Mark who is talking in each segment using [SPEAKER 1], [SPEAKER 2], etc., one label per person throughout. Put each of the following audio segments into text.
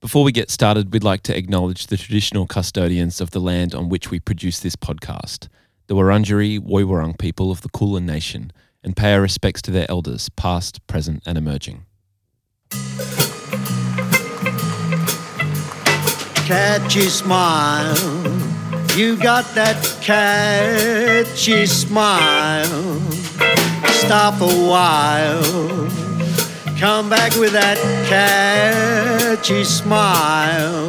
[SPEAKER 1] Before we get started, we'd like to acknowledge the traditional custodians of the land on which we produce this podcast, the Wurundjeri Woiwurrung people of the Kulin Nation, and pay our respects to their elders, past, present, and emerging.
[SPEAKER 2] catchy smile. You got that catchy smile. Stop a while. Come back with that catchy smile.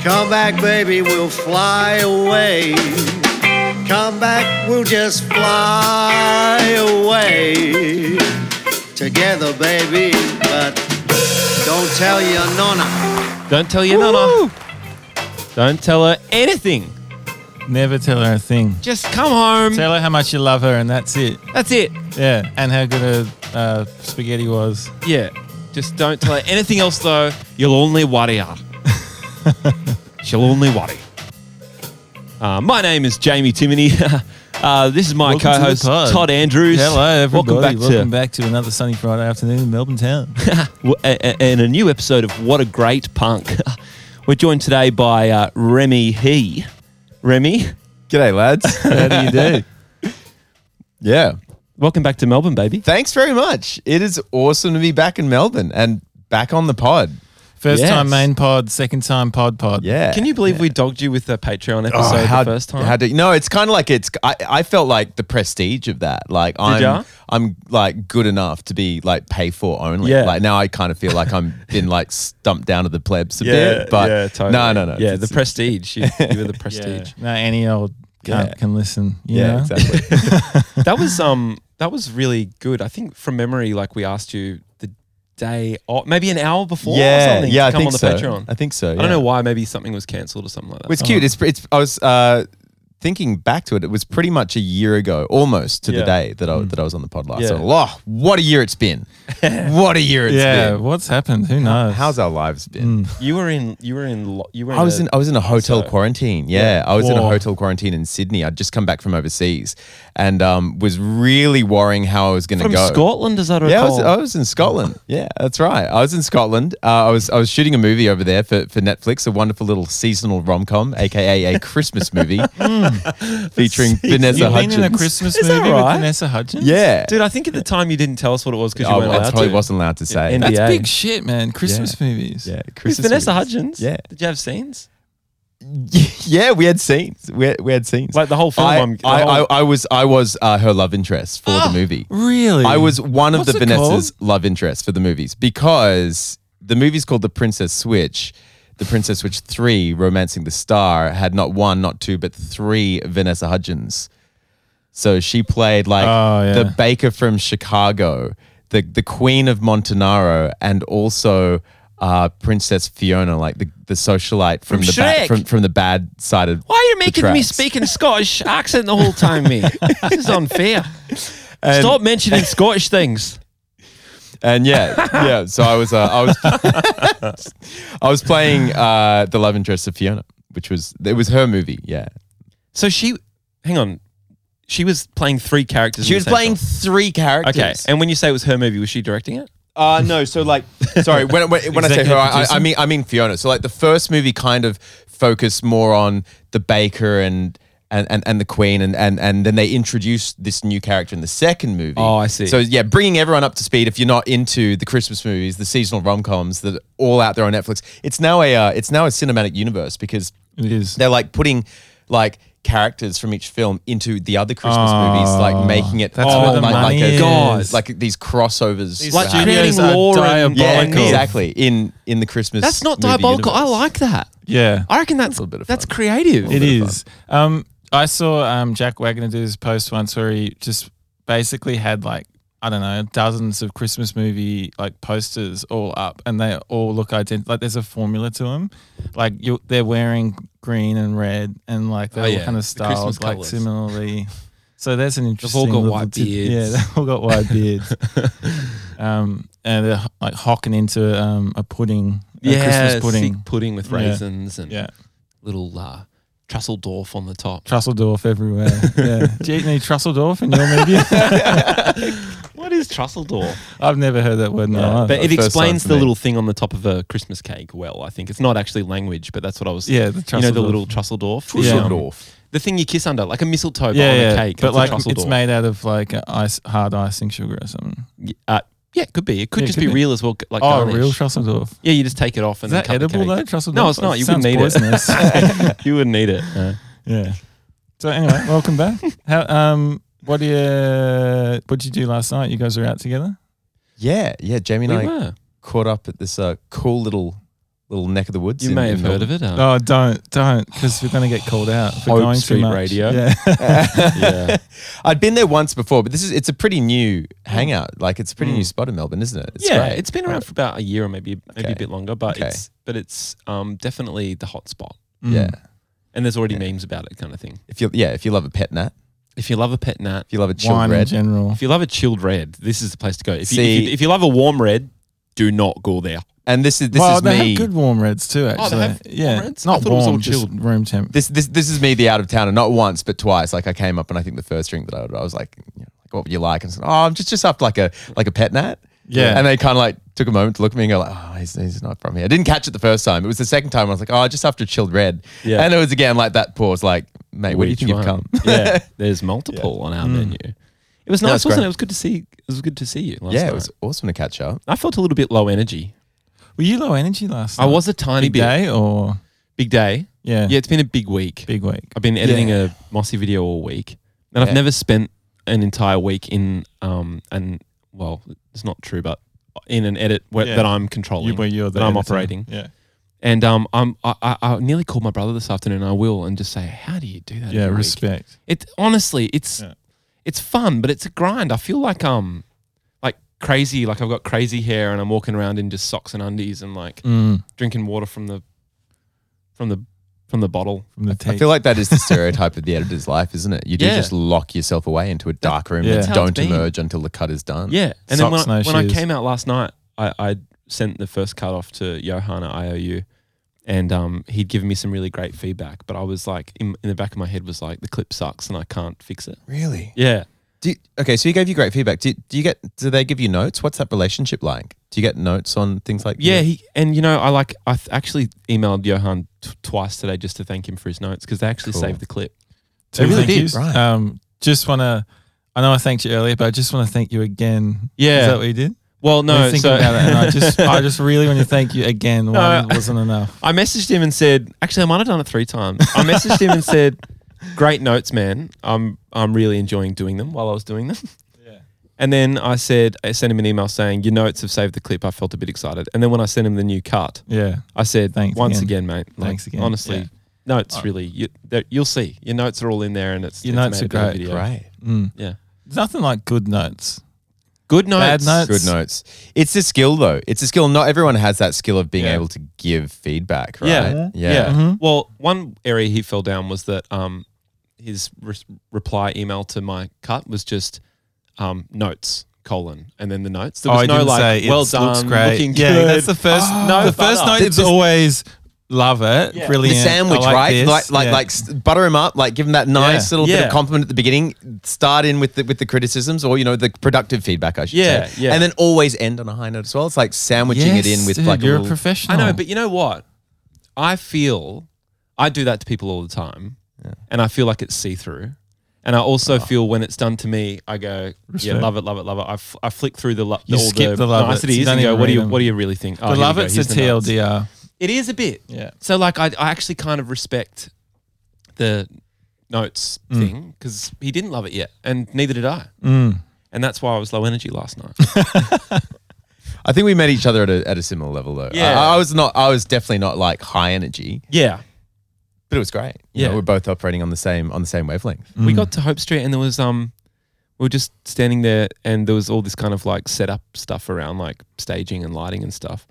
[SPEAKER 2] Come back, baby, we'll fly away. Come back, we'll just fly away. Together, baby, but don't tell your nonna.
[SPEAKER 1] Don't tell your nana. Don't tell her anything.
[SPEAKER 3] Never tell her a thing.
[SPEAKER 1] Just come home.
[SPEAKER 3] Tell her how much you love her, and that's it.
[SPEAKER 1] That's it.
[SPEAKER 3] Yeah, and how good her uh, spaghetti was.
[SPEAKER 1] Yeah. Just don't tell her anything else, though. You'll only worry her. She'll only worry. Uh, my name is Jamie Timoney. uh, this is my
[SPEAKER 3] Welcome to the
[SPEAKER 1] co-host
[SPEAKER 3] pod.
[SPEAKER 1] Todd Andrews.
[SPEAKER 3] Hello, everybody.
[SPEAKER 1] Welcome back
[SPEAKER 3] Welcome
[SPEAKER 1] to
[SPEAKER 3] back to another sunny Friday afternoon in Melbourne town.
[SPEAKER 1] w- a- a- and a new episode of What a Great Punk. We're joined today by uh, Remy He. Remy,
[SPEAKER 4] G'day, lads.
[SPEAKER 3] how do you do?
[SPEAKER 4] yeah.
[SPEAKER 1] welcome back to Melbourne, baby.
[SPEAKER 4] Thanks very much. It is awesome to be back in Melbourne and back on the pod.
[SPEAKER 3] First
[SPEAKER 1] Yes.
[SPEAKER 3] time main pod, second time pod pod.
[SPEAKER 4] Yeah.
[SPEAKER 1] Can you believe we dogged you with a Patreon
[SPEAKER 4] Oh,
[SPEAKER 1] episode
[SPEAKER 4] how-
[SPEAKER 1] the first time?
[SPEAKER 4] How do, no, it's kind of like it's. I, I felt like the prestige of that. Like I'm,
[SPEAKER 1] ya?
[SPEAKER 4] I'm like good enough to be like pay for only.
[SPEAKER 1] Yeah.
[SPEAKER 4] Like now I kind of feel like I'm been like stumped down to the plebs a bit. But no, no, no.
[SPEAKER 1] Yeah,
[SPEAKER 4] It's-
[SPEAKER 1] the prestige. You, you were the
[SPEAKER 3] Yeah.
[SPEAKER 1] prestige.
[SPEAKER 3] No, any old cunt
[SPEAKER 4] Yeah.
[SPEAKER 3] can listen. you
[SPEAKER 4] Yeah,
[SPEAKER 3] know?
[SPEAKER 4] exactly.
[SPEAKER 1] that was um that was really good. I think from memory, like we asked you the day or maybe an hour before or
[SPEAKER 4] yeah,
[SPEAKER 1] something
[SPEAKER 4] yeah.
[SPEAKER 1] to
[SPEAKER 4] I
[SPEAKER 1] come
[SPEAKER 4] think
[SPEAKER 1] on the
[SPEAKER 4] so.
[SPEAKER 1] Patreon.
[SPEAKER 4] I think so.
[SPEAKER 1] I don't know
[SPEAKER 4] yeah.
[SPEAKER 1] why maybe something was cancelled or something like that.
[SPEAKER 4] It's cute. It's it's. I was uh, thinking back to it. It was pretty much a year ago, almost to
[SPEAKER 1] Yeah.
[SPEAKER 4] the day that I that I was on the pod last.
[SPEAKER 1] Yeah.
[SPEAKER 4] So, oh, what a year it's been! what a year it's
[SPEAKER 3] Yeah,
[SPEAKER 4] been!
[SPEAKER 3] what's happened? Who knows?
[SPEAKER 4] How's our lives been?
[SPEAKER 1] you were in you were in lo- you were in
[SPEAKER 4] I was
[SPEAKER 1] a-
[SPEAKER 4] in I was in a hotel quarantine. Yeah, I was in a
[SPEAKER 3] Whoa.
[SPEAKER 4] hotel quarantine in Sydney. I'd just come back from overseas, and um, was really worrying how I was going to
[SPEAKER 1] from
[SPEAKER 4] go.
[SPEAKER 1] Scotland as I recall.
[SPEAKER 4] Yeah, I was, I was in Scotland. Yeah, that's right. I was in Scotland. Uh, I was I was shooting a movie over there for, for Netflix, a wonderful little seasonal rom com, aka a Christmas movie,
[SPEAKER 1] Hmm.
[SPEAKER 4] featuring Vanessa
[SPEAKER 3] You've been
[SPEAKER 4] Hudgens.
[SPEAKER 3] in a Christmas
[SPEAKER 1] Is that
[SPEAKER 3] movie
[SPEAKER 1] right?
[SPEAKER 3] with Vanessa Hudgens?
[SPEAKER 4] yeah,
[SPEAKER 1] Dude, I think at the time you didn't tell us what it was because you
[SPEAKER 4] Oh,
[SPEAKER 1] weren't
[SPEAKER 4] I
[SPEAKER 1] allowed
[SPEAKER 4] probably
[SPEAKER 1] to.
[SPEAKER 4] wasn't allowed to say.
[SPEAKER 1] In-
[SPEAKER 4] That's-
[SPEAKER 3] That's
[SPEAKER 1] NBA.
[SPEAKER 3] big shit, man. Christmas movies.
[SPEAKER 4] yeah,
[SPEAKER 1] With
[SPEAKER 4] Christmas
[SPEAKER 1] Vanessa
[SPEAKER 4] movies.
[SPEAKER 1] Hudgens.
[SPEAKER 4] Yeah.
[SPEAKER 1] Did you have scenes?
[SPEAKER 4] yeah, we had scenes. We had, we had scenes.
[SPEAKER 1] Like the whole film.
[SPEAKER 4] I,
[SPEAKER 1] I'm, the
[SPEAKER 4] I,
[SPEAKER 1] whole-
[SPEAKER 4] I, I was I was uh, her love interest for the movie.
[SPEAKER 3] Really?
[SPEAKER 4] I was one of
[SPEAKER 3] What's
[SPEAKER 4] the
[SPEAKER 3] it
[SPEAKER 4] Vanessa's love interests for the movies because the movie's called The Princess Switch. The Princess Switch 3, Romancing the Star, had not one, not two, but three Vanessa Hudgens. So she played like
[SPEAKER 3] Oh, yeah.
[SPEAKER 4] the baker from Chicago, the, the queen of Montanaro, and also uh, Princess Fiona, like the, the socialite from,
[SPEAKER 1] From
[SPEAKER 4] the
[SPEAKER 1] Shrek.
[SPEAKER 4] bad from, from the bad side of
[SPEAKER 1] Why are you
[SPEAKER 4] the
[SPEAKER 1] making me
[SPEAKER 4] tracks.
[SPEAKER 1] speak in a Scottish accent the whole time, mate? this is unfair. Stop mentioning Scottish things.
[SPEAKER 4] And yeah, yeah. So I was, uh, I was, I was playing uh, the love interest of Fiona, which was it was her movie. Yeah,
[SPEAKER 1] So she, hang on, she was playing three characters. in
[SPEAKER 4] she
[SPEAKER 1] the
[SPEAKER 4] was
[SPEAKER 1] same
[SPEAKER 4] playing
[SPEAKER 1] film.
[SPEAKER 4] three characters.
[SPEAKER 1] Okay, and when you say it was her movie, was she directing it?
[SPEAKER 4] uh, no, so like, sorry, when when, when I say her,
[SPEAKER 3] Executive
[SPEAKER 4] I, I- I
[SPEAKER 3] producer?
[SPEAKER 4] mean I mean Fiona. So like the first movie kind of focused more on the baker and. And, and, and the queen and, and and then they introduced this new character in the second movie.
[SPEAKER 1] Oh, I see.
[SPEAKER 4] So yeah, bringing everyone up to speed. If you're not into the Christmas movies, the seasonal rom coms that are all out there on Netflix, it's now a uh, it's now a cinematic universe because
[SPEAKER 3] It is.
[SPEAKER 4] they're like putting like characters from each film into the other Christmas movies, like making it
[SPEAKER 3] that's
[SPEAKER 4] all
[SPEAKER 1] where the
[SPEAKER 4] like,
[SPEAKER 3] money
[SPEAKER 4] like a-
[SPEAKER 1] is.
[SPEAKER 4] like these crossovers.
[SPEAKER 3] These
[SPEAKER 1] Like
[SPEAKER 4] that happen.
[SPEAKER 3] studios
[SPEAKER 1] creating
[SPEAKER 3] are
[SPEAKER 1] lore and
[SPEAKER 4] yeah,
[SPEAKER 1] diabolical.
[SPEAKER 4] exactly in in the Christmas.
[SPEAKER 1] That's not
[SPEAKER 4] movie
[SPEAKER 1] diabolical. I
[SPEAKER 4] universe.
[SPEAKER 1] like that.
[SPEAKER 3] Yeah.
[SPEAKER 1] I reckon that's
[SPEAKER 4] little bit of
[SPEAKER 1] that's
[SPEAKER 4] fun.
[SPEAKER 1] creative.
[SPEAKER 3] It is. Um, I saw um, Jack Wagner do this post once where he just basically had like I don't know dozens of Christmas movie like posters all up, and they all look identical. Like there's a formula to them. Like you, they're wearing green and red, and like they're
[SPEAKER 1] Oh,
[SPEAKER 3] all
[SPEAKER 1] yeah.
[SPEAKER 3] kind of
[SPEAKER 1] The Christmas
[SPEAKER 3] styled like
[SPEAKER 1] colours.
[SPEAKER 3] similarly. So there's an interesting.
[SPEAKER 1] got
[SPEAKER 3] little
[SPEAKER 1] white
[SPEAKER 3] tid-
[SPEAKER 1] beards.
[SPEAKER 3] Yeah, they've all got white beards. um, and they're h- like hocking into um, a pudding, a
[SPEAKER 1] Yeah,
[SPEAKER 3] Christmas pudding.
[SPEAKER 1] thick pudding with
[SPEAKER 3] Yeah.
[SPEAKER 1] raisins and
[SPEAKER 3] Yeah.
[SPEAKER 1] little uh, Trusseldorf on the top.
[SPEAKER 3] Trusseldorf everywhere. yeah. Do you eat any Trusseldorf in your media?
[SPEAKER 1] What is Trusseldorf?
[SPEAKER 3] I've never heard that word. in my
[SPEAKER 1] Yeah,
[SPEAKER 3] life.
[SPEAKER 1] but it
[SPEAKER 4] first
[SPEAKER 1] explains
[SPEAKER 4] time for
[SPEAKER 1] the
[SPEAKER 4] me.
[SPEAKER 1] little thing on the top of a Christmas cake well. I think it's not actually language, but that's what I was.
[SPEAKER 3] Yeah, the
[SPEAKER 1] you know the
[SPEAKER 3] Trusseldorf.
[SPEAKER 1] little Trusseldorf, the,
[SPEAKER 3] Yeah.
[SPEAKER 1] um, the thing you kiss under, like a mistletoe but
[SPEAKER 3] yeah,
[SPEAKER 1] on
[SPEAKER 3] yeah.
[SPEAKER 1] a cake.
[SPEAKER 3] but
[SPEAKER 1] that's
[SPEAKER 3] like
[SPEAKER 1] a
[SPEAKER 3] it's
[SPEAKER 1] Trusseldorf.
[SPEAKER 3] made out of like a ice, hard icing sugar or something.
[SPEAKER 1] Y- Uh, yeah, it could be. It could
[SPEAKER 3] Yeah, it
[SPEAKER 1] just
[SPEAKER 3] could
[SPEAKER 1] be,
[SPEAKER 3] be.
[SPEAKER 1] real as well. g- Like
[SPEAKER 3] oh,
[SPEAKER 1] garnish.
[SPEAKER 3] real Trusseldorf.
[SPEAKER 1] Yeah, you just take it off and
[SPEAKER 3] Is that
[SPEAKER 1] then cut
[SPEAKER 3] edible
[SPEAKER 1] the
[SPEAKER 3] though?
[SPEAKER 1] cake.
[SPEAKER 3] Trusseldorf.
[SPEAKER 1] No, it's not. You wouldn't
[SPEAKER 3] sounds
[SPEAKER 1] eat
[SPEAKER 3] poisonous.
[SPEAKER 1] it. you wouldn't eat it. Uh,
[SPEAKER 3] yeah. So anyway, welcome back. How um. What do you what did you do last night? You guys were out together.
[SPEAKER 4] Yeah, yeah. Jamie and
[SPEAKER 1] we
[SPEAKER 4] I
[SPEAKER 1] were.
[SPEAKER 4] caught up at this uh, cool little little neck of the woods.
[SPEAKER 1] You may have heard of it. Uh,
[SPEAKER 3] Oh, don't don't because we're gonna get called out for
[SPEAKER 1] Hope
[SPEAKER 3] going
[SPEAKER 1] Street
[SPEAKER 3] too much.
[SPEAKER 1] Radio.
[SPEAKER 3] Yeah.
[SPEAKER 1] yeah.
[SPEAKER 4] I'd been there once before, but this is it's a pretty new hangout. Like it's a pretty new spot in Melbourne, isn't it? It's
[SPEAKER 1] Mm. yeah,
[SPEAKER 4] great.
[SPEAKER 1] it's been around for about a year or maybe maybe
[SPEAKER 4] Okay.
[SPEAKER 1] a bit longer, but
[SPEAKER 4] Okay.
[SPEAKER 1] it's but it's um, definitely the hot spot.
[SPEAKER 4] yeah.
[SPEAKER 3] Mm.
[SPEAKER 1] And there's already memes about it, kind of thing.
[SPEAKER 4] If you yeah, if you love a pet nat,
[SPEAKER 1] If you love a pet nat,
[SPEAKER 4] if you love a chilled
[SPEAKER 3] Wine in
[SPEAKER 4] red,
[SPEAKER 3] general.
[SPEAKER 1] If you love a chilled red, this is the place to go. If, you, if,
[SPEAKER 4] See-
[SPEAKER 1] you, if you love a warm red, do not go there.
[SPEAKER 4] and this is this
[SPEAKER 3] well,
[SPEAKER 4] is
[SPEAKER 3] they
[SPEAKER 4] me.
[SPEAKER 3] have good warm reds too. Actually,
[SPEAKER 1] Oh, have warm
[SPEAKER 3] yeah,
[SPEAKER 1] reds? I
[SPEAKER 3] not
[SPEAKER 1] thought it was all
[SPEAKER 3] warm, just
[SPEAKER 1] chilled.
[SPEAKER 3] room temp.
[SPEAKER 4] This this this is me, the out of towner. Not once, but twice. Like I came up and I think the first drink that I ordered, I was like, you know, like, what would you like? And I said, oh, I'm just just after like a like a pet nat.
[SPEAKER 3] Yeah.
[SPEAKER 4] And they kind of like took a moment to look at me and go like, oh, he's, he's not from here. I didn't catch it the first time. It was the second time I was like, oh, just after chilled red.
[SPEAKER 1] Yeah.
[SPEAKER 4] And it was again like that pause, like, mate, where do you
[SPEAKER 1] Which
[SPEAKER 4] think you've
[SPEAKER 1] one?
[SPEAKER 4] come?
[SPEAKER 1] yeah, there's multiple on our menu. It was
[SPEAKER 4] No,
[SPEAKER 1] nice,
[SPEAKER 4] it's
[SPEAKER 1] wasn't
[SPEAKER 4] great.
[SPEAKER 1] it? It was good to see. It was good to see you. Last
[SPEAKER 4] yeah,
[SPEAKER 1] night.
[SPEAKER 4] it was awesome to catch up.
[SPEAKER 1] I felt a little bit low energy.
[SPEAKER 3] Were you low energy last night?
[SPEAKER 1] I was a tiny
[SPEAKER 3] big
[SPEAKER 1] bit
[SPEAKER 3] day or
[SPEAKER 1] big day.
[SPEAKER 3] yeah,
[SPEAKER 1] Yeah, it's been a big week.
[SPEAKER 3] big week.
[SPEAKER 1] I've been editing a Mossy video all week, and I've
[SPEAKER 4] Yeah.
[SPEAKER 1] never spent an entire week in um and well, it's not true, but in an edit where,
[SPEAKER 3] Yeah.
[SPEAKER 1] that I'm controlling.
[SPEAKER 3] You were you're the
[SPEAKER 1] that I'm
[SPEAKER 3] editor.
[SPEAKER 1] operating.
[SPEAKER 3] Yeah,
[SPEAKER 1] And um, I'm, I, I, I nearly called my brother this afternoon. and I will, and just say, how do you do that?
[SPEAKER 3] yeah,
[SPEAKER 1] every week?"
[SPEAKER 3] respect.
[SPEAKER 1] It honestly, it's
[SPEAKER 3] Yeah.
[SPEAKER 1] it's fun, but it's a grind. I feel like um, like crazy. Like I've got crazy hair, and I'm walking around in just socks and undies, and like
[SPEAKER 3] Mm,
[SPEAKER 1] drinking water from the from the from the bottle.
[SPEAKER 3] from the
[SPEAKER 4] I
[SPEAKER 3] tape.
[SPEAKER 4] feel like that is the stereotype of the editor's life, isn't it? You do
[SPEAKER 1] Yeah.
[SPEAKER 4] just lock yourself away into a dark room
[SPEAKER 3] Yeah.
[SPEAKER 4] and
[SPEAKER 3] That's
[SPEAKER 1] how it's
[SPEAKER 4] don't
[SPEAKER 1] been.
[SPEAKER 4] emerge until the cut is done.
[SPEAKER 1] Yeah, and then when,
[SPEAKER 3] Socks,
[SPEAKER 1] I,
[SPEAKER 3] no
[SPEAKER 1] when I
[SPEAKER 3] shoes.
[SPEAKER 1] came out last night, I, I sent the first cut off to Johanna IOU, and um, he'd given me some really great feedback. But I was like, in, in the back of my head was like, the clip sucks, and I can't fix it.
[SPEAKER 4] Really?
[SPEAKER 1] Yeah.
[SPEAKER 4] Do you- okay, so you gave you great feedback. Do, do you get? Do they give you notes? What's that relationship like? Do you get notes on things like?
[SPEAKER 1] Yeah, he, and you know, I like I th- actually emailed Johan t- twice today just to thank him for his notes because they actually
[SPEAKER 4] Cool.
[SPEAKER 1] saved the clip.
[SPEAKER 3] Two
[SPEAKER 1] They really
[SPEAKER 3] thank
[SPEAKER 1] did,
[SPEAKER 3] yous.
[SPEAKER 4] right.
[SPEAKER 3] Um, just want to. I know I thanked you earlier, but I just want to thank you again.
[SPEAKER 1] Yeah.
[SPEAKER 3] is that what you did?
[SPEAKER 1] Well,
[SPEAKER 3] I
[SPEAKER 1] no,
[SPEAKER 3] was thinking
[SPEAKER 1] so
[SPEAKER 3] about it, and I just, I just really want to thank you again. One wasn't enough.
[SPEAKER 1] I messaged him and said, actually, I might have done it three times. I messaged him and said, "Great notes, man. I'm I'm really enjoying doing them while I was doing them."
[SPEAKER 3] Yeah.
[SPEAKER 1] And then I said, I sent him an email saying, "Your notes have saved the clip." I felt a bit excited. And then when I sent him the new cut,
[SPEAKER 3] Yeah,
[SPEAKER 1] I said,
[SPEAKER 3] Thanks
[SPEAKER 1] "Once
[SPEAKER 3] again.
[SPEAKER 1] again, mate. Like,
[SPEAKER 3] Thanks again."
[SPEAKER 1] Honestly,
[SPEAKER 3] Yeah.
[SPEAKER 1] notes
[SPEAKER 3] Alright.
[SPEAKER 1] really. You, they're- you'll see. Your notes are all in there, and it's
[SPEAKER 3] Your
[SPEAKER 1] it's made
[SPEAKER 3] notes are
[SPEAKER 1] a better
[SPEAKER 3] great,
[SPEAKER 1] Video.
[SPEAKER 4] right.
[SPEAKER 3] Mm.
[SPEAKER 1] Yeah.
[SPEAKER 3] There's nothing like good notes.
[SPEAKER 1] Good
[SPEAKER 3] Bad
[SPEAKER 1] notes.
[SPEAKER 3] notes.
[SPEAKER 4] Good notes. It's a skill though. It's a skill. Not everyone has that skill of being
[SPEAKER 3] Yeah.
[SPEAKER 4] able to give feedback, right?
[SPEAKER 1] Yeah. Yeah.
[SPEAKER 3] Mhm.
[SPEAKER 1] Well, one area he fell down was that um, his re- reply email to my cut was just um, notes colon and then the notes. There
[SPEAKER 3] Oh,
[SPEAKER 1] was
[SPEAKER 3] I
[SPEAKER 1] no
[SPEAKER 3] didn't
[SPEAKER 1] like
[SPEAKER 3] say,
[SPEAKER 1] well
[SPEAKER 3] it's-
[SPEAKER 1] done,
[SPEAKER 3] looks great.
[SPEAKER 1] looking
[SPEAKER 3] yeah,
[SPEAKER 1] good. Ah,
[SPEAKER 3] that's the first.
[SPEAKER 1] no,
[SPEAKER 3] the first
[SPEAKER 1] butter.
[SPEAKER 3] note is always love it,
[SPEAKER 1] Yeah. The
[SPEAKER 4] The
[SPEAKER 3] brilliant. I
[SPEAKER 4] sandwich,
[SPEAKER 3] like
[SPEAKER 4] right?
[SPEAKER 3] this.
[SPEAKER 4] Like, like,
[SPEAKER 3] Yeah.
[SPEAKER 4] like, s- butter him up. Like, give him that nice
[SPEAKER 3] Yeah.
[SPEAKER 4] little bit
[SPEAKER 1] Yeah.
[SPEAKER 4] of compliment at the beginning. Start in with the with the criticisms, or you know, the productive feedback, I should
[SPEAKER 1] Yeah,
[SPEAKER 4] say.
[SPEAKER 1] yeah.
[SPEAKER 4] And then always end on a high note as well. It's like sandwiching it in
[SPEAKER 3] Yes,
[SPEAKER 4] with
[SPEAKER 3] dude,
[SPEAKER 4] like a
[SPEAKER 3] you're a
[SPEAKER 4] little-
[SPEAKER 3] professional.
[SPEAKER 1] I know, but you know what? I feel I do that to people all the time, and I feel like it's see through. And I also feel when it's done to me, I go, yeah,
[SPEAKER 3] Respect.
[SPEAKER 1] love it, love it, love it. I, f- I flick through the, lo-
[SPEAKER 3] You
[SPEAKER 1] all
[SPEAKER 3] skip
[SPEAKER 1] the,
[SPEAKER 3] the love it. You
[SPEAKER 1] niceties
[SPEAKER 3] don't
[SPEAKER 1] and go,
[SPEAKER 3] even
[SPEAKER 1] what do
[SPEAKER 3] read
[SPEAKER 1] you
[SPEAKER 3] them.
[SPEAKER 1] what do you really think? Oh,
[SPEAKER 3] the
[SPEAKER 1] here we
[SPEAKER 3] love
[SPEAKER 1] go,
[SPEAKER 3] it's a
[SPEAKER 1] here's the notes.
[SPEAKER 3] TLDR.
[SPEAKER 1] It is a bit.
[SPEAKER 3] Yeah.
[SPEAKER 1] So like I, I actually kind of respect the notes thing 'cause thing because he didn't love it yet, and neither did I.
[SPEAKER 3] Mm.
[SPEAKER 1] And that's why I was low energy last night.
[SPEAKER 4] I think we met each other at a, at a similar level though.
[SPEAKER 1] Yeah.
[SPEAKER 4] I, I was not. I was definitely not like high energy,
[SPEAKER 1] yeah.
[SPEAKER 4] but it was great. You know,
[SPEAKER 1] Yeah.
[SPEAKER 4] we're both operating on the same on the same wavelength.
[SPEAKER 1] we
[SPEAKER 3] Mm.
[SPEAKER 1] got to Hope Street and there was um we were just standing there and there was all this kind of like setup stuff around like staging and lighting and stuff.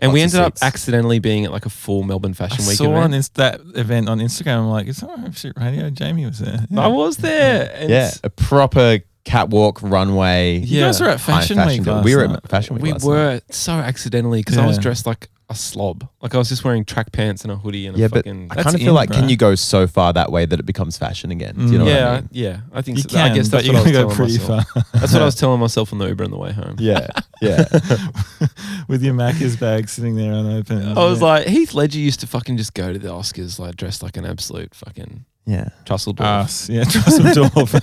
[SPEAKER 1] And we
[SPEAKER 4] Lots
[SPEAKER 1] ended
[SPEAKER 4] of
[SPEAKER 1] up
[SPEAKER 4] seats.
[SPEAKER 1] accidentally being at like a full Melbourne
[SPEAKER 3] I
[SPEAKER 1] Fashion Week
[SPEAKER 3] saw on
[SPEAKER 1] event.
[SPEAKER 3] Inst- that event on Instagram. I'm like, is that Hope Street Radio? Jamie was there. Yeah.
[SPEAKER 1] I was there. And
[SPEAKER 4] Yeah, a proper catwalk runway.
[SPEAKER 3] You
[SPEAKER 1] Yeah.
[SPEAKER 3] guys were at
[SPEAKER 4] high
[SPEAKER 3] Fashion Week.
[SPEAKER 4] Day.
[SPEAKER 3] Last
[SPEAKER 4] we were
[SPEAKER 3] night.
[SPEAKER 4] at fashion week.
[SPEAKER 1] We
[SPEAKER 4] last night.
[SPEAKER 1] were so accidentally because I was
[SPEAKER 3] Yeah.
[SPEAKER 1] dressed like a slob. Like I was just wearing track pants and a hoodie and a
[SPEAKER 4] Yeah, but
[SPEAKER 1] fucking.
[SPEAKER 4] I
[SPEAKER 3] That's
[SPEAKER 4] kind of
[SPEAKER 3] in,
[SPEAKER 4] feel like can
[SPEAKER 3] right?
[SPEAKER 4] you go so far that way that it becomes fashion again? Do you know
[SPEAKER 1] yeah,
[SPEAKER 4] what I
[SPEAKER 1] I-
[SPEAKER 3] Mm,
[SPEAKER 4] mean?
[SPEAKER 1] yeah. I think
[SPEAKER 3] You
[SPEAKER 1] so.
[SPEAKER 3] can,
[SPEAKER 1] I guess
[SPEAKER 3] but
[SPEAKER 1] that's
[SPEAKER 3] you're
[SPEAKER 1] what I was
[SPEAKER 3] gonna go
[SPEAKER 1] telling
[SPEAKER 3] pretty
[SPEAKER 1] myself.
[SPEAKER 3] far
[SPEAKER 1] That's what I was telling myself on the Uber on the way home.
[SPEAKER 4] Yeah, yeah.
[SPEAKER 3] with your Macca's bag sitting there unopened.
[SPEAKER 1] I was like, Heath Ledger used to fucking just go to the Oscars like dressed like an absolute fucking
[SPEAKER 4] Yeah.
[SPEAKER 1] Trusseldorf.
[SPEAKER 4] Ah,
[SPEAKER 3] ass. Yeah, Dusseldorf.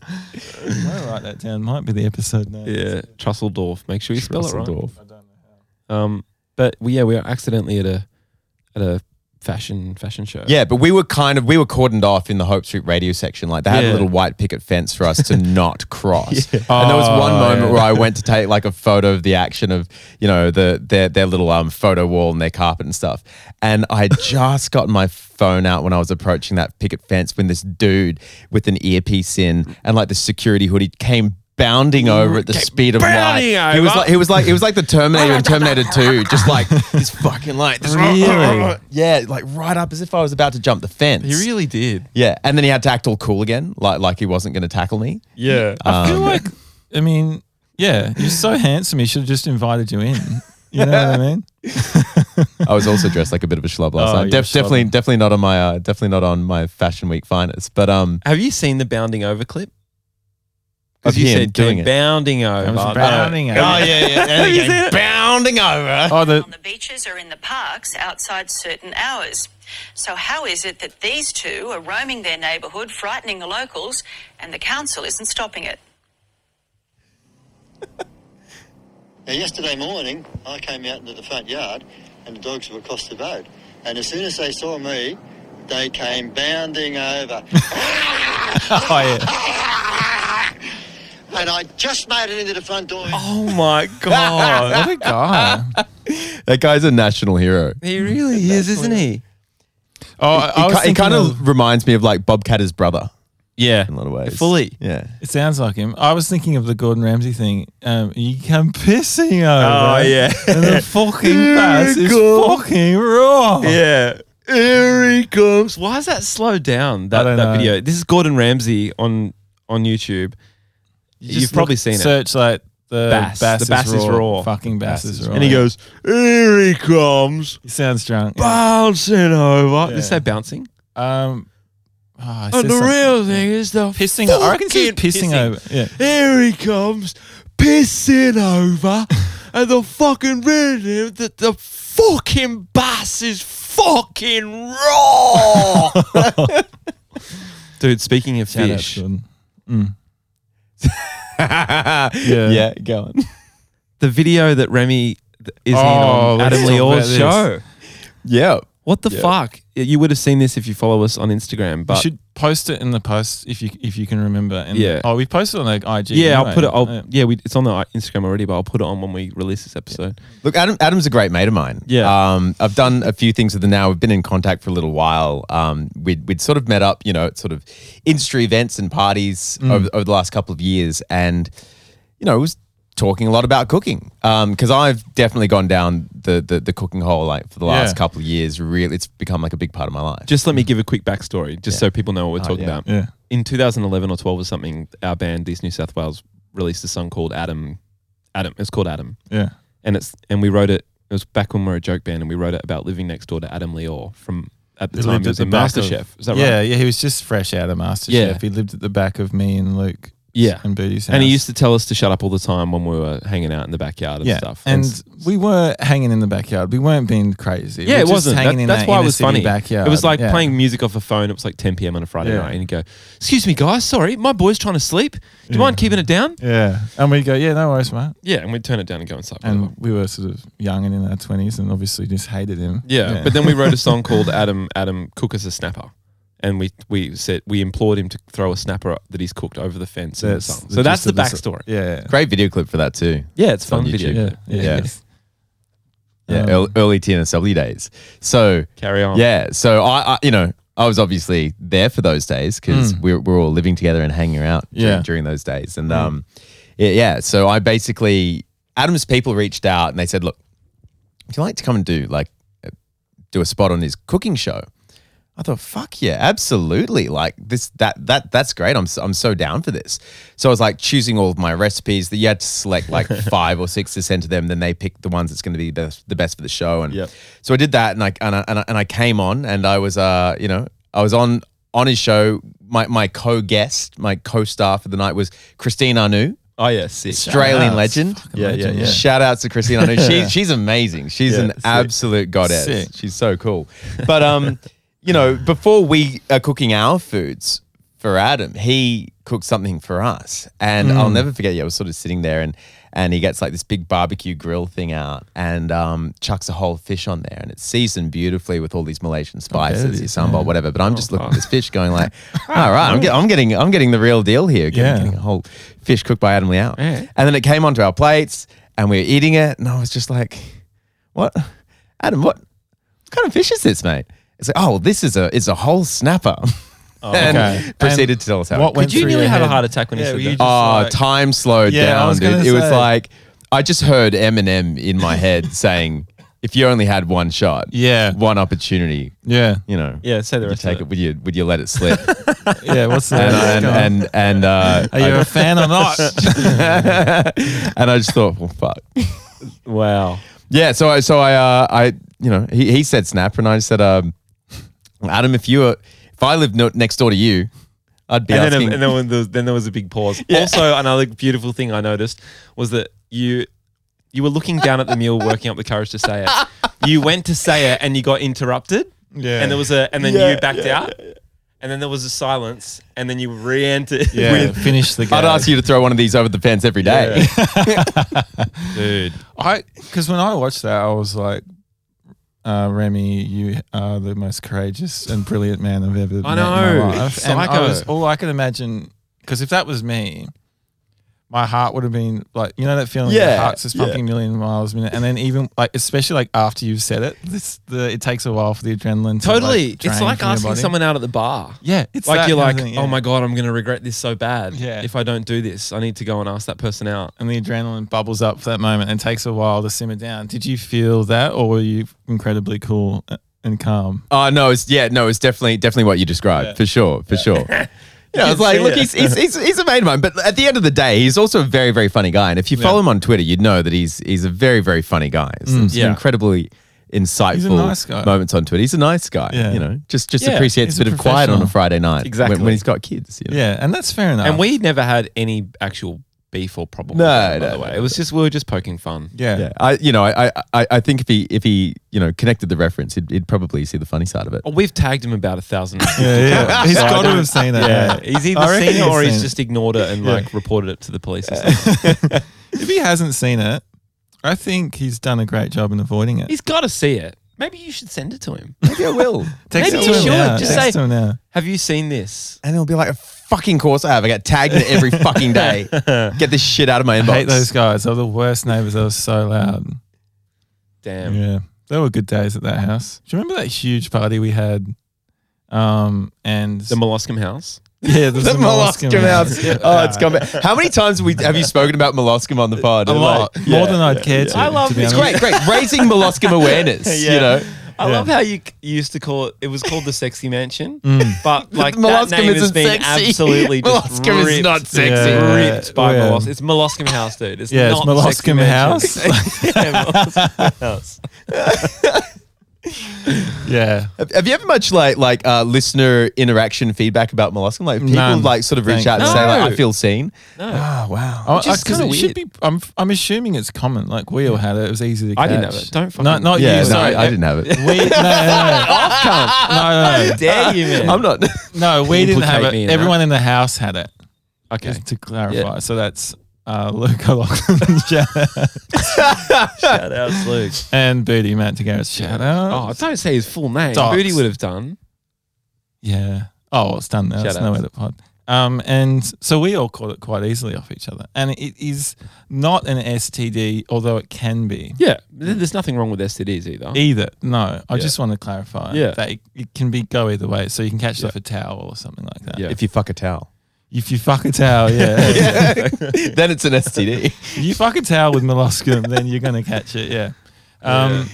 [SPEAKER 3] I write that down. Might be the episode name.
[SPEAKER 1] yeah, Trusseldorf. Make sure you spell it right. Um, but we, yeah, we were accidentally at a at a fashion fashion show.
[SPEAKER 4] Yeah, but we were kind of we were cordoned off in the Hope Street radio section. Like they had
[SPEAKER 1] Yeah.
[SPEAKER 4] a little white picket fence for us to not cross. And there was one
[SPEAKER 3] Oh,
[SPEAKER 4] moment
[SPEAKER 3] yeah.
[SPEAKER 4] where I went to take like a photo of the action of you know the their their little um photo wall and their carpet and stuff. And I had just got my phone out when I was approaching that picket fence when this dude with an earpiece in and like the security hoodie came. Bounding over at the speed of light,
[SPEAKER 1] bounding
[SPEAKER 4] he was
[SPEAKER 1] over.
[SPEAKER 4] like he was like he was like the Terminator in Terminator Two, just like this fucking light, this
[SPEAKER 3] Really?
[SPEAKER 4] yeah, like right up as if I was about to jump the fence.
[SPEAKER 1] he really did.
[SPEAKER 4] yeah, and then he had to act all cool again, like like he wasn't going to tackle me. Um,
[SPEAKER 1] Yeah,
[SPEAKER 3] I feel like, I mean, yeah, you're so handsome. He should have just invited you in. You know what I mean?
[SPEAKER 4] I was also dressed like a bit of a schlub last
[SPEAKER 3] Oh,
[SPEAKER 4] night.
[SPEAKER 3] yeah,
[SPEAKER 4] Def- definitely,
[SPEAKER 3] schlub.
[SPEAKER 4] definitely not on my, uh, definitely not on my fashion week finest. But um,
[SPEAKER 1] Have you seen the bounding over clip?
[SPEAKER 4] Of
[SPEAKER 1] Because you
[SPEAKER 4] him
[SPEAKER 1] said
[SPEAKER 4] doing
[SPEAKER 1] came
[SPEAKER 4] it.
[SPEAKER 1] bounding over.
[SPEAKER 3] I was bounding over.
[SPEAKER 1] Oh,
[SPEAKER 4] yeah,
[SPEAKER 1] Have you seen it?
[SPEAKER 4] bounding over.
[SPEAKER 3] Oh, the,
[SPEAKER 5] on the beaches or in the parks outside certain hours. So, how is it that these two are roaming their neighbourhood, frightening the locals, and the council isn't stopping it?
[SPEAKER 6] Now, yesterday morning, I came out into the front yard and the dogs were across the road. And as soon as they saw me, they came bounding over.
[SPEAKER 3] oh, yeah.
[SPEAKER 6] and I just made it into the front door.
[SPEAKER 1] Oh my god,
[SPEAKER 3] What a guy.
[SPEAKER 4] That guy's a national hero.
[SPEAKER 1] he really is, isn't he?
[SPEAKER 3] Oh, I, I
[SPEAKER 4] He,
[SPEAKER 3] was
[SPEAKER 4] ki- he
[SPEAKER 3] thinking
[SPEAKER 4] kind
[SPEAKER 3] of,
[SPEAKER 4] of reminds me of like Bob Catter's brother
[SPEAKER 1] Yeah,
[SPEAKER 4] in a lot of ways.
[SPEAKER 1] fully.
[SPEAKER 4] yeah.
[SPEAKER 3] It sounds like him. I was thinking of the Gordon Ramsay thing. Um, you come pissing over.
[SPEAKER 1] Oh, yeah.
[SPEAKER 3] And the fucking bus is
[SPEAKER 1] Miracle.
[SPEAKER 3] fucking raw.
[SPEAKER 1] Yeah. Here he comes. Why is that slowed down? That,
[SPEAKER 3] I don't
[SPEAKER 1] that
[SPEAKER 3] know.
[SPEAKER 1] video. This is Gordon Ramsay on on YouTube.
[SPEAKER 3] Just
[SPEAKER 1] You've probably
[SPEAKER 3] look-
[SPEAKER 1] seen it.
[SPEAKER 3] Search like the
[SPEAKER 1] Bass.
[SPEAKER 3] bass,
[SPEAKER 1] The bass is raw.
[SPEAKER 3] Fucking bass, is raw.
[SPEAKER 1] And he goes, Here he comes,
[SPEAKER 3] He sounds drunk. yeah.
[SPEAKER 1] bouncing over. Did
[SPEAKER 3] Yeah.
[SPEAKER 1] you say bouncing?
[SPEAKER 3] Um, oh, I
[SPEAKER 1] And
[SPEAKER 3] said
[SPEAKER 1] the
[SPEAKER 3] something.
[SPEAKER 1] real thing is the
[SPEAKER 3] pissing. I reckon he's
[SPEAKER 1] fucking
[SPEAKER 3] pissing, over. Yeah.
[SPEAKER 1] Here he comes, pissing over, and the fucking rhythm that the fucking bass is fucking raw. Dude, speaking of
[SPEAKER 3] Shout out
[SPEAKER 1] fish,
[SPEAKER 3] Gordon.
[SPEAKER 4] yeah, yeah. Go on.
[SPEAKER 1] the video that Remy is in
[SPEAKER 3] Oh,
[SPEAKER 1] on
[SPEAKER 3] let's
[SPEAKER 1] Adam
[SPEAKER 3] talk about
[SPEAKER 1] Leor's
[SPEAKER 3] this.
[SPEAKER 1] show.
[SPEAKER 4] Yeah.
[SPEAKER 1] What the fuck? You would have seen this if you follow us on Instagram,
[SPEAKER 3] You
[SPEAKER 1] but
[SPEAKER 3] should post it in the post if you if you can remember. And
[SPEAKER 1] Yeah.
[SPEAKER 3] Oh, we posted on like IG.
[SPEAKER 1] yeah, I'll
[SPEAKER 3] anyway.
[SPEAKER 1] put it. I'll,
[SPEAKER 3] Yeah.
[SPEAKER 1] yeah, we, it's on the uh, Instagram already, but I'll put it on when we release this episode.
[SPEAKER 4] Look, Adam, Adam's a great mate of mine.
[SPEAKER 1] Yeah.
[SPEAKER 4] Um, I've done a few things with him now. We've been in contact for a little while. Um, we'd, we'd sort of met up, you know, at sort of industry events and parties
[SPEAKER 1] Mm.
[SPEAKER 4] over, over the last couple of years. And, you know, was talking a lot about cooking because I've definitely gone down the, the, the cooking hole like for the last
[SPEAKER 3] Yeah.
[SPEAKER 4] couple of years. Really, it's become like a big part of my life.
[SPEAKER 1] Just let me give a quick backstory, just so people know what we're talking
[SPEAKER 4] Mm.
[SPEAKER 1] about.
[SPEAKER 4] yeah.
[SPEAKER 3] Yeah.
[SPEAKER 1] In 2011 or 12 or something, our band, East New South Wales, released a song called Adam. Adam. It's called Adam,
[SPEAKER 3] Yeah.
[SPEAKER 1] and it's and we wrote it. It was back when we were a joke band, and we wrote it about living next door to Adam Leor from at the
[SPEAKER 3] He
[SPEAKER 1] time
[SPEAKER 3] lived
[SPEAKER 1] he was
[SPEAKER 3] at
[SPEAKER 1] in
[SPEAKER 3] the back of-
[SPEAKER 1] MasterChef. Is that
[SPEAKER 3] Yeah,
[SPEAKER 1] right?
[SPEAKER 3] yeah, he was just fresh out of MasterChef.
[SPEAKER 1] Yeah.
[SPEAKER 3] He lived at the back of me and Luke
[SPEAKER 1] Yeah.
[SPEAKER 3] and Booty's house.
[SPEAKER 1] And he used to tell us to shut up all the time when we were hanging out in the backyard and
[SPEAKER 3] yeah.
[SPEAKER 1] stuff.
[SPEAKER 3] And
[SPEAKER 1] s-
[SPEAKER 3] we were hanging in the backyard. We weren't being crazy.
[SPEAKER 1] yeah,
[SPEAKER 3] we were
[SPEAKER 1] it
[SPEAKER 3] just
[SPEAKER 1] wasn't.
[SPEAKER 3] Hanging
[SPEAKER 1] That-
[SPEAKER 3] in
[SPEAKER 1] that's
[SPEAKER 3] that
[SPEAKER 1] why it
[SPEAKER 3] inner
[SPEAKER 1] was
[SPEAKER 3] city
[SPEAKER 1] funny.
[SPEAKER 3] Backyard.
[SPEAKER 1] It was like
[SPEAKER 3] Yeah.
[SPEAKER 1] playing music off a phone. It was like 10 p.m. on a Friday
[SPEAKER 3] Yeah.
[SPEAKER 1] night, and you go, "Excuse me, guys, sorry, my boy's trying to sleep. Do you mind keeping it down?"
[SPEAKER 3] Yeah. And we go, yeah, no worries, mate.
[SPEAKER 1] Yeah, and we'd turn it down and go inside.
[SPEAKER 3] And we were sort of young and in our 20s and obviously just hated him.
[SPEAKER 1] Yeah, but then we wrote a song called Adam Adam Cook as a Snapper. And we we said we implored him to throw a snapper that he's cooked over the fence in the
[SPEAKER 3] That's
[SPEAKER 1] song.
[SPEAKER 3] the
[SPEAKER 1] So that's
[SPEAKER 3] gist
[SPEAKER 1] the
[SPEAKER 3] of the so-
[SPEAKER 1] backstory.
[SPEAKER 3] Yeah.
[SPEAKER 4] great video clip for that too.
[SPEAKER 1] Yeah, it's
[SPEAKER 4] on
[SPEAKER 1] fun video.
[SPEAKER 4] YouTube.
[SPEAKER 3] Yeah. Yeah.
[SPEAKER 4] Yeah.
[SPEAKER 3] yes.
[SPEAKER 4] Yeah,
[SPEAKER 3] Um,
[SPEAKER 4] early, early TNSW days. So
[SPEAKER 1] Carry on.
[SPEAKER 4] Yeah. So I, I you know, I was obviously there for those days because we're, we're all living together and hanging out during,
[SPEAKER 3] Yeah.
[SPEAKER 4] during those days. And um, yeah, yeah. So I basically, Adam's people reached out and they said, look, would you like to come and do like, uh, do a spot on his cooking show? I thought, fuck yeah, absolutely. Like this, that, that, that's great. I'm, s- I'm so down for this. So I was like choosing all of my recipes that you had to select like five or six to send to them. Then they pick the ones that's going to be the, the best for the show. And
[SPEAKER 1] Yep.
[SPEAKER 4] so I did that and I, and I, and I, and I came on and I was, uh, you know, I was on, on his show. My, my co-guest, my co-star for the night was Christine Arnoux.
[SPEAKER 1] Oh yeah, sick.
[SPEAKER 4] Australian
[SPEAKER 3] out.
[SPEAKER 4] legend.
[SPEAKER 3] Fucking
[SPEAKER 1] Yeah, yeah,
[SPEAKER 3] legend.
[SPEAKER 1] yeah.
[SPEAKER 4] Shout out to Christina. I know she, she's amazing. She's
[SPEAKER 1] Yeah,
[SPEAKER 4] an
[SPEAKER 1] sick.
[SPEAKER 4] absolute goddess.
[SPEAKER 3] Sick.
[SPEAKER 4] She's so cool. But um, you know, before we are cooking our foods for Adam, he cooked something for us, and I'll never forget. Yeah, I was sort of sitting there, and and he gets like this big barbecue grill thing out, and um, chucks a whole fish on there, and it's seasoned beautifully with all these Malaysian spices, your sambal, whatever. But I'm just looking at this fish, going like, all right, I'm, get, I'm getting, I'm getting the real deal here. Getting,
[SPEAKER 3] Yeah.
[SPEAKER 4] getting a whole fish cooked by Adam Liao.
[SPEAKER 1] Yeah.
[SPEAKER 4] And then it came onto our plates and we were eating it. And I was just like, what? Adam, what, what kind of fish is this, mate? It's like, oh, well, this is a, it's a whole snapper. and
[SPEAKER 3] Oh, okay.
[SPEAKER 4] proceeded
[SPEAKER 3] And
[SPEAKER 4] to tell us how.
[SPEAKER 3] what
[SPEAKER 4] it-
[SPEAKER 3] went
[SPEAKER 1] Did you
[SPEAKER 3] through
[SPEAKER 1] nearly
[SPEAKER 3] your
[SPEAKER 1] have a
[SPEAKER 3] head?
[SPEAKER 1] heart attack when
[SPEAKER 3] Yeah,
[SPEAKER 1] you
[SPEAKER 3] were
[SPEAKER 1] said
[SPEAKER 3] you
[SPEAKER 1] that?
[SPEAKER 3] just-
[SPEAKER 4] oh,
[SPEAKER 3] like-
[SPEAKER 4] time slowed
[SPEAKER 3] Yeah, I
[SPEAKER 4] down,
[SPEAKER 3] was gonna
[SPEAKER 4] dude. It was
[SPEAKER 3] say.
[SPEAKER 4] like, I just heard Eminem in my head saying, if you only had one shot,
[SPEAKER 3] Yeah.
[SPEAKER 4] one opportunity,
[SPEAKER 3] Yeah.
[SPEAKER 4] you know,
[SPEAKER 1] yeah, say the
[SPEAKER 4] would you
[SPEAKER 1] rest. of
[SPEAKER 4] take it? Would you, would you let it slip?
[SPEAKER 3] Yeah. What's the
[SPEAKER 4] and, and,
[SPEAKER 3] Go on.
[SPEAKER 4] and, and, uh,
[SPEAKER 3] Are you a fan or not?
[SPEAKER 4] and I just thought, well, fuck.
[SPEAKER 1] Wow.
[SPEAKER 4] Yeah, so I so I uh, I you know he, he said snap and I said um, Adam if you were, if I lived no, next door to you I'd be
[SPEAKER 1] and
[SPEAKER 4] asking
[SPEAKER 1] then, and then, when there was, then there was a big pause. Also, another beautiful thing I noticed was that you you were looking down at the meal, working up the courage to say it. You went to say it, and you got interrupted.
[SPEAKER 3] Yeah.
[SPEAKER 1] And there was a, and then you backed out, and then there was a silence, and then you re-entered.
[SPEAKER 3] yeah. Finish the game.
[SPEAKER 4] I'd ask you to throw one of these over the fence every day.
[SPEAKER 1] dude.
[SPEAKER 3] I because when I watched that, I was like, uh, Remy, you are the most courageous and brilliant man I've ever.
[SPEAKER 1] I
[SPEAKER 3] met In
[SPEAKER 1] know.
[SPEAKER 3] my life. And I
[SPEAKER 1] Psycho.
[SPEAKER 3] was all I could imagine because if that was me. My heart would have been like, you know, that feeling. Yeah, your
[SPEAKER 4] Yeah,
[SPEAKER 3] heart's just pumping a million miles a minute, and then even like, especially like after you've said it, this the it takes a while for the adrenaline. To,
[SPEAKER 1] Totally,
[SPEAKER 3] like,
[SPEAKER 1] it's
[SPEAKER 3] drain
[SPEAKER 1] like
[SPEAKER 3] from your
[SPEAKER 1] asking
[SPEAKER 3] body.
[SPEAKER 1] someone out at the bar.
[SPEAKER 3] Yeah, it's
[SPEAKER 1] like
[SPEAKER 3] that
[SPEAKER 1] you're
[SPEAKER 3] kind
[SPEAKER 1] like,
[SPEAKER 3] of thing, yeah.
[SPEAKER 1] oh my god, I'm gonna regret this so bad.
[SPEAKER 3] Yeah.
[SPEAKER 1] If I don't do this, I need to go and ask that person out.
[SPEAKER 3] and the adrenaline bubbles up for that moment and takes a while to simmer down. Did you feel that, or were you incredibly cool and calm?
[SPEAKER 4] Oh no, it's yeah, no, it's definitely definitely what you described for sure, for sure. You know, it's like, look, he's, he's, he's, he's a mate of mine, but at the end of the day, he's also a very, very funny guy. And if you follow him on Twitter, you'd know that he's he's a very, very funny guy. It's
[SPEAKER 3] Mm,
[SPEAKER 1] yeah.
[SPEAKER 4] incredibly insightful
[SPEAKER 3] nice guy.
[SPEAKER 4] moments on Twitter. He's a nice guy,
[SPEAKER 3] Yeah.
[SPEAKER 4] you know, just just
[SPEAKER 1] Yeah,
[SPEAKER 4] appreciates
[SPEAKER 3] he's
[SPEAKER 4] a bit
[SPEAKER 3] a
[SPEAKER 4] of quiet on a
[SPEAKER 3] professional.
[SPEAKER 4] Friday night when-
[SPEAKER 1] Exactly.
[SPEAKER 4] when, he's got kids. You know?
[SPEAKER 3] Yeah, and that's fair enough.
[SPEAKER 1] And we never had any actual beef or problem.
[SPEAKER 4] No,
[SPEAKER 1] with that, by
[SPEAKER 4] no,
[SPEAKER 1] the way,
[SPEAKER 4] no,
[SPEAKER 1] it was just we were just poking fun.
[SPEAKER 3] yeah,
[SPEAKER 4] Yeah, I you know I, I- I I think if he if he you know connected the reference, he'd, he'd probably see the funny side of it.
[SPEAKER 1] Oh, we've tagged him about a thousand.
[SPEAKER 3] yeah, yeah. he's
[SPEAKER 1] I
[SPEAKER 3] got to
[SPEAKER 1] don't-
[SPEAKER 3] have seen that.
[SPEAKER 1] Yeah,
[SPEAKER 3] yeah.
[SPEAKER 1] he's
[SPEAKER 3] I
[SPEAKER 1] either
[SPEAKER 3] reckon
[SPEAKER 1] seen it or
[SPEAKER 3] he's
[SPEAKER 1] he's
[SPEAKER 3] seen
[SPEAKER 1] just ignored it and like reported it to the police. Or something.
[SPEAKER 3] If he hasn't seen it, I think he's done a great job in avoiding it.
[SPEAKER 1] he's got to see it. Maybe you should send it to him.
[SPEAKER 4] Maybe I will.
[SPEAKER 3] Text
[SPEAKER 1] maybe
[SPEAKER 3] it
[SPEAKER 1] you
[SPEAKER 3] to him
[SPEAKER 1] should.
[SPEAKER 3] now.
[SPEAKER 1] Just
[SPEAKER 3] Text
[SPEAKER 1] say-
[SPEAKER 3] to him now.
[SPEAKER 1] Have you seen this?
[SPEAKER 4] and it'll be like a fucking course I have. I get tagged in it every fucking day. Get this shit out of my inbox.
[SPEAKER 3] I hate those guys. They're the worst neighbors. They were so loud.
[SPEAKER 1] Damn.
[SPEAKER 3] Yeah, they were good days at that house. Do you remember that huge party we had? Um, and
[SPEAKER 1] The Molluscum House.
[SPEAKER 3] yeah,
[SPEAKER 4] The Molluscum house. Oh, it's gone back. How many times we have you spoken about Molluscum on the pod?
[SPEAKER 3] a lot
[SPEAKER 4] Like,
[SPEAKER 3] more
[SPEAKER 4] yeah.
[SPEAKER 3] than I'd care to.
[SPEAKER 1] I love
[SPEAKER 3] to be
[SPEAKER 1] this.
[SPEAKER 4] It's
[SPEAKER 3] honest.
[SPEAKER 4] great, great. Raising Molluscum awareness,
[SPEAKER 1] Yeah.
[SPEAKER 4] you know.
[SPEAKER 1] I
[SPEAKER 3] Yeah.
[SPEAKER 1] love how you, c- you used to call it. It was called the Sexy Mansion,
[SPEAKER 3] Mm.
[SPEAKER 1] but like that
[SPEAKER 4] Molluscum
[SPEAKER 1] name has
[SPEAKER 4] isn't
[SPEAKER 1] been
[SPEAKER 4] sexy.
[SPEAKER 1] absolutely just
[SPEAKER 4] Molluscum is
[SPEAKER 1] ripped-
[SPEAKER 4] not sexy.
[SPEAKER 3] Yeah.
[SPEAKER 1] Ripped by
[SPEAKER 3] Yeah.
[SPEAKER 1] Molluscum. It's Molluscum House, dude. It's
[SPEAKER 3] Yeah, it's
[SPEAKER 1] not Sexy
[SPEAKER 3] Molluscum
[SPEAKER 1] Mansion. yeah, Molluscum House.
[SPEAKER 3] Yeah.
[SPEAKER 4] Have- Have you ever much like like uh, listener interaction feedback about Molluscum? Like people
[SPEAKER 3] None.
[SPEAKER 4] like sort of reach
[SPEAKER 3] Thank
[SPEAKER 4] out and
[SPEAKER 1] you.
[SPEAKER 4] say like
[SPEAKER 1] No.
[SPEAKER 4] I feel seen.
[SPEAKER 3] Oh wow! I,
[SPEAKER 1] Which is
[SPEAKER 3] because
[SPEAKER 1] kinda
[SPEAKER 3] it should be.
[SPEAKER 1] weird.
[SPEAKER 3] I'm I'm assuming it's common. Like we all had it. It was easy to. Catch.
[SPEAKER 1] I didn't have it. Don't fucking-
[SPEAKER 3] No, not
[SPEAKER 4] Yeah,
[SPEAKER 3] Oh, you.
[SPEAKER 4] no,
[SPEAKER 3] Sorry,
[SPEAKER 4] I, I didn't have it.
[SPEAKER 3] We no no no. no, no, no.
[SPEAKER 1] Dare you, man?
[SPEAKER 4] I'm not.
[SPEAKER 3] No, we didn't
[SPEAKER 1] Implicate
[SPEAKER 3] have it.
[SPEAKER 1] me in
[SPEAKER 3] Everyone in the house had it.
[SPEAKER 1] okay.
[SPEAKER 3] Just to clarify, so that's uh, Luke O'Loughlin
[SPEAKER 1] Shout out, Luke.
[SPEAKER 3] and Booty Matt Tagaris. Shout out.
[SPEAKER 1] Oh, don't say his full name.
[SPEAKER 3] Docs.
[SPEAKER 1] Booty would have done.
[SPEAKER 3] yeah. Oh, well, it's done now.
[SPEAKER 1] Shout
[SPEAKER 3] It's no
[SPEAKER 1] outs.
[SPEAKER 3] edit pod. Um, and so we all caught it quite easily off each other, and it is not an STD, although it can be.
[SPEAKER 1] Yeah, th- there's nothing wrong with STDs either.
[SPEAKER 3] Either. No, I
[SPEAKER 1] Yeah.
[SPEAKER 3] just want to clarify
[SPEAKER 1] Yeah.
[SPEAKER 3] that it, it can be go either way. So you can catch it off a towel or something like that.
[SPEAKER 1] Yeah.
[SPEAKER 4] If you fuck a towel,
[SPEAKER 3] If you fuck a towel, yeah.
[SPEAKER 4] then it's an STD.
[SPEAKER 3] If you fuck a towel with molluscum, then you're going to catch it, yeah. Um,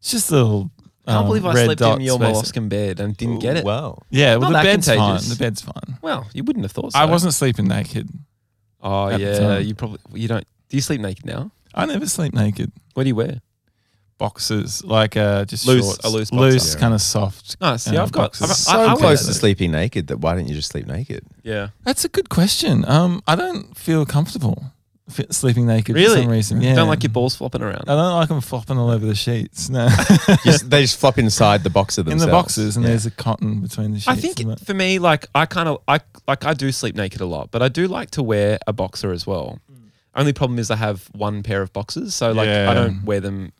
[SPEAKER 3] It's just a little,
[SPEAKER 1] Can't
[SPEAKER 3] um,
[SPEAKER 1] believe I
[SPEAKER 3] red
[SPEAKER 1] slept in
[SPEAKER 3] dot
[SPEAKER 1] your
[SPEAKER 3] spaces.
[SPEAKER 1] molluscan bed and didn't get it.
[SPEAKER 4] Wow.
[SPEAKER 3] Yeah,
[SPEAKER 1] Not
[SPEAKER 3] well, the
[SPEAKER 1] that
[SPEAKER 3] bed's
[SPEAKER 1] contagious.
[SPEAKER 3] fine. The bed's fine.
[SPEAKER 1] Well, you wouldn't have thought so.
[SPEAKER 3] I wasn't sleeping naked.
[SPEAKER 1] Oh
[SPEAKER 3] at the
[SPEAKER 1] yeah,
[SPEAKER 3] time.
[SPEAKER 1] you probably you don't. Do you sleep naked now?
[SPEAKER 3] I never sleep naked.
[SPEAKER 1] What do you wear?
[SPEAKER 3] Boxes, like uh, just
[SPEAKER 1] Loose-
[SPEAKER 3] shorts.
[SPEAKER 1] a loose boxer.
[SPEAKER 3] loose
[SPEAKER 1] Yeah.
[SPEAKER 3] kind of soft.
[SPEAKER 1] No, Oh, see,
[SPEAKER 3] uh,
[SPEAKER 1] I've got-
[SPEAKER 3] boxers.
[SPEAKER 1] I've-
[SPEAKER 4] So
[SPEAKER 1] I- I went
[SPEAKER 4] close
[SPEAKER 1] to
[SPEAKER 4] to
[SPEAKER 1] the-
[SPEAKER 4] sleeping naked that why don't you just sleep naked?
[SPEAKER 1] Yeah.
[SPEAKER 3] That's a good question. Um, I don't feel comfortable fi- sleeping naked for
[SPEAKER 1] Really?
[SPEAKER 3] some reason. Yeah, Oh,
[SPEAKER 1] Don't like your balls flopping around.
[SPEAKER 3] I don't like them flopping all over the sheets. No,
[SPEAKER 4] You just- they just flop inside the boxer
[SPEAKER 3] in
[SPEAKER 4] themselves.
[SPEAKER 3] the boxes, and
[SPEAKER 4] Yeah.
[SPEAKER 3] there's a cotton between the sheets.
[SPEAKER 1] I think
[SPEAKER 3] and that.
[SPEAKER 1] for me, like I kind of I like I do sleep naked a lot, but I do like to wear a boxer as well. Only problem is I have one pair of boxers, so like
[SPEAKER 3] Hmm. Yeah.
[SPEAKER 1] I don't wear them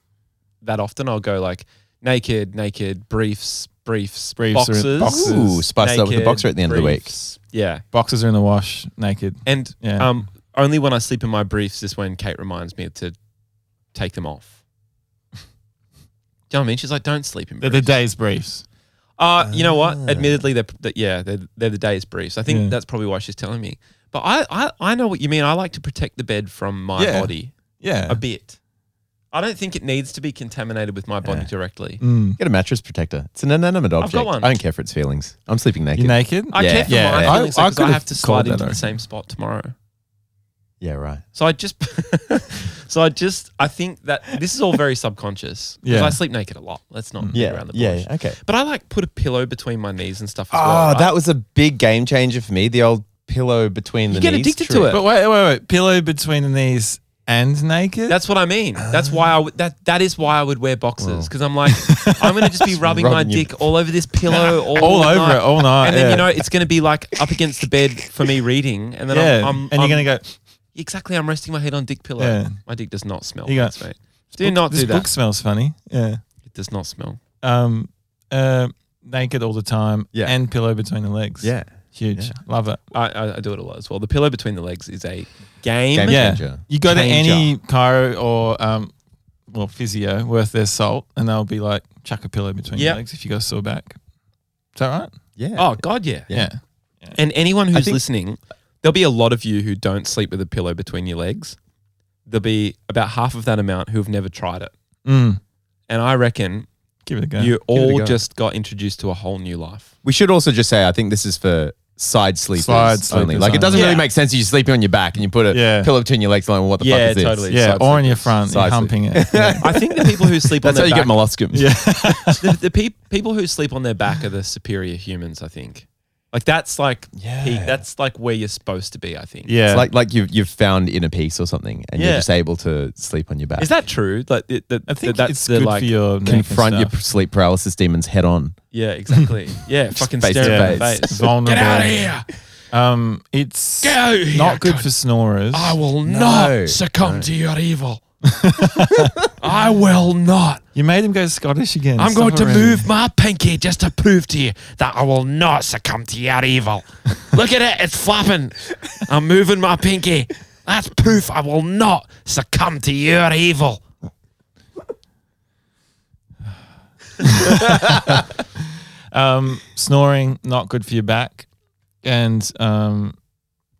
[SPEAKER 1] that often. I'll go like naked, naked, briefs, briefs,
[SPEAKER 3] Briefs are in
[SPEAKER 1] boxers,
[SPEAKER 3] boxes.
[SPEAKER 4] Ooh, spice it up with the boxer at the end of the
[SPEAKER 1] of
[SPEAKER 4] week.
[SPEAKER 1] the week. Yeah,
[SPEAKER 3] boxes are in the wash naked.
[SPEAKER 1] and
[SPEAKER 3] Yeah.
[SPEAKER 1] um, only when I sleep in my briefs is when Kate reminds me to take them off. Do you know what I mean? She's like, "Don't sleep in
[SPEAKER 3] They're
[SPEAKER 1] briefs."
[SPEAKER 3] the day's briefs.
[SPEAKER 1] Uh, you know what?
[SPEAKER 3] Ah.
[SPEAKER 1] Admittedly, they're, that yeah, they're, they're the day's briefs. I think
[SPEAKER 3] Yeah.
[SPEAKER 1] that's probably why she's telling me. But I, I, I know what you mean. I like to protect the bed from my
[SPEAKER 3] Yeah.
[SPEAKER 1] body
[SPEAKER 3] Yeah.
[SPEAKER 1] a bit. I don't think it needs to be contaminated with my body directly.
[SPEAKER 3] Mm.
[SPEAKER 4] Get a mattress protector. It's an inanimate object.
[SPEAKER 1] got one.
[SPEAKER 4] I don't care for its feelings. I'm sleeping naked.
[SPEAKER 3] You naked?
[SPEAKER 1] I
[SPEAKER 4] Yeah.
[SPEAKER 1] care for
[SPEAKER 3] Yeah,
[SPEAKER 1] my
[SPEAKER 3] yeah.
[SPEAKER 1] feelings
[SPEAKER 3] I- I
[SPEAKER 1] because I,
[SPEAKER 3] could've
[SPEAKER 1] have to slide
[SPEAKER 3] called that
[SPEAKER 1] into the
[SPEAKER 3] over.
[SPEAKER 1] same spot tomorrow.
[SPEAKER 4] yeah, right.
[SPEAKER 1] So I just, so I just, I think that this is all very subconscious because
[SPEAKER 3] Yeah. Mm.
[SPEAKER 1] I sleep naked a lot. Let's not beat around the bush.
[SPEAKER 4] yeah, okay.
[SPEAKER 1] But I like put a pillow between my knees and stuff as
[SPEAKER 3] Ah,
[SPEAKER 4] Oh,
[SPEAKER 1] well. right?
[SPEAKER 4] that was a big game changer for me. The old pillow between the
[SPEAKER 1] get
[SPEAKER 4] knees.
[SPEAKER 1] addicted to
[SPEAKER 4] trick.
[SPEAKER 1] it.
[SPEAKER 3] But wait, wait, wait. Pillow between the knees and naked?
[SPEAKER 1] That's what I mean. That's why I would that that is why I would wear boxers because I'm like I'm gonna just be rubbing my
[SPEAKER 4] rubbing your-
[SPEAKER 1] dick all over this pillow all,
[SPEAKER 3] all over
[SPEAKER 1] night.
[SPEAKER 3] it all night.
[SPEAKER 1] and then
[SPEAKER 3] yeah.
[SPEAKER 1] you know it's gonna be like up against the bed for me reading, and then I'm,
[SPEAKER 3] yeah.
[SPEAKER 1] I'm
[SPEAKER 3] and you're
[SPEAKER 1] I'm-
[SPEAKER 3] going to go,
[SPEAKER 1] exactly. I'm resting my head on dick pillow.
[SPEAKER 3] Yeah.
[SPEAKER 1] My dick does not smell.
[SPEAKER 3] You go,
[SPEAKER 1] Thanks, mate. Do not
[SPEAKER 3] this
[SPEAKER 1] do
[SPEAKER 3] book
[SPEAKER 1] that.
[SPEAKER 3] smells funny. Yeah.
[SPEAKER 1] It does not smell.
[SPEAKER 3] Um, uh, naked all the time
[SPEAKER 4] Yeah.
[SPEAKER 3] and pillow between the legs.
[SPEAKER 4] Yeah.
[SPEAKER 3] Huge. Love it.
[SPEAKER 1] I, I, I do it a lot as well. The pillow between the legs is a game.
[SPEAKER 4] Game
[SPEAKER 3] Yeah.
[SPEAKER 4] changer.
[SPEAKER 3] You go to
[SPEAKER 1] Changer.
[SPEAKER 3] any chiro or, um, well, physio worth their salt, and they'll be like, chuck a pillow between
[SPEAKER 1] Yeah.
[SPEAKER 3] your legs if you got a sore back. Is that right?
[SPEAKER 4] Yeah.
[SPEAKER 1] Oh God, yeah.
[SPEAKER 3] Yeah.
[SPEAKER 1] And anyone who's
[SPEAKER 4] think-
[SPEAKER 1] listening, there'll be a lot of you who don't sleep with a pillow between your legs. There'll be about half of that amount who have never tried it.
[SPEAKER 3] Mm.
[SPEAKER 1] And I reckon
[SPEAKER 3] Give it a go.
[SPEAKER 1] you all
[SPEAKER 4] go.
[SPEAKER 1] just got introduced to a whole new life.
[SPEAKER 4] We should also just say I think this is for side sleepers,
[SPEAKER 3] Slide sleepers
[SPEAKER 4] only. Like it doesn't
[SPEAKER 1] only.
[SPEAKER 4] really
[SPEAKER 1] Yeah.
[SPEAKER 4] make sense. if You're sleeping on your back and you put a
[SPEAKER 3] Yeah.
[SPEAKER 4] pillow between your legs. Like, what the
[SPEAKER 1] Yeah,
[SPEAKER 4] fuck is this?
[SPEAKER 1] totally.
[SPEAKER 3] yeah.
[SPEAKER 1] side
[SPEAKER 3] Or in your front, you're
[SPEAKER 4] Side
[SPEAKER 3] humping it.
[SPEAKER 1] I think the people who sleep on
[SPEAKER 4] That's how
[SPEAKER 1] their
[SPEAKER 4] you
[SPEAKER 1] back,
[SPEAKER 4] get molluscum.
[SPEAKER 3] Yeah.
[SPEAKER 1] the, the peop people who sleep on their back are the superior humans. I think, like that's like
[SPEAKER 4] Yeah.
[SPEAKER 1] peak- that's like where you're supposed to be. I think.
[SPEAKER 3] Yeah.
[SPEAKER 4] It's like like you've you've found inner peace or something, and you're
[SPEAKER 1] Yeah.
[SPEAKER 4] just able to sleep on your back.
[SPEAKER 1] Is that true? Like, it, that,
[SPEAKER 3] I think
[SPEAKER 1] that's
[SPEAKER 3] it's
[SPEAKER 1] the,
[SPEAKER 3] good
[SPEAKER 1] like,
[SPEAKER 3] for your neck and
[SPEAKER 4] confront your
[SPEAKER 3] stuff.
[SPEAKER 4] sleep paralysis demons head on?
[SPEAKER 1] yeah, exactly. Yeah, fucking
[SPEAKER 4] face
[SPEAKER 1] stare
[SPEAKER 4] to
[SPEAKER 1] in the
[SPEAKER 4] face.
[SPEAKER 1] face.
[SPEAKER 3] vulnerable.
[SPEAKER 1] Get out of here!
[SPEAKER 3] Um, it's
[SPEAKER 1] Get out of here!
[SPEAKER 3] not good
[SPEAKER 1] God
[SPEAKER 3] for snorers.
[SPEAKER 1] I will
[SPEAKER 4] No,
[SPEAKER 1] not succumb to your evil. I will not.
[SPEAKER 3] you made him go Scottish again.
[SPEAKER 1] I'm
[SPEAKER 3] Stop
[SPEAKER 1] going
[SPEAKER 3] it,
[SPEAKER 1] to
[SPEAKER 3] Randy.
[SPEAKER 1] move my pinky just to prove to you that I will not succumb to your evil. Look at it, it's flapping. I'm moving my pinky. That's proof I will not succumb to your evil.
[SPEAKER 3] Um, snoring not good for your back, and um,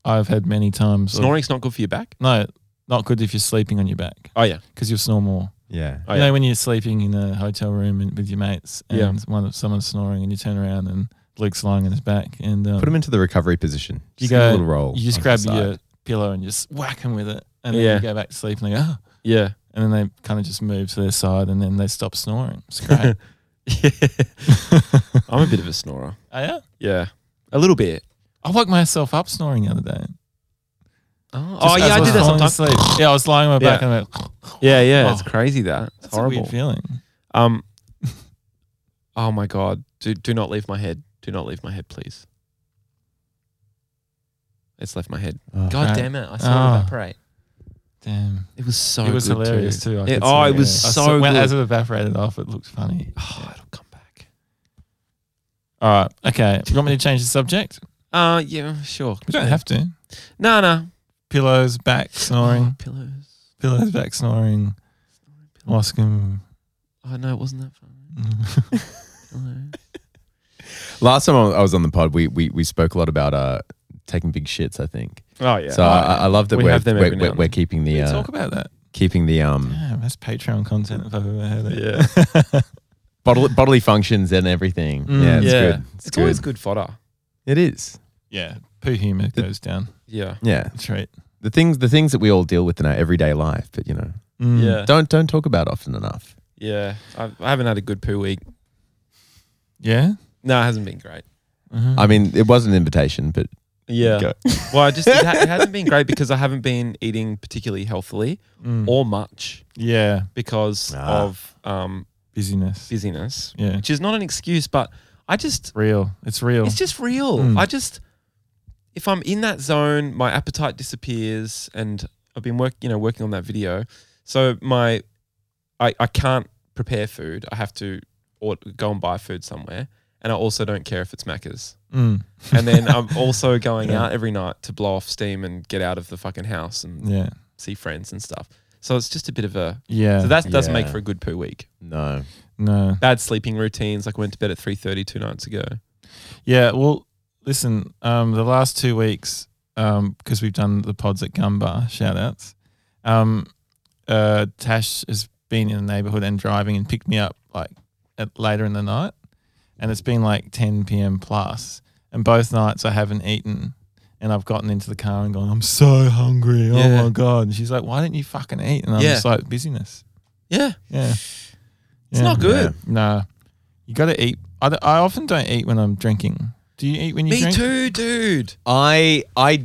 [SPEAKER 3] I've had many times of-
[SPEAKER 1] not good for your back?
[SPEAKER 3] No, not good if you're sleeping on your back
[SPEAKER 1] Oh, yeah.
[SPEAKER 3] because you'll snore more.
[SPEAKER 4] Yeah.
[SPEAKER 1] Oh,
[SPEAKER 3] you
[SPEAKER 1] yeah.
[SPEAKER 3] know when you're sleeping in a hotel room and, with your mates, and
[SPEAKER 1] Yeah.
[SPEAKER 3] one of someone's snoring, and you turn around and Luke's lying on his back, and um,
[SPEAKER 4] Put them into the recovery position.
[SPEAKER 3] you
[SPEAKER 4] Just give 'em
[SPEAKER 3] go
[SPEAKER 4] a little roll.
[SPEAKER 3] You just
[SPEAKER 4] on
[SPEAKER 3] grab
[SPEAKER 4] the side.
[SPEAKER 3] your pillow and just whack him with it, and then
[SPEAKER 1] Yeah.
[SPEAKER 3] you go back to sleep, and they go. "Oh."
[SPEAKER 1] Yeah.
[SPEAKER 3] and then they kind of just move to their side and then they stop snoring. It's great.
[SPEAKER 1] I'm a bit of a snorer.
[SPEAKER 3] oh, yeah?
[SPEAKER 1] Yeah. A little bit.
[SPEAKER 3] I woke myself up snoring the other day.
[SPEAKER 1] Oh,
[SPEAKER 3] Just as was falling asleep. Yeah, I was lying on my back
[SPEAKER 1] Yeah.
[SPEAKER 3] and I went,
[SPEAKER 1] Yeah, yeah.
[SPEAKER 3] Oh.
[SPEAKER 1] It's crazy that. It's
[SPEAKER 3] that's
[SPEAKER 1] horrible.
[SPEAKER 3] a weird feeling.
[SPEAKER 1] Um. Oh my god! Do do not leave my head. Do not leave my head, please. It's left my head.
[SPEAKER 4] Oh.
[SPEAKER 1] god
[SPEAKER 3] Right.
[SPEAKER 1] damn it! I saw it
[SPEAKER 3] Oh.
[SPEAKER 1] evaporate.
[SPEAKER 3] Damn.
[SPEAKER 1] It was so.
[SPEAKER 3] it was
[SPEAKER 1] good
[SPEAKER 3] hilarious too. I
[SPEAKER 1] Yeah,
[SPEAKER 3] could
[SPEAKER 1] oh,
[SPEAKER 3] see
[SPEAKER 1] it was
[SPEAKER 3] I
[SPEAKER 1] so
[SPEAKER 3] saw- When,
[SPEAKER 1] good.
[SPEAKER 3] as it evaporated off, it looked funny.
[SPEAKER 1] Oh, it'll come back.
[SPEAKER 3] All right. Okay. You want me to change the subject?
[SPEAKER 1] Uh, yeah, sure.
[SPEAKER 3] We don't have to.
[SPEAKER 1] No, no.
[SPEAKER 3] Pillows, back, snoring.
[SPEAKER 1] Oh, Pillows.
[SPEAKER 3] Pillows, back, snoring. Moscum.
[SPEAKER 1] Oh no, it wasn't that fun. Pillows.
[SPEAKER 4] Last time I was on the pod, we we, we spoke a lot about uh, taking big shits. I think.
[SPEAKER 1] Oh yeah.
[SPEAKER 4] So I, I love that
[SPEAKER 1] We
[SPEAKER 4] we are
[SPEAKER 1] have them
[SPEAKER 4] we're,
[SPEAKER 1] every now
[SPEAKER 4] we're,
[SPEAKER 1] and
[SPEAKER 4] we're
[SPEAKER 1] then.
[SPEAKER 4] keeping the uh,
[SPEAKER 3] Talk about that.
[SPEAKER 4] keeping the um
[SPEAKER 3] Damn, that's Patreon content if I've ever heard it.
[SPEAKER 1] yeah.
[SPEAKER 4] Bodily, bodily functions and everything. yeah, it's
[SPEAKER 1] Mm, yeah.
[SPEAKER 4] good.
[SPEAKER 1] It's, always good fodder.
[SPEAKER 4] It is.
[SPEAKER 3] Yeah, poo humor goes down.
[SPEAKER 1] Yeah.
[SPEAKER 4] Yeah.
[SPEAKER 3] That's right.
[SPEAKER 4] The things the things that we all deal with in our everyday life, but you know,
[SPEAKER 1] Yeah.
[SPEAKER 3] Mm.
[SPEAKER 4] don't don't talk about often enough.
[SPEAKER 1] Yeah. I, I haven't had a good poo week.
[SPEAKER 3] Yeah. Mm-hmm.
[SPEAKER 1] No, it hasn't been great.
[SPEAKER 4] I mean, it was an invitation, but
[SPEAKER 1] Yeah.
[SPEAKER 4] go.
[SPEAKER 1] Well, I just, it, ha- it hasn't been great because I haven't been eating particularly healthily or much
[SPEAKER 3] Mm. Yeah.
[SPEAKER 1] because
[SPEAKER 4] Ah.
[SPEAKER 1] of um,
[SPEAKER 3] Busyness.
[SPEAKER 1] busyness,
[SPEAKER 3] Yeah.
[SPEAKER 1] which is not an excuse, but I just,
[SPEAKER 3] real. It's real. Hmm.
[SPEAKER 1] it's just real. I just, if I'm in that zone, my appetite disappears, and I've been work, you know, working on that video. So my, I, I can't prepare food. I have to or go and buy food somewhere, and I also don't care if it's Macca's.
[SPEAKER 3] Mm.
[SPEAKER 1] And then I'm also going out every night to blow off steam and get out of the fucking house and
[SPEAKER 3] Yeah.
[SPEAKER 1] see friends and stuff. So it's just a bit of a.
[SPEAKER 3] Yeah.
[SPEAKER 1] So that doesn't make
[SPEAKER 4] Yeah.
[SPEAKER 1] for a good poo week.
[SPEAKER 4] no.
[SPEAKER 3] no.
[SPEAKER 1] Bad sleeping routines. Like I went to bed at 3.30 two nights ago.
[SPEAKER 3] Yeah, well, listen, um, the last two weeks, because we've done the pods at Gumbar, shout outs, um, uh, Tash has been in the neighborhood and driving and picked me up like at later in the night. And it's been like 10 p.m. plus, And both nights I haven't eaten. And I've gotten into the car and gone, I'm so hungry.
[SPEAKER 1] Yeah.
[SPEAKER 3] Oh my God. And she's like, why didn't you fucking eat? And I'm
[SPEAKER 1] Yeah.
[SPEAKER 3] just like, busyness.
[SPEAKER 1] Yeah.
[SPEAKER 3] Yeah.
[SPEAKER 1] It's not good.
[SPEAKER 3] Nah. You got to eat. I, d- I often don't eat when I'm drinking. Do you eat when you
[SPEAKER 1] Me
[SPEAKER 3] drink?
[SPEAKER 1] too, dude.
[SPEAKER 4] I I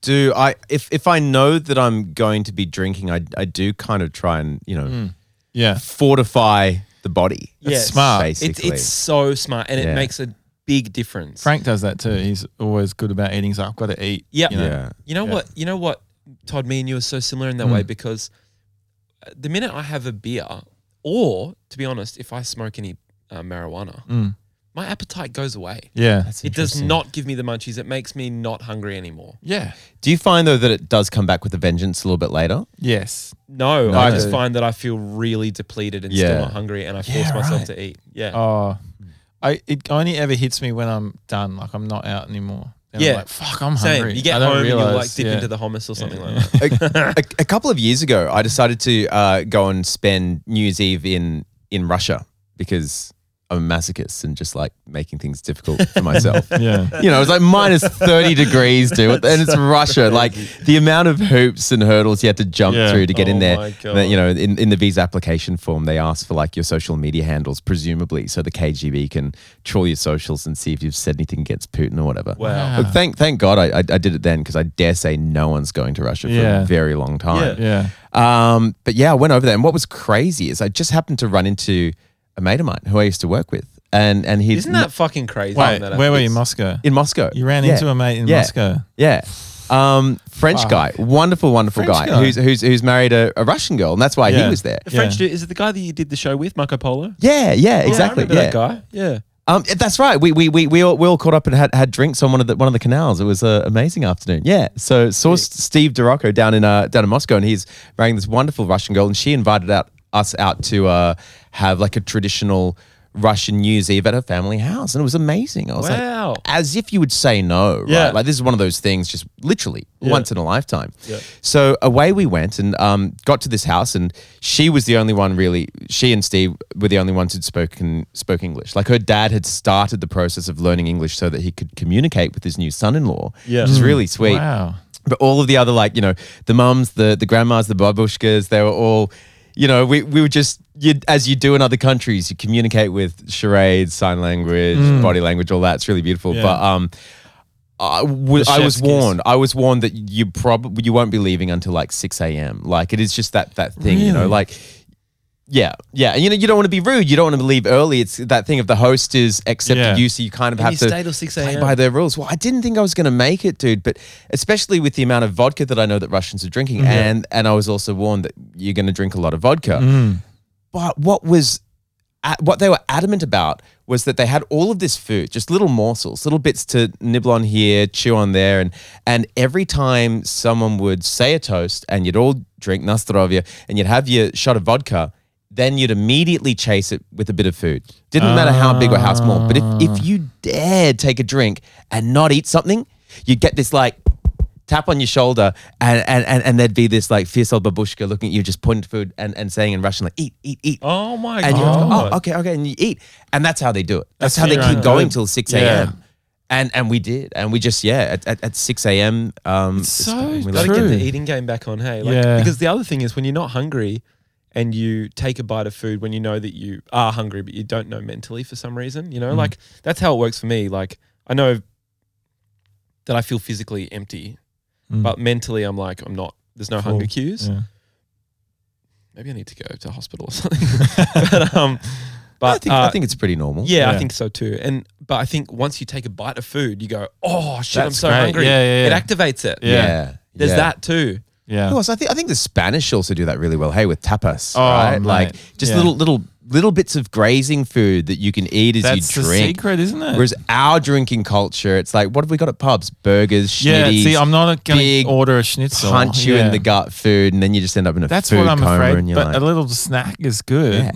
[SPEAKER 4] do I if if I know that I'm going to be drinking, I I do kind of try and you know
[SPEAKER 1] Hmm.
[SPEAKER 3] Yeah.
[SPEAKER 4] fortify the body.
[SPEAKER 1] Yeah.
[SPEAKER 3] smart.
[SPEAKER 1] It's,
[SPEAKER 4] basically.
[SPEAKER 1] it's so smart and it
[SPEAKER 4] Yeah.
[SPEAKER 1] makes a big difference.
[SPEAKER 3] Frank does that too. He's always good about eating. So I've got to eat.
[SPEAKER 1] Yep.
[SPEAKER 3] You know?
[SPEAKER 4] yeah.
[SPEAKER 1] You know
[SPEAKER 3] Yeah.
[SPEAKER 1] what? You know what, Todd? Me and you are so similar in that way because uh, the minute I have a beer, or to be honest, if I smoke any uh, marijuana, my appetite goes away.
[SPEAKER 3] Yeah.
[SPEAKER 1] It does not give me the munchies. It makes me not hungry anymore.
[SPEAKER 3] Yeah.
[SPEAKER 4] Do you find though that it does come back with a vengeance a little bit later?
[SPEAKER 3] Yes.
[SPEAKER 1] No, I
[SPEAKER 4] No.
[SPEAKER 1] just find that I feel really depleted and
[SPEAKER 4] Yeah.
[SPEAKER 1] still not hungry, and I force myself to eat. Yeah,
[SPEAKER 3] Oh, I it only ever hits me when I'm done. Like I'm not out anymore. Then I'm
[SPEAKER 1] Yeah.
[SPEAKER 3] like, fuck, I'm
[SPEAKER 1] same.
[SPEAKER 3] hungry.
[SPEAKER 1] You get
[SPEAKER 3] I don't
[SPEAKER 1] home and
[SPEAKER 3] realize.
[SPEAKER 1] you like dip
[SPEAKER 3] yeah.
[SPEAKER 1] into the hummus or something like that.
[SPEAKER 4] a, a- a couple of years ago, I decided to uh, go and spend New Year's Eve in in Russia because I'm a masochist and just like making things difficult for myself.
[SPEAKER 3] Yeah.
[SPEAKER 4] You know, it's like minus 30 degrees, dude. And it's Russia. Like the amount of hoops and hurdles you had to jump
[SPEAKER 3] Yeah.
[SPEAKER 4] through to get
[SPEAKER 1] Oh
[SPEAKER 4] in there.
[SPEAKER 1] my
[SPEAKER 4] And then, you know, in, in the visa application form, they ask for like your social media handles, presumably, so the KGB can trawl your socials and see if you've said anything against Putin or whatever.
[SPEAKER 1] Wow.
[SPEAKER 4] But thank thank God I, I, I did it then because I dare say no one's going to Russia for
[SPEAKER 3] Yeah.
[SPEAKER 4] a very long time.
[SPEAKER 3] Yeah.
[SPEAKER 4] Um, but yeah, I went over there, and what was crazy is I just happened to run into a mate of mine who I used to work with, and and he's
[SPEAKER 1] Isn't that fucking crazy?
[SPEAKER 3] Wait,
[SPEAKER 1] that
[SPEAKER 3] where were you?
[SPEAKER 1] happens?
[SPEAKER 3] Moscow.
[SPEAKER 4] in Moscow?
[SPEAKER 3] You ran
[SPEAKER 4] Yeah.
[SPEAKER 3] into a mate in
[SPEAKER 4] Yeah.
[SPEAKER 3] Moscow.
[SPEAKER 4] Yeah. Um, French
[SPEAKER 3] Fuck.
[SPEAKER 4] guy, wonderful, wonderful
[SPEAKER 3] French
[SPEAKER 4] guy,
[SPEAKER 3] guy.
[SPEAKER 4] who's who's who's married a, a Russian girl, and that's why
[SPEAKER 3] Yeah.
[SPEAKER 4] he was there.
[SPEAKER 1] The French
[SPEAKER 3] Yeah.
[SPEAKER 1] dude is it the guy that you did the show with, Marco Polo?
[SPEAKER 4] Yeah, yeah, exactly.
[SPEAKER 1] I remember
[SPEAKER 4] Yeah,
[SPEAKER 1] that guy. Yeah.
[SPEAKER 4] Um, that's right. We we we we all, we all caught up and had, had drinks on one of the one of the canals. It was an amazing afternoon. Yeah. So saw S- Steve Durocco down in uh, down in Moscow, and he's marrying this wonderful Russian girl, and she invited out us out to uh, have like a traditional Russian New Year's Eve at her family house, and it was amazing. I was
[SPEAKER 1] Wow.
[SPEAKER 4] like, as if you would say no,
[SPEAKER 3] Yeah.
[SPEAKER 4] right? Like this is one of those things, just literally once in a lifetime.
[SPEAKER 1] Yeah.
[SPEAKER 4] So away we went and um, got to this house, and she was the only one really. She and Steve were the only ones who'd spoken spoke English. Like her dad had started the process of learning English so that he could communicate with his new son-in-law,
[SPEAKER 1] Yeah. Mm.
[SPEAKER 4] which is really sweet.
[SPEAKER 3] Wow.
[SPEAKER 4] But all of the other, like you know, the mums, the the grandmas, the babushkas, they were all, you know, we we were just you as you do in other countries, you communicate with charades, sign language, body language, all that. It's really beautiful.
[SPEAKER 3] Mm. Yeah.
[SPEAKER 4] But um. I was,
[SPEAKER 3] The
[SPEAKER 4] I
[SPEAKER 3] chef's
[SPEAKER 4] was
[SPEAKER 3] kiss.
[SPEAKER 4] warned. I was warned that you probably you won't be leaving until like six a.m. Like it is just that that thing, you know.
[SPEAKER 3] Really?
[SPEAKER 4] Like, yeah, yeah. And you know, you don't want to be rude. You don't want to leave early. It's that thing of the host is accepted
[SPEAKER 3] Yeah.
[SPEAKER 4] you, so you kind of
[SPEAKER 1] And
[SPEAKER 4] have
[SPEAKER 1] you
[SPEAKER 4] to
[SPEAKER 1] stayed till 6
[SPEAKER 4] play
[SPEAKER 1] a.m..
[SPEAKER 4] by their rules. Well, I didn't think I was going to make it, dude. But especially with the amount of vodka that I know that Russians are drinking, and and I was also warned that you're going to drink a lot of vodka. But what was a- what they were adamant about was that they had all of this food, just little morsels, little bits to nibble on here, chew on there, and and every time someone would say a toast, and you'd all drink nastrovia, and you'd have your shot of vodka, then you'd immediately chase it with a bit of food. Didn't matter how big or how small, but if if you dared take a drink and not eat something, you'd get this like tap on your shoulder, and, and, and, and there'd be this like fierce old babushka looking at you, just pointing at food and, and saying in Russian, like, eat, eat, eat.
[SPEAKER 1] Oh my
[SPEAKER 4] and you have to go,
[SPEAKER 1] god!
[SPEAKER 4] oh, okay, okay, and you eat. And that's how they do it. That's,
[SPEAKER 3] That's
[SPEAKER 4] how they
[SPEAKER 3] your
[SPEAKER 4] keep
[SPEAKER 3] own
[SPEAKER 4] going
[SPEAKER 3] food.
[SPEAKER 4] till 6
[SPEAKER 3] Yeah.
[SPEAKER 4] a.m. And and we did. And we just, yeah, at, at, at 6 a.m. Um, it's
[SPEAKER 3] so
[SPEAKER 4] fine.
[SPEAKER 3] Gotta
[SPEAKER 4] we
[SPEAKER 1] Got to
[SPEAKER 3] true.
[SPEAKER 1] get the eating game back on, hey? Like,
[SPEAKER 3] Yeah.
[SPEAKER 1] Because the other thing is when you're not hungry and you take a bite of food when you know that you are hungry, but you don't know mentally for some reason, you
[SPEAKER 3] Mm.
[SPEAKER 1] know, like that's how it works for me. Like, I know that I feel physically empty,
[SPEAKER 3] Mm.
[SPEAKER 1] but mentally I'm like, I'm not, there's no
[SPEAKER 3] Full.
[SPEAKER 1] hunger cues.
[SPEAKER 3] Yeah.
[SPEAKER 1] Maybe I need to go to hospital or something. but, um, but
[SPEAKER 4] I, think, I
[SPEAKER 1] uh,
[SPEAKER 4] think it's pretty normal.
[SPEAKER 1] yeah, I
[SPEAKER 3] Yeah.
[SPEAKER 1] think so too. And but I think once you take a bite of food, you go, "Oh shit, I'm
[SPEAKER 3] That's
[SPEAKER 1] so
[SPEAKER 3] great.
[SPEAKER 1] hungry."
[SPEAKER 3] Yeah, yeah, yeah.
[SPEAKER 1] It activates it.
[SPEAKER 3] Yeah.
[SPEAKER 1] There's
[SPEAKER 4] yeah.
[SPEAKER 1] that too.
[SPEAKER 3] Yeah.
[SPEAKER 4] Who else? I think I think the Spanish also do that really well. Hey, with tapas,
[SPEAKER 3] Oh,
[SPEAKER 4] right?
[SPEAKER 3] mate.
[SPEAKER 4] Like just
[SPEAKER 3] Yeah.
[SPEAKER 4] little little little bits of grazing food that you can eat as
[SPEAKER 3] That's
[SPEAKER 4] you
[SPEAKER 3] the
[SPEAKER 4] drink.
[SPEAKER 3] secret, isn't it?
[SPEAKER 4] Whereas our drinking culture, it's like, what have we got at pubs? Burgers,
[SPEAKER 3] yeah,
[SPEAKER 4] schnitties,
[SPEAKER 3] see, I'm not going
[SPEAKER 4] big
[SPEAKER 3] to order a schnitzel.
[SPEAKER 4] punch you
[SPEAKER 3] Yeah.
[SPEAKER 4] in the gut food, and then you just end up in a
[SPEAKER 3] That's
[SPEAKER 4] food
[SPEAKER 3] what I'm
[SPEAKER 4] coma,
[SPEAKER 3] afraid.
[SPEAKER 4] and you're
[SPEAKER 3] But
[SPEAKER 4] like,
[SPEAKER 3] a little snack is good.
[SPEAKER 4] Yeah.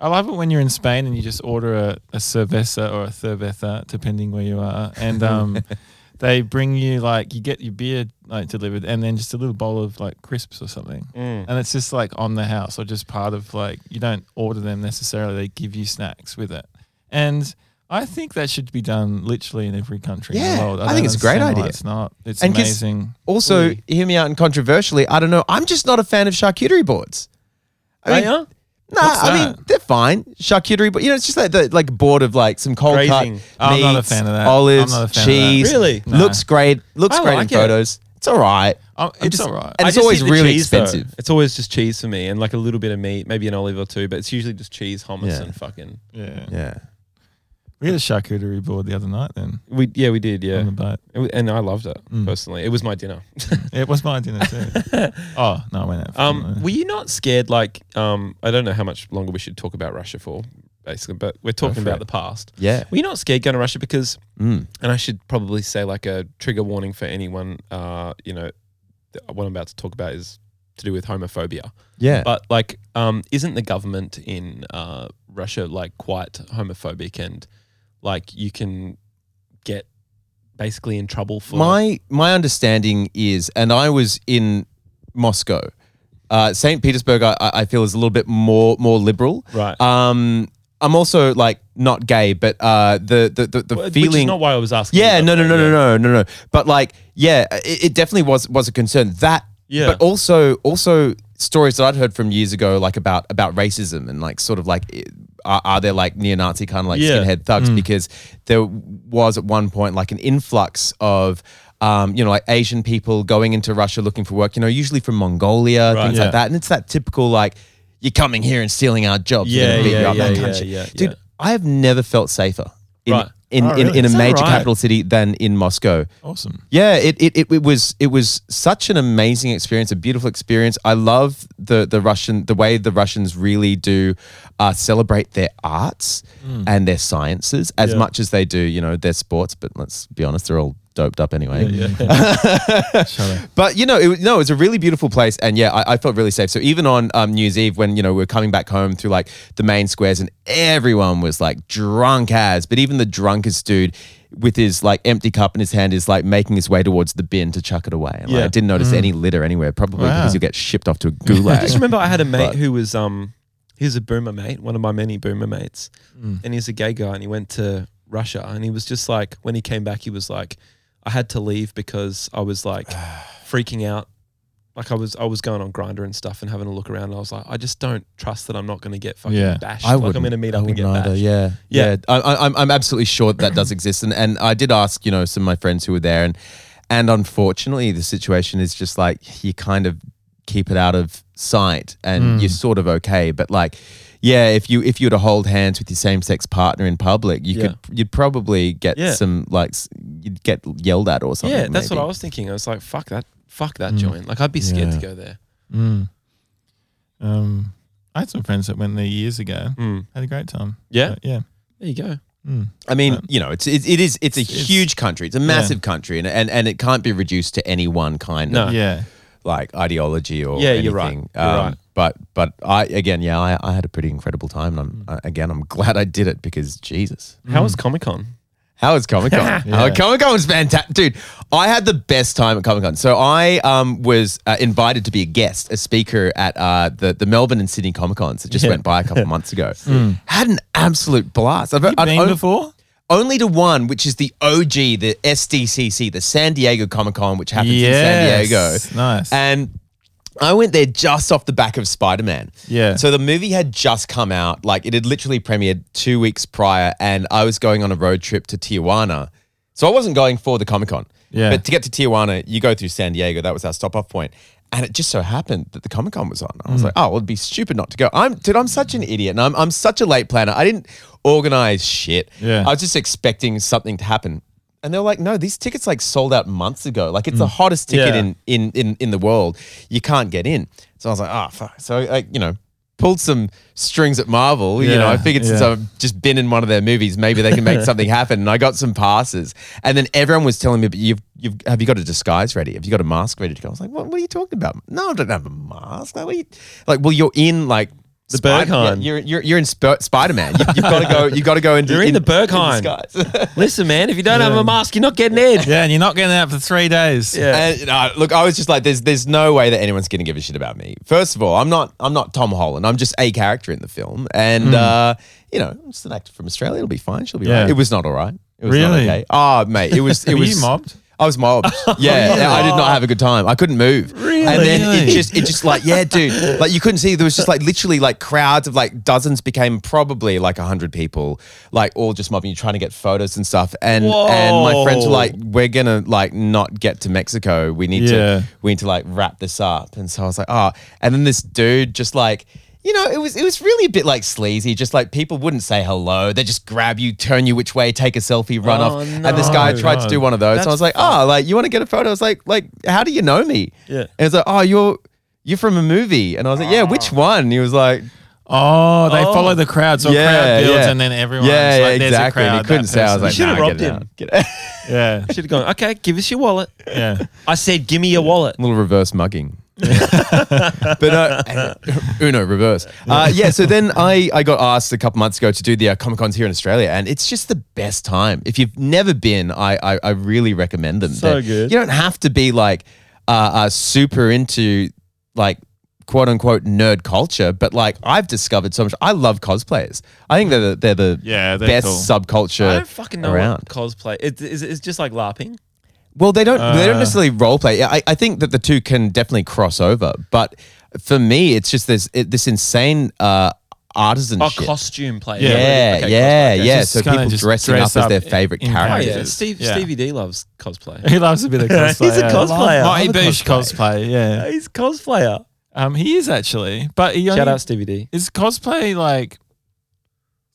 [SPEAKER 3] I love it when you're in Spain and you just order a, a cerveza or a cerveza, depending where you are, and um, they bring you like you get your beer like delivered, and then just a little bowl of like crisps or something,
[SPEAKER 4] Mm.
[SPEAKER 3] and it's just like on the house or just part of like you don't order them necessarily. They give you snacks with it, and I think that should be done literally in every country in
[SPEAKER 4] Yeah,
[SPEAKER 3] the world.
[SPEAKER 4] I think
[SPEAKER 3] don't
[SPEAKER 4] it's a great
[SPEAKER 3] understand why
[SPEAKER 4] idea.
[SPEAKER 3] It's not. It's
[SPEAKER 4] And 'cause-
[SPEAKER 3] amazing.
[SPEAKER 4] also, hear me out. And controversially, I don't know. I'm just not a fan of charcuterie boards. I mean,
[SPEAKER 1] Are
[SPEAKER 4] Nah,
[SPEAKER 3] What's
[SPEAKER 4] I
[SPEAKER 3] that?
[SPEAKER 4] mean they're fine. Charcuterie, but you know it's just like the like board of like some cold cut
[SPEAKER 1] Grazing.
[SPEAKER 4] meats,
[SPEAKER 3] Oh, I'm not a fan of that.
[SPEAKER 4] olives,
[SPEAKER 3] I'm not a fan of that.
[SPEAKER 4] cheese.
[SPEAKER 1] Really?
[SPEAKER 3] No.
[SPEAKER 4] looks great. Looks
[SPEAKER 1] I
[SPEAKER 4] great
[SPEAKER 1] like
[SPEAKER 4] in
[SPEAKER 1] it.
[SPEAKER 4] photos. It's all right.
[SPEAKER 3] Oh,
[SPEAKER 4] I'm
[SPEAKER 3] it's
[SPEAKER 4] just-
[SPEAKER 3] all right.
[SPEAKER 4] And
[SPEAKER 1] I
[SPEAKER 4] it's
[SPEAKER 1] just
[SPEAKER 4] always
[SPEAKER 1] eat the
[SPEAKER 4] really
[SPEAKER 1] cheese, though.
[SPEAKER 4] expensive.
[SPEAKER 1] It's always just cheese for me and like a little bit of meat, maybe an olive or two, but it's usually just cheese, hummus,
[SPEAKER 4] Yeah.
[SPEAKER 1] and fucking.
[SPEAKER 3] yeah.
[SPEAKER 4] Yeah.
[SPEAKER 3] We had a charcuterie board the other night then
[SPEAKER 1] We yeah, we did
[SPEAKER 3] on
[SPEAKER 1] yeah,
[SPEAKER 3] the boat.
[SPEAKER 1] It wa- and I loved it
[SPEAKER 4] Mm.
[SPEAKER 1] personally. It was my dinner.
[SPEAKER 3] It was my dinner too. oh, no, I went out. For
[SPEAKER 1] Um,
[SPEAKER 3] dinner.
[SPEAKER 1] were you not scared? Like, um, I don't know how much longer we should talk about Russia for, basically, but we're talking
[SPEAKER 4] for
[SPEAKER 1] about
[SPEAKER 4] it.
[SPEAKER 1] the past.
[SPEAKER 4] Yeah.
[SPEAKER 1] Were you not scared going to Russia because
[SPEAKER 4] Mm.
[SPEAKER 1] and I should probably say like a trigger warning for anyone. Uh, you know, th- what I'm about to talk about is to do with homophobia.
[SPEAKER 4] Yeah.
[SPEAKER 1] But like, um, isn't the government in uh, Russia like quite homophobic and like you can get basically in trouble for
[SPEAKER 4] my my understanding is, and I was in Moscow. Uh, Saint Petersburg, I, I feel, is a little bit more more liberal.
[SPEAKER 1] Right.
[SPEAKER 4] Um, I'm also like not gay, but uh, the the the, the
[SPEAKER 1] Well,
[SPEAKER 4] feeling.
[SPEAKER 1] Which is not why I was asking.
[SPEAKER 4] Yeah,
[SPEAKER 1] you,
[SPEAKER 4] no,
[SPEAKER 1] by
[SPEAKER 4] no,
[SPEAKER 1] the
[SPEAKER 4] no,
[SPEAKER 1] way,
[SPEAKER 4] no,
[SPEAKER 1] yeah.
[SPEAKER 4] no, no, no. But like, yeah, it, it definitely was was a concern. That,
[SPEAKER 1] Yeah.
[SPEAKER 4] But also, also stories that I'd heard from years ago, like about about racism and like sort of like, i- are, are there like neo-Nazi kind of like
[SPEAKER 1] Yeah. Mm.
[SPEAKER 4] skinhead thugs? Because there was at one point like an influx of. Um, you know, like Asian people going into Russia looking for work, you know, usually from Mongolia,
[SPEAKER 1] Right.
[SPEAKER 4] things
[SPEAKER 3] Yeah.
[SPEAKER 4] like that. And it's that typical, like, you're coming here and stealing our jobs. we're
[SPEAKER 1] Yeah,
[SPEAKER 4] gonna beat
[SPEAKER 1] yeah,
[SPEAKER 4] you up,
[SPEAKER 1] yeah,
[SPEAKER 4] that
[SPEAKER 1] yeah,
[SPEAKER 4] kind of shit.
[SPEAKER 1] yeah,
[SPEAKER 4] Dude,
[SPEAKER 1] yeah.
[SPEAKER 4] I have never felt safer in
[SPEAKER 1] Right.
[SPEAKER 4] in,
[SPEAKER 1] Oh,
[SPEAKER 4] in,
[SPEAKER 1] really?
[SPEAKER 4] in a
[SPEAKER 1] Is that
[SPEAKER 4] major
[SPEAKER 1] right?
[SPEAKER 4] capital city than in Moscow.
[SPEAKER 3] awesome.
[SPEAKER 4] Yeah, it, it, it, it was it was such an amazing experience, a beautiful experience. I love the the Russian the way the Russians really do uh, celebrate their arts
[SPEAKER 1] Hmm.
[SPEAKER 4] and their sciences as much as they do, you know, their sports. But let's be honest, they're all doped up anyway. But you know, it, was- no, it's a really beautiful place, and yeah, I, I felt really safe. So even on um, New Year's Eve, when you know we were coming back home through like the main squares, and everyone was like drunk as, but even the drunkest dude with his like empty cup in his hand is like making his way towards the bin to chuck it away. And, like,
[SPEAKER 1] Yeah.
[SPEAKER 4] I didn't notice any litter anywhere, probably
[SPEAKER 3] Wow.
[SPEAKER 4] because you get shipped off to a
[SPEAKER 1] I just
[SPEAKER 4] gulag.
[SPEAKER 1] remember I had a mate
[SPEAKER 4] But-
[SPEAKER 1] who was um he was a boomer mate, one of my many boomer mates.
[SPEAKER 4] Mm.
[SPEAKER 1] And he was a gay guy and he went to Russia and he was just like when he came back he was like I had to leave because I was like freaking out. Like I was I was going on grinder and stuff and having a look around and I was like I just don't trust that I'm not going to get fucking
[SPEAKER 3] Yeah.
[SPEAKER 1] bashed.
[SPEAKER 4] I
[SPEAKER 1] like I'm
[SPEAKER 4] wouldn't-
[SPEAKER 1] going to meet up
[SPEAKER 4] I
[SPEAKER 1] and
[SPEAKER 4] wouldn't
[SPEAKER 1] get
[SPEAKER 4] either,
[SPEAKER 1] bashed.
[SPEAKER 4] Yeah,
[SPEAKER 1] Yeah.
[SPEAKER 4] yeah. I, I, I'm, I'm absolutely sure that, that does exist, and and I did ask, you know, some of my friends who were there, and and unfortunately, the situation is just like you kind of keep it out of sight,
[SPEAKER 1] Hmm.
[SPEAKER 4] and you're sort of okay, but like. Yeah, if you if you were to hold hands with your same sex partner in public, you could you'd probably get
[SPEAKER 1] Yeah.
[SPEAKER 4] some like s- you'd get yelled at or something.
[SPEAKER 1] Yeah, that's
[SPEAKER 4] maybe. Mm.
[SPEAKER 1] what I was thinking. I was like fuck that fuck that joint. Like I'd be scared to go there.
[SPEAKER 3] Mm. Um, I had some friends that went there years ago.
[SPEAKER 1] Mm.
[SPEAKER 3] Had a great time.
[SPEAKER 1] Yeah?
[SPEAKER 3] But yeah.
[SPEAKER 1] There you go.
[SPEAKER 4] I mean, you know, it's it, it is it's a huge country. It's a massive country, and, and and it can't be reduced to any one kind
[SPEAKER 1] No.
[SPEAKER 4] of
[SPEAKER 3] Yeah.
[SPEAKER 4] like ideology or
[SPEAKER 1] Yeah,
[SPEAKER 4] anything. Um,
[SPEAKER 1] you're right. You're right.
[SPEAKER 4] But but I again, yeah, I, uh, I had a pretty incredible time, and I'm, I- again, I'm glad I did it because Jesus,
[SPEAKER 1] How was Comic Con?
[SPEAKER 4] How was Comic Con? Comic Con was fantastic, dude. I had the best time at Comic Con. So I um, was uh, invited to be a guest, a speaker at uh, the the Melbourne and Sydney Comic Cons that just went by a couple of months ago. Had an absolute blast. I've,
[SPEAKER 3] Have you been
[SPEAKER 4] on-
[SPEAKER 3] before?
[SPEAKER 4] Only to one, which is the OG, the SDCC, the San Diego Comic Con, which happens in San
[SPEAKER 3] Yes,
[SPEAKER 4] Diego.
[SPEAKER 3] nice.
[SPEAKER 4] And I went there just off the back of Spider Man.
[SPEAKER 3] Yeah.
[SPEAKER 4] So the movie had just come out. Like it had literally premiered two weeks prior, and I was going on a road trip to Tijuana. So I wasn't going for the Comic Con.
[SPEAKER 3] Yeah.
[SPEAKER 4] But to get to Tijuana, you go through San Diego. That was our stop off point. And it just so happened that the Comic Con was on. I was
[SPEAKER 3] Hmm.
[SPEAKER 4] like, oh, well, it'd be stupid not to go. I'm, dude, I'm such an idiot and I'm, I'm such a late planner. I didn't organize shit.
[SPEAKER 3] Yeah.
[SPEAKER 4] I was just expecting something to happen. And they were like, no, these tickets like sold out months ago. Like it's the hottest ticket
[SPEAKER 3] Mm. Yeah.
[SPEAKER 4] in in in in the world. You can't get in. So I was like, oh fuck. So like you know, pulled some strings at Marvel. you know, I
[SPEAKER 3] Yeah,
[SPEAKER 4] figured since
[SPEAKER 3] yeah.
[SPEAKER 4] I've just been in one of their movies, maybe they can make something happen. And I got some passes. And then everyone was telling me, but you've you've have you got a disguise ready? Have you got a mask ready to go? I was like, what, what are you talking about? No, I don't have a mask. Like, what are you- like well, you're in like.
[SPEAKER 1] The
[SPEAKER 4] Spider-
[SPEAKER 1] Berghain.
[SPEAKER 4] yeah, You're, you're, you're in Sp- Spider Man. You, have got to go. You got to go into.
[SPEAKER 1] You're in the Berghain.
[SPEAKER 4] disguise.
[SPEAKER 1] Listen, man, if you don't have a mask, you're not getting in.
[SPEAKER 3] yeah, and you're not getting out for three days.
[SPEAKER 1] Yeah.
[SPEAKER 4] And uh, look, I was just like, there's there's no way that anyone's gonna give a shit about me. First of all, I'm not I'm not Tom Holland. I'm just a character in the film, and uh, you know, I'm just an actor from Australia. It'll be fine. She'll be
[SPEAKER 3] Hmm. Yeah.
[SPEAKER 4] right. It was not all right. It was not
[SPEAKER 3] Really?
[SPEAKER 4] okay. Oh, mate, it was it
[SPEAKER 3] Were
[SPEAKER 4] was
[SPEAKER 3] you mobbed? Oh.
[SPEAKER 4] I was mobbed. Yeah, and I did not have a good time. I couldn't move. Really? And then it
[SPEAKER 3] Really?
[SPEAKER 4] just it just like yeah, dude. Like you couldn't see. There was just like literally like crowds of like dozens became probably like a hundred people, like all just mobbing you, trying to get photos and stuff. And and my friends were
[SPEAKER 1] Whoa.
[SPEAKER 4] like, we're gonna like not get to Mexico. We need
[SPEAKER 3] Yeah.
[SPEAKER 4] to we need to like wrap this up. And so I was like, oh. And then this dude just like. You know, it was it was really a bit like sleazy. Just like people wouldn't say hello; they just grab you, turn you which way, take a selfie, run off. And this guy
[SPEAKER 3] Oh, no.
[SPEAKER 4] tried to do one of those. and I was like, oh, like you want to get a photo? I was like, like how do you know me?
[SPEAKER 1] Yeah.
[SPEAKER 4] And it's like, oh, you're you're from a movie, and I was like, yeah, which one? And he was like,
[SPEAKER 3] Oh, they follow the crowd. So a
[SPEAKER 4] yeah,
[SPEAKER 3] crowd builds
[SPEAKER 4] yeah.
[SPEAKER 3] and then everyone's
[SPEAKER 4] yeah, yeah,
[SPEAKER 3] like, there's
[SPEAKER 4] exactly.
[SPEAKER 3] a crowd.
[SPEAKER 4] and he couldn't
[SPEAKER 3] that
[SPEAKER 4] say. I
[SPEAKER 3] person.
[SPEAKER 4] was like,
[SPEAKER 1] You should've
[SPEAKER 4] nah,
[SPEAKER 1] robbed
[SPEAKER 4] get
[SPEAKER 1] him.
[SPEAKER 4] out. Get out.
[SPEAKER 3] yeah,
[SPEAKER 1] Should have gone, okay, give us your wallet.
[SPEAKER 3] yeah.
[SPEAKER 1] I said, give me your wallet.
[SPEAKER 4] little reverse mugging. but uh, Uno reverse. Uh, yeah, so then I, I got asked a couple months ago to do the uh, Comic Cons here in Australia, and it's just the best time. If you've never been, I I, I really recommend them.
[SPEAKER 1] So
[SPEAKER 4] They're-
[SPEAKER 1] good.
[SPEAKER 4] You don't have to be like uh, uh, super into like quote unquote nerd culture, but like I've discovered so much. I love cosplayers. I think they're the, they're the
[SPEAKER 3] Yeah, they're
[SPEAKER 4] best
[SPEAKER 3] cool.
[SPEAKER 4] subculture
[SPEAKER 1] I don't fucking know
[SPEAKER 4] around.
[SPEAKER 1] what cosplay it, is. It's just like LARPing.
[SPEAKER 4] Well, they don't. they don't
[SPEAKER 3] Uh.
[SPEAKER 4] necessarily role play. Yeah, I, I think that the two can definitely cross over. But for me, it's just this it, this insane uh, artisan
[SPEAKER 1] Oh,
[SPEAKER 4] shit.
[SPEAKER 1] costume play.
[SPEAKER 3] Yeah.
[SPEAKER 4] yeah,
[SPEAKER 1] Okay,
[SPEAKER 4] yeah,
[SPEAKER 1] cosplay, okay.
[SPEAKER 4] yeah.
[SPEAKER 3] Just
[SPEAKER 4] So
[SPEAKER 3] kinda
[SPEAKER 4] people
[SPEAKER 3] just
[SPEAKER 4] dressing
[SPEAKER 3] dress
[SPEAKER 4] up as
[SPEAKER 3] up
[SPEAKER 4] their favorite
[SPEAKER 3] in
[SPEAKER 1] Oh,
[SPEAKER 4] characters.
[SPEAKER 1] yeah.
[SPEAKER 3] characters.
[SPEAKER 1] Steve,
[SPEAKER 3] Yeah.
[SPEAKER 1] Stevie D loves cosplay.
[SPEAKER 3] He loves a bit of cosplay.
[SPEAKER 1] He's a cosplayer.
[SPEAKER 3] Marty
[SPEAKER 1] I'm a
[SPEAKER 3] Boosh cosplay. Yeah,
[SPEAKER 1] He's a cosplayer.
[SPEAKER 3] um, he is actually. But he
[SPEAKER 1] Shout
[SPEAKER 3] only,
[SPEAKER 1] out Stevie D.
[SPEAKER 3] is cosplay like,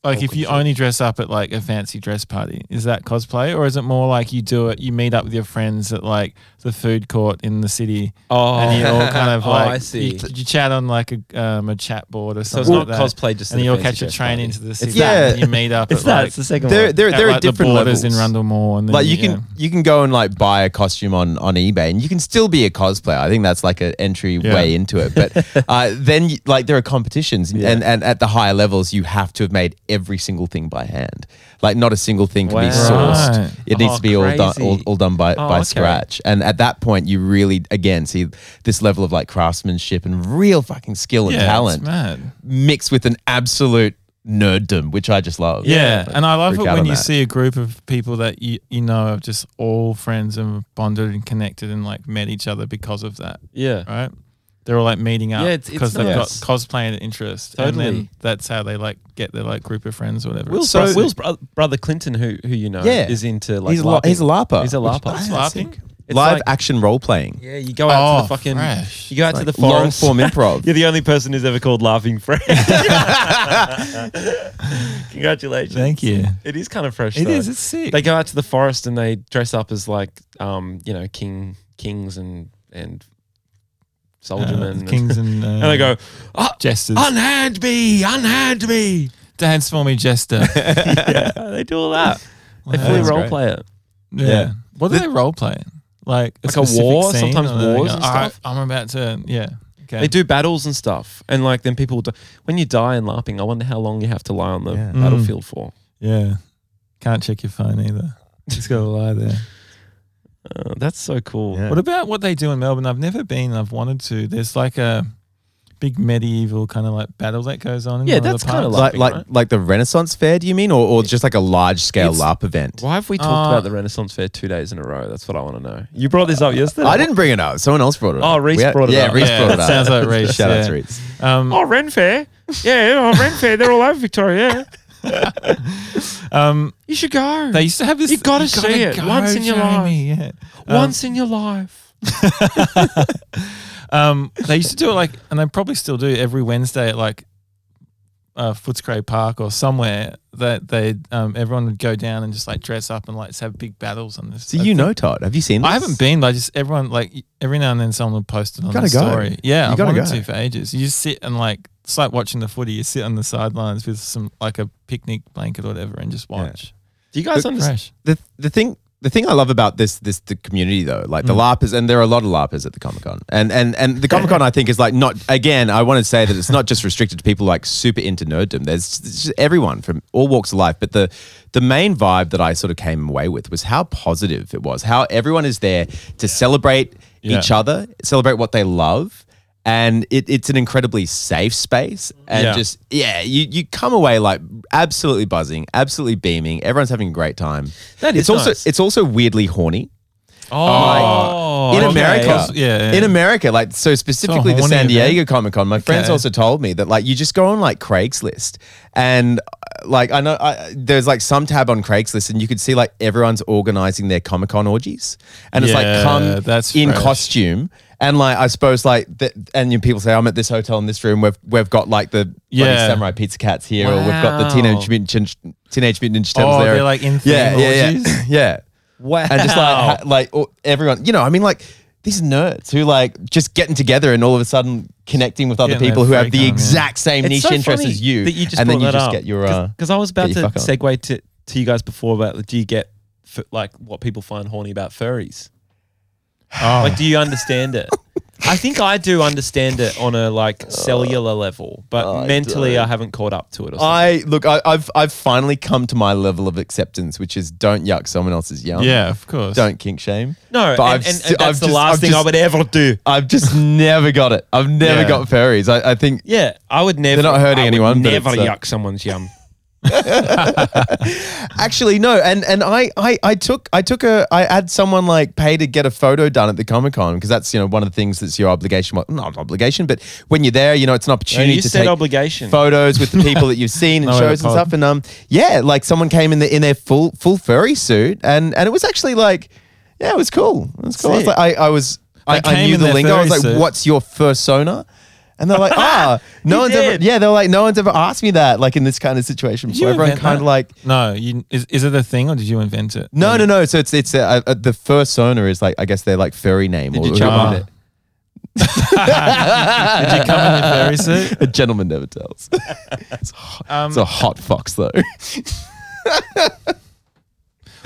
[SPEAKER 3] like if you only dress up at like a fancy dress party, is that cosplay, or is it more like you do it? You meet up with your friends at like the food court in the city,
[SPEAKER 1] Oh,
[SPEAKER 3] and you all kind of
[SPEAKER 1] Oh,
[SPEAKER 3] like
[SPEAKER 1] I see.
[SPEAKER 3] You, you chat on like a um, a chat board or
[SPEAKER 1] So
[SPEAKER 3] something.
[SPEAKER 1] it's not
[SPEAKER 3] like that.
[SPEAKER 1] cosplay, just
[SPEAKER 3] and
[SPEAKER 1] in
[SPEAKER 3] you all
[SPEAKER 1] fancy
[SPEAKER 3] catch a
[SPEAKER 1] dress
[SPEAKER 3] train
[SPEAKER 1] party.
[SPEAKER 3] into the city.
[SPEAKER 4] that.
[SPEAKER 3] and you meet up.
[SPEAKER 1] It's
[SPEAKER 3] at,
[SPEAKER 1] that.
[SPEAKER 3] like,
[SPEAKER 1] It's the second
[SPEAKER 4] There,
[SPEAKER 1] one.
[SPEAKER 4] there,
[SPEAKER 3] at,
[SPEAKER 4] there are
[SPEAKER 3] like,
[SPEAKER 4] different
[SPEAKER 3] the
[SPEAKER 4] levels
[SPEAKER 3] borders in Rundle Mall, and then
[SPEAKER 4] Like you
[SPEAKER 3] yeah.
[SPEAKER 4] can you can go and like buy a costume on on eBay, and you can still be a cosplayer. I think that's like an entry
[SPEAKER 3] Yeah.
[SPEAKER 4] way into it. But uh, then you- like there are competitions, and, and and at the higher levels, you have to have made every single thing by hand. Like not a single thing can be
[SPEAKER 1] Wow.
[SPEAKER 4] sourced.
[SPEAKER 3] Right.
[SPEAKER 4] It needs
[SPEAKER 1] Oh,
[SPEAKER 4] to be all done
[SPEAKER 1] crazy.
[SPEAKER 4] all, all done by
[SPEAKER 1] Oh,
[SPEAKER 4] by
[SPEAKER 1] okay.
[SPEAKER 4] scratch. And at that point, you really again see this level of like craftsmanship and real fucking skill and
[SPEAKER 3] yeah, it's
[SPEAKER 4] talent
[SPEAKER 3] mad.
[SPEAKER 4] mixed with an absolute nerddom, which I just love.
[SPEAKER 3] Yeah, and I love it
[SPEAKER 4] freak out
[SPEAKER 3] when
[SPEAKER 4] on
[SPEAKER 3] you
[SPEAKER 4] that.
[SPEAKER 3] see a group of people that you you know are just all friends and bonded and connected and like met each other because of that,
[SPEAKER 1] yeah.
[SPEAKER 3] right? They're all like meeting up
[SPEAKER 1] Yeah, it's- it's
[SPEAKER 3] because they've
[SPEAKER 1] nice.
[SPEAKER 3] got cosplay and interest, and
[SPEAKER 1] Totally.
[SPEAKER 3] then that's how they like get their like group of friends or whatever.
[SPEAKER 1] Will's,
[SPEAKER 3] It's awesome.
[SPEAKER 1] Will's bro- brother Clinton, who who you know,
[SPEAKER 4] Yeah.
[SPEAKER 1] is into like
[SPEAKER 4] he's, a la-
[SPEAKER 1] LARPing.
[SPEAKER 4] he's a LARPer.
[SPEAKER 1] He's a
[SPEAKER 4] which-
[SPEAKER 1] LARPer.
[SPEAKER 4] Ah,
[SPEAKER 1] He's
[SPEAKER 4] that's
[SPEAKER 3] LARPing?
[SPEAKER 4] sick.
[SPEAKER 1] It's
[SPEAKER 4] Live
[SPEAKER 1] like-
[SPEAKER 4] action role playing.
[SPEAKER 1] Yeah, you go out to
[SPEAKER 3] Oh,
[SPEAKER 1] the fucking.
[SPEAKER 3] fresh.
[SPEAKER 1] You go out to
[SPEAKER 4] Like
[SPEAKER 1] the forest.
[SPEAKER 4] Long form improv.
[SPEAKER 1] You're the only person who's ever called Laughing Fred. Congratulations.
[SPEAKER 3] Thank you.
[SPEAKER 1] It is kind of fresh.
[SPEAKER 3] It
[SPEAKER 1] though.
[SPEAKER 3] is. It's sick.
[SPEAKER 1] They go out to the forest and they dress up as like, um, you know, king kings and and soldiermen.
[SPEAKER 3] Uh, kings and uh,
[SPEAKER 1] and they go, "Ah,
[SPEAKER 3] jesters.
[SPEAKER 1] unhand me, unhand me.
[SPEAKER 3] Dance for me, jester. yeah.
[SPEAKER 1] yeah, they do all that. They
[SPEAKER 3] Wow.
[SPEAKER 1] fully
[SPEAKER 3] That's
[SPEAKER 1] role
[SPEAKER 4] great.
[SPEAKER 1] play it.
[SPEAKER 4] Yeah.
[SPEAKER 3] What do they role play? Like
[SPEAKER 1] Like a
[SPEAKER 3] specific
[SPEAKER 1] war,
[SPEAKER 3] scene,
[SPEAKER 1] sometimes
[SPEAKER 3] or they
[SPEAKER 1] wars
[SPEAKER 3] go,
[SPEAKER 1] and
[SPEAKER 3] "All right,
[SPEAKER 1] stuff."
[SPEAKER 3] I'm about to. Yeah. Okay.
[SPEAKER 1] They do battles and stuff, and like then
[SPEAKER 3] Mm.
[SPEAKER 1] people do, when you die in LARPing, I wonder how long you have to lie on the
[SPEAKER 4] Yeah.
[SPEAKER 1] battlefield for.
[SPEAKER 3] Yeah. Can't check your phone either. Just got to lie there.
[SPEAKER 1] Oh, that's so cool.
[SPEAKER 4] Yeah.
[SPEAKER 3] What about what they do in Melbourne? I've never been. I've wanted to. There's like a big medieval kind of like battle that goes on. In
[SPEAKER 1] Yeah,
[SPEAKER 3] one of the
[SPEAKER 1] that's kinda
[SPEAKER 3] parks.
[SPEAKER 1] like-
[SPEAKER 4] Like like like the Renaissance Fair, do you mean, or, or just like a large scale
[SPEAKER 1] It's-
[SPEAKER 4] LARP event?
[SPEAKER 1] Why have we talked
[SPEAKER 3] Uh,
[SPEAKER 1] about the Renaissance Fair two days in a row? That's what I want to know. You brought this up yesterday.
[SPEAKER 4] I didn't bring it up. Someone else brought it up.
[SPEAKER 1] Oh, Reece
[SPEAKER 4] We had-
[SPEAKER 1] brought it
[SPEAKER 4] yeah,
[SPEAKER 1] up.
[SPEAKER 4] Reece
[SPEAKER 3] Yeah,
[SPEAKER 4] brought it
[SPEAKER 3] that
[SPEAKER 4] up.
[SPEAKER 3] sounds like Reece,
[SPEAKER 4] Shout out
[SPEAKER 3] yeah.
[SPEAKER 4] to Reece.
[SPEAKER 3] Um,
[SPEAKER 1] Oh, Ren Fair. Yeah, oh, Ren Fair. They're all over Victoria.
[SPEAKER 3] um,
[SPEAKER 1] You should go.
[SPEAKER 3] they used to have this.
[SPEAKER 1] You gotta
[SPEAKER 3] gotta
[SPEAKER 1] see it
[SPEAKER 3] go,
[SPEAKER 1] once in your
[SPEAKER 3] Jamie, Yeah. Um,
[SPEAKER 1] Once in your life.
[SPEAKER 3] Um, they used to do it like, and they probably still do every Wednesday at like uh, Footscray Park or somewhere that they um, everyone would go down and just like dress up and like just have big battles on this.
[SPEAKER 4] So
[SPEAKER 3] I
[SPEAKER 4] you
[SPEAKER 3] think-
[SPEAKER 4] know Todd. Have you seen this?
[SPEAKER 3] I haven't been, but I just everyone like every now and then someone would post it on
[SPEAKER 4] Gotta
[SPEAKER 3] the
[SPEAKER 4] go.
[SPEAKER 3] story. Yeah,
[SPEAKER 4] You
[SPEAKER 3] I've
[SPEAKER 4] gotta
[SPEAKER 3] wanted
[SPEAKER 4] go.
[SPEAKER 3] to for ages. You just sit and like it's like watching the footy. You sit on the sidelines with some like a picnic blanket or whatever and just watch.
[SPEAKER 1] Do you guys understand?
[SPEAKER 3] Fresh.
[SPEAKER 4] the the thing the thing I love about this this the community though, like the LARPers, and there are a lot of LARPers at the Comic Con, and and and the Comic Con I think is like not again. I want to say that it's not just restricted to people like super into nerddom. There's it's just everyone from all walks of life, but the the main vibe that I sort of came away with was how positive it was. How everyone is there to celebrate
[SPEAKER 3] Yeah.
[SPEAKER 4] each other, celebrate what they love. And it, it's an incredibly safe space, and
[SPEAKER 3] Yeah.
[SPEAKER 4] just yeah, you, you come away like absolutely buzzing, absolutely beaming. Everyone's having a great time
[SPEAKER 1] That is
[SPEAKER 4] it's also
[SPEAKER 1] nice.
[SPEAKER 4] it's also weirdly horny.
[SPEAKER 3] Oh,
[SPEAKER 4] in
[SPEAKER 3] okay.
[SPEAKER 4] America,
[SPEAKER 3] Cos- yeah, yeah.
[SPEAKER 4] in America, like so specifically the
[SPEAKER 3] horny
[SPEAKER 4] San
[SPEAKER 3] event.
[SPEAKER 4] Diego Comic Con. My friends
[SPEAKER 3] Okay.
[SPEAKER 4] also told me that like you just go on like Craigslist, and uh, like I know I, there's like some tab on Craigslist, and you could see like everyone's organizing their Comic Con orgies, and it's
[SPEAKER 3] Yeah,
[SPEAKER 4] like come
[SPEAKER 3] that's
[SPEAKER 4] in
[SPEAKER 3] fresh.
[SPEAKER 4] costume. And like I suppose like th- and you, people say I'm at this hotel in this room we've we've got like the bloody
[SPEAKER 3] Yeah.
[SPEAKER 4] samurai pizza cats here or we've got the
[SPEAKER 1] Wow.
[SPEAKER 4] teenage mutant Ninja- teenage mutant ninja turtles
[SPEAKER 3] Oh,
[SPEAKER 4] there
[SPEAKER 3] they're, like, in
[SPEAKER 4] yeah
[SPEAKER 3] theme
[SPEAKER 4] yeah yeah
[SPEAKER 3] orgies?
[SPEAKER 4] yeah
[SPEAKER 1] Wow.
[SPEAKER 4] and just like ha- like all- everyone, you know, I mean, like these nerds who like just getting together and all of a sudden connecting with other
[SPEAKER 3] Getting their
[SPEAKER 4] people who have
[SPEAKER 3] freak
[SPEAKER 4] the
[SPEAKER 3] on, yeah.
[SPEAKER 4] exact same niche interest as you,
[SPEAKER 1] That you just
[SPEAKER 4] and then
[SPEAKER 1] brought
[SPEAKER 4] you
[SPEAKER 1] that
[SPEAKER 4] just
[SPEAKER 1] up.
[SPEAKER 4] get your uh,
[SPEAKER 1] because I was about
[SPEAKER 4] get
[SPEAKER 1] to
[SPEAKER 4] your fuck on.
[SPEAKER 1] segue to to you guys before about like, do you get f- like what people find horny about furries?
[SPEAKER 3] Oh.
[SPEAKER 1] Like, do you understand it? I think I do understand it on a like cellular level, but mentally I haven't caught up to it. Or something.
[SPEAKER 4] I look, I, I've I've finally come to my level of acceptance, which is don't yuck someone else's yum.
[SPEAKER 3] yeah, of course.
[SPEAKER 4] don't kink shame.
[SPEAKER 1] no, and,
[SPEAKER 4] but
[SPEAKER 1] and, and
[SPEAKER 4] sti-
[SPEAKER 1] that's the
[SPEAKER 4] just-
[SPEAKER 1] last
[SPEAKER 4] I've
[SPEAKER 1] thing I
[SPEAKER 4] just-
[SPEAKER 1] would ever do.
[SPEAKER 4] I've just never got it. I've never
[SPEAKER 3] Yeah.
[SPEAKER 4] got furries. I, I think
[SPEAKER 1] Yeah, I would never.
[SPEAKER 4] not hurting
[SPEAKER 1] I would
[SPEAKER 4] anyone, but
[SPEAKER 1] Never
[SPEAKER 4] it's, uh,
[SPEAKER 1] yuck someone's yum.
[SPEAKER 4] Actually, no, and and I, I I took I took a I had someone like pay to get a photo done at the Comic Con because that's you know one of the things that's your obligation. Well, not obligation, but when you're there, you know it's an opportunity
[SPEAKER 1] you
[SPEAKER 4] to
[SPEAKER 1] said
[SPEAKER 4] take
[SPEAKER 1] obligation.
[SPEAKER 4] photos with the people that you've seen and
[SPEAKER 3] No,
[SPEAKER 4] shows and
[SPEAKER 3] pardon.
[SPEAKER 4] stuff. And um, yeah, like someone came in the in their full full furry suit, and and it was actually like, yeah, it was cool. It was cool. I was,
[SPEAKER 1] Sick.
[SPEAKER 4] like, I, I was I,
[SPEAKER 3] They
[SPEAKER 4] I
[SPEAKER 3] came
[SPEAKER 4] knew
[SPEAKER 3] in
[SPEAKER 4] the
[SPEAKER 3] their
[SPEAKER 4] lingo. I was
[SPEAKER 3] furry
[SPEAKER 4] like,
[SPEAKER 3] suit.
[SPEAKER 4] what's your fursona? And they're like, ah, no
[SPEAKER 1] You
[SPEAKER 4] one's
[SPEAKER 1] did.
[SPEAKER 4] ever, yeah, they're like, no one's ever asked me that, like in this kind of situation.
[SPEAKER 3] Did
[SPEAKER 4] So
[SPEAKER 3] you
[SPEAKER 4] everyone
[SPEAKER 3] invent that?
[SPEAKER 4] kind of like,
[SPEAKER 3] No, you, is, is it a thing or did you invent it?
[SPEAKER 4] no, no, no. So it's it's uh, uh, the first owner is like I guess they're like furry name
[SPEAKER 1] Did
[SPEAKER 4] or
[SPEAKER 1] you jump
[SPEAKER 3] on
[SPEAKER 4] it?
[SPEAKER 3] it? Did you come in your fairy suit?
[SPEAKER 4] A gentleman never tells.
[SPEAKER 3] Um,
[SPEAKER 4] it's a hot fox though.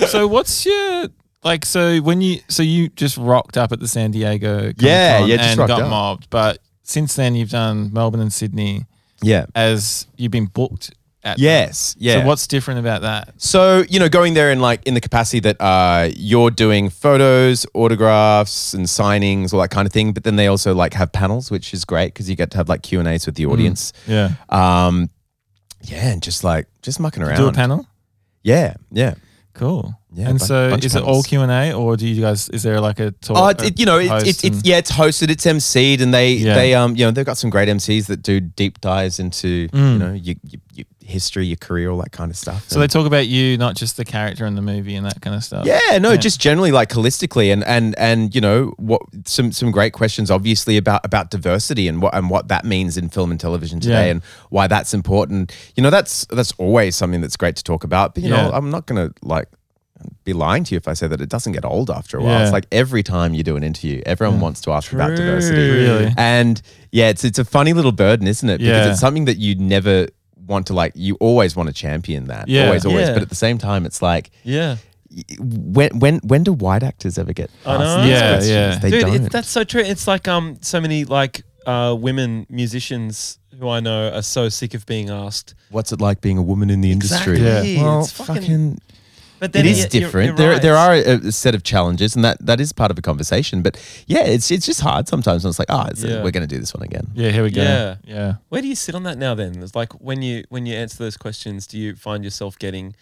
[SPEAKER 3] so what's your like so when you so you just rocked up at the San Diego Comic
[SPEAKER 4] Yeah,
[SPEAKER 3] Con
[SPEAKER 4] yeah, just
[SPEAKER 3] and
[SPEAKER 4] rocked
[SPEAKER 3] got
[SPEAKER 4] up.
[SPEAKER 3] mobbed but since then you've done Melbourne and Sydney
[SPEAKER 4] yeah.
[SPEAKER 3] as you've been booked at them.
[SPEAKER 4] Yes. Yeah.
[SPEAKER 3] Uh, so what's different about that
[SPEAKER 4] So you know, going there in like in the capacity that uh, you're doing photos, autographs, and signings, all that kind of thing. But then they also like have panels, which is great because you get to have like Q and A's with
[SPEAKER 3] Mm.
[SPEAKER 4] the audience.
[SPEAKER 3] yeah
[SPEAKER 4] Um, yeah, and just like just mucking around.
[SPEAKER 3] do a panel
[SPEAKER 4] Yeah, yeah.
[SPEAKER 3] cool
[SPEAKER 4] Yeah,
[SPEAKER 3] and
[SPEAKER 4] bunch-
[SPEAKER 3] so
[SPEAKER 4] bunch
[SPEAKER 3] is
[SPEAKER 4] of
[SPEAKER 3] it all
[SPEAKER 4] panels.
[SPEAKER 3] Q and A or do you guys is there like a talk
[SPEAKER 4] Oh, it's, it, you know,
[SPEAKER 3] a
[SPEAKER 4] it's it's,
[SPEAKER 3] host
[SPEAKER 4] it's
[SPEAKER 3] and-
[SPEAKER 4] yeah, it's hosted, it's emceed, and they
[SPEAKER 3] Yeah.
[SPEAKER 4] they um you know they've got some great MCs that do deep dives into you know your, your, your history, your career, all that kind of stuff.
[SPEAKER 3] Mm. so they talk about you not just the character in the movie and that kind of stuff
[SPEAKER 4] Yeah, no, just generally like holistically and and and you know what some some great questions obviously about about diversity and what and what that means in film and television today
[SPEAKER 3] Yeah.
[SPEAKER 4] and why that's important. You know, that's that's always something that's great to talk about. But you know,
[SPEAKER 3] Yeah.
[SPEAKER 4] I'm not gonna like be lying to you if I say that it doesn't get old after a while.
[SPEAKER 3] Yeah.
[SPEAKER 4] It's like every time you do an interview, everyone wants to ask about diversity.
[SPEAKER 3] Really?
[SPEAKER 4] And yeah, it's it's a funny little burden, isn't it? Because
[SPEAKER 3] Yeah.
[SPEAKER 4] it's something that you never want to like you always want to champion that.
[SPEAKER 3] Yeah.
[SPEAKER 4] Always, always.
[SPEAKER 1] Yeah.
[SPEAKER 4] But at the same time it's like
[SPEAKER 1] yeah.
[SPEAKER 4] when when when do white actors ever get
[SPEAKER 1] I
[SPEAKER 4] asked
[SPEAKER 1] know.
[SPEAKER 4] these
[SPEAKER 3] Yeah,
[SPEAKER 4] questions?
[SPEAKER 3] yeah.
[SPEAKER 4] They
[SPEAKER 1] Dude,
[SPEAKER 4] don't.
[SPEAKER 1] It's, that's so true. It's like um, so many like uh, women musicians who I know are so sick of being asked.
[SPEAKER 4] What's it like being a woman in the industry?
[SPEAKER 1] Exactly.
[SPEAKER 3] Yeah.
[SPEAKER 4] Well,
[SPEAKER 1] It's fucking-
[SPEAKER 4] fucking
[SPEAKER 7] But
[SPEAKER 4] it
[SPEAKER 7] then
[SPEAKER 4] is
[SPEAKER 7] you- you're-
[SPEAKER 4] different.
[SPEAKER 7] you're
[SPEAKER 4] there,
[SPEAKER 7] right.
[SPEAKER 4] there are a, a set of challenges, and that, that is part of a conversation. But yeah, it's it's just hard sometimes. And it's like, oh, it's
[SPEAKER 1] Yeah.
[SPEAKER 4] we're going to do this one again.
[SPEAKER 3] Yeah, here we go.
[SPEAKER 1] Yeah.
[SPEAKER 3] yeah.
[SPEAKER 1] Where do you sit on that now? Then it's like when you when you answer those questions, do you find yourself getting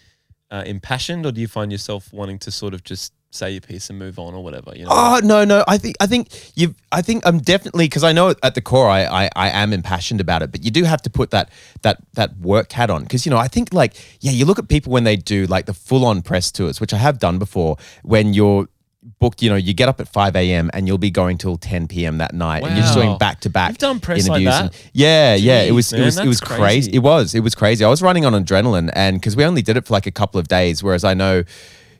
[SPEAKER 1] uh, impassioned, or do you find yourself wanting to sort of just say your piece and move on, or whatever? You know,
[SPEAKER 4] Oh no, no. I think I think you. I think I'm definitely because I know at the core I, I I am impassioned about it, but you do have to put that that that work hat on because you know I think like yeah, you look at people when they do like the full on press tours, which I have done before. When you're booked, you know, you get up at five a.m. and you'll be going till ten p.m. that night, and you're just
[SPEAKER 1] Wow.
[SPEAKER 4] doing back to back.
[SPEAKER 1] You've done press like that?
[SPEAKER 4] yeah, yeah. It
[SPEAKER 1] Jeez,
[SPEAKER 4] was
[SPEAKER 1] man,
[SPEAKER 4] it was it
[SPEAKER 1] that's
[SPEAKER 4] was
[SPEAKER 1] crazy.
[SPEAKER 4] crazy. It it was. It was crazy. I was running on adrenaline, and because we only did it for like a couple of days, whereas I know,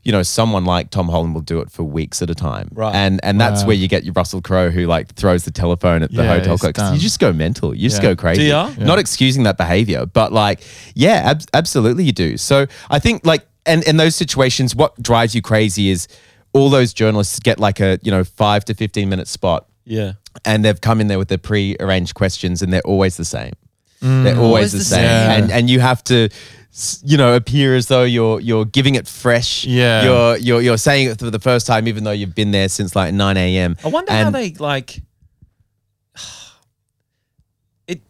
[SPEAKER 4] you know, someone like Tom Holland will do it for weeks at a time.
[SPEAKER 1] Right.
[SPEAKER 4] And and that's where you get your Russell Crowe who like throws the telephone at the
[SPEAKER 3] Yeah,
[SPEAKER 4] hotel
[SPEAKER 3] he's
[SPEAKER 4] clerk. 'cause
[SPEAKER 3] done.
[SPEAKER 4] You just go mental. You just
[SPEAKER 3] Yeah.
[SPEAKER 4] go crazy.
[SPEAKER 1] Do ya?
[SPEAKER 4] Not excusing that behavior, but like, yeah, ab- absolutely, you do. So I think like, and in those situations, what drives you crazy is all those journalists get like a you know five to fifteen minute spot.
[SPEAKER 1] yeah.
[SPEAKER 4] And they've come in there with their pre-arranged questions, and they're always the same.
[SPEAKER 1] Mm.
[SPEAKER 4] They're
[SPEAKER 7] Always
[SPEAKER 4] always, the,
[SPEAKER 7] the
[SPEAKER 4] same,
[SPEAKER 7] same.
[SPEAKER 4] and and you have to, s- you know, appear as though you're you're giving it fresh.
[SPEAKER 3] Yeah.
[SPEAKER 4] you're you're you're saying it for the first time, even though you've been there since like nine a.m.
[SPEAKER 1] I wonder how
[SPEAKER 4] And-
[SPEAKER 1] they like. It,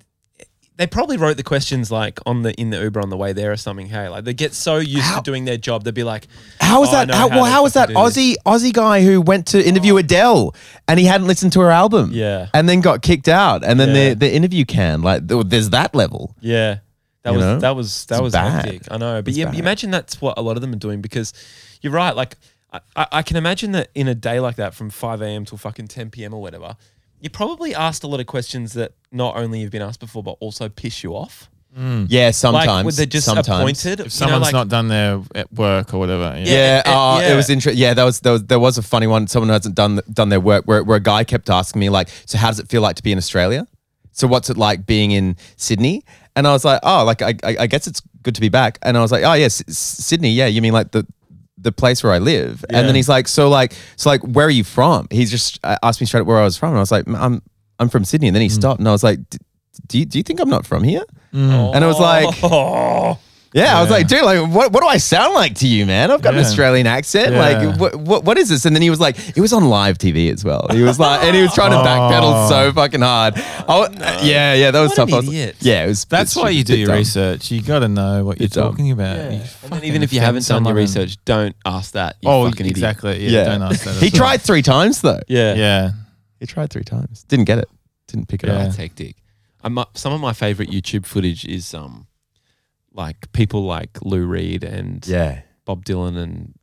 [SPEAKER 1] they probably wrote the questions like on the in the Uber on the way there or something. Hey, like they get so used
[SPEAKER 4] How-
[SPEAKER 1] to doing their job, they'd be like,
[SPEAKER 4] How was
[SPEAKER 1] "Oh, I
[SPEAKER 4] that?
[SPEAKER 1] know
[SPEAKER 4] How, well,
[SPEAKER 1] they
[SPEAKER 4] how was that
[SPEAKER 1] fucking do this." Oh.
[SPEAKER 4] Aussie Aussie guy who went to interview Adele and he hadn't listened to her album?
[SPEAKER 1] Yeah.
[SPEAKER 4] and then got kicked out, and then
[SPEAKER 1] Yeah.
[SPEAKER 4] the the interview can like th- there's that level.
[SPEAKER 1] Yeah. That
[SPEAKER 4] You
[SPEAKER 1] was
[SPEAKER 4] know?
[SPEAKER 1] that was that
[SPEAKER 4] It's
[SPEAKER 1] was
[SPEAKER 4] bad.
[SPEAKER 1] hectic. I know, but
[SPEAKER 4] It's
[SPEAKER 1] you,
[SPEAKER 4] bad.
[SPEAKER 1] you imagine that's what a lot of them are doing because you're right. Like I, I I can imagine that in a day like that, from five a.m. till fucking ten p.m. or whatever, you probably asked a lot of questions that not only you've been asked before, but also piss you off.
[SPEAKER 4] Yeah, sometimes.
[SPEAKER 1] Hmm. like were they just
[SPEAKER 4] sometimes.
[SPEAKER 1] appointed?
[SPEAKER 3] If someone's
[SPEAKER 1] like,
[SPEAKER 3] not done their at work or whatever, yeah.
[SPEAKER 4] Yeah,
[SPEAKER 1] Yeah,
[SPEAKER 4] oh,
[SPEAKER 1] yeah.
[SPEAKER 4] it was interesting. Yeah, that was, there was there was a funny one. Someone who hasn't done done their work, where, where a guy kept asking me like, "So how does it feel like to be in Australia? So what's it like being in Sydney?" And I was like, "Oh, like I, I, I guess it's good to be back." And I was like, "Oh yes, Sydney. Yeah, you mean like the." The place where I live, and then he's like, so like, so like, where are you from? He just uh, asked me straight up where I was from, and I was like, I'm I'm from Sydney, and then he stopped, and I was like, "D- do you, do you think I'm not from here? And it was like, yeah, I was like, dude, like, what, what do I sound like to you, man? I've got an
[SPEAKER 3] Yeah.
[SPEAKER 4] Australian accent.
[SPEAKER 3] Yeah.
[SPEAKER 4] Like, what, what, what is this? And then he was like, it was on live TV as well. He was like, and he was trying to
[SPEAKER 3] Oh.
[SPEAKER 4] backpedal so fucking hard. Oh, yeah, yeah, that was
[SPEAKER 1] What
[SPEAKER 4] tough.
[SPEAKER 1] an
[SPEAKER 4] I was-
[SPEAKER 1] idiot.
[SPEAKER 4] Yeah, it was.
[SPEAKER 3] That's
[SPEAKER 4] it's
[SPEAKER 3] why you do
[SPEAKER 4] bit
[SPEAKER 3] your
[SPEAKER 4] dumb.
[SPEAKER 3] research. You got to know what you're
[SPEAKER 4] Bit dumb.
[SPEAKER 3] talking about. You
[SPEAKER 1] and then
[SPEAKER 3] fucking
[SPEAKER 1] even if you
[SPEAKER 3] offend
[SPEAKER 1] haven't done your
[SPEAKER 3] someone.
[SPEAKER 1] research, don't ask that. You
[SPEAKER 3] oh,
[SPEAKER 1] fucking idiot.
[SPEAKER 3] exactly. Yeah,
[SPEAKER 4] Yeah,
[SPEAKER 3] don't ask that.
[SPEAKER 4] he
[SPEAKER 3] as well.
[SPEAKER 4] tried three times though.
[SPEAKER 1] Yeah,
[SPEAKER 3] Yeah,
[SPEAKER 4] He tried three times. Didn't get it. Didn't pick it
[SPEAKER 3] Yeah.
[SPEAKER 4] up.
[SPEAKER 1] That's hectic. I'm, uh, some of my favorite YouTube footage is um, like people like Lou Reed and
[SPEAKER 4] Yeah.
[SPEAKER 1] Bob Dylan and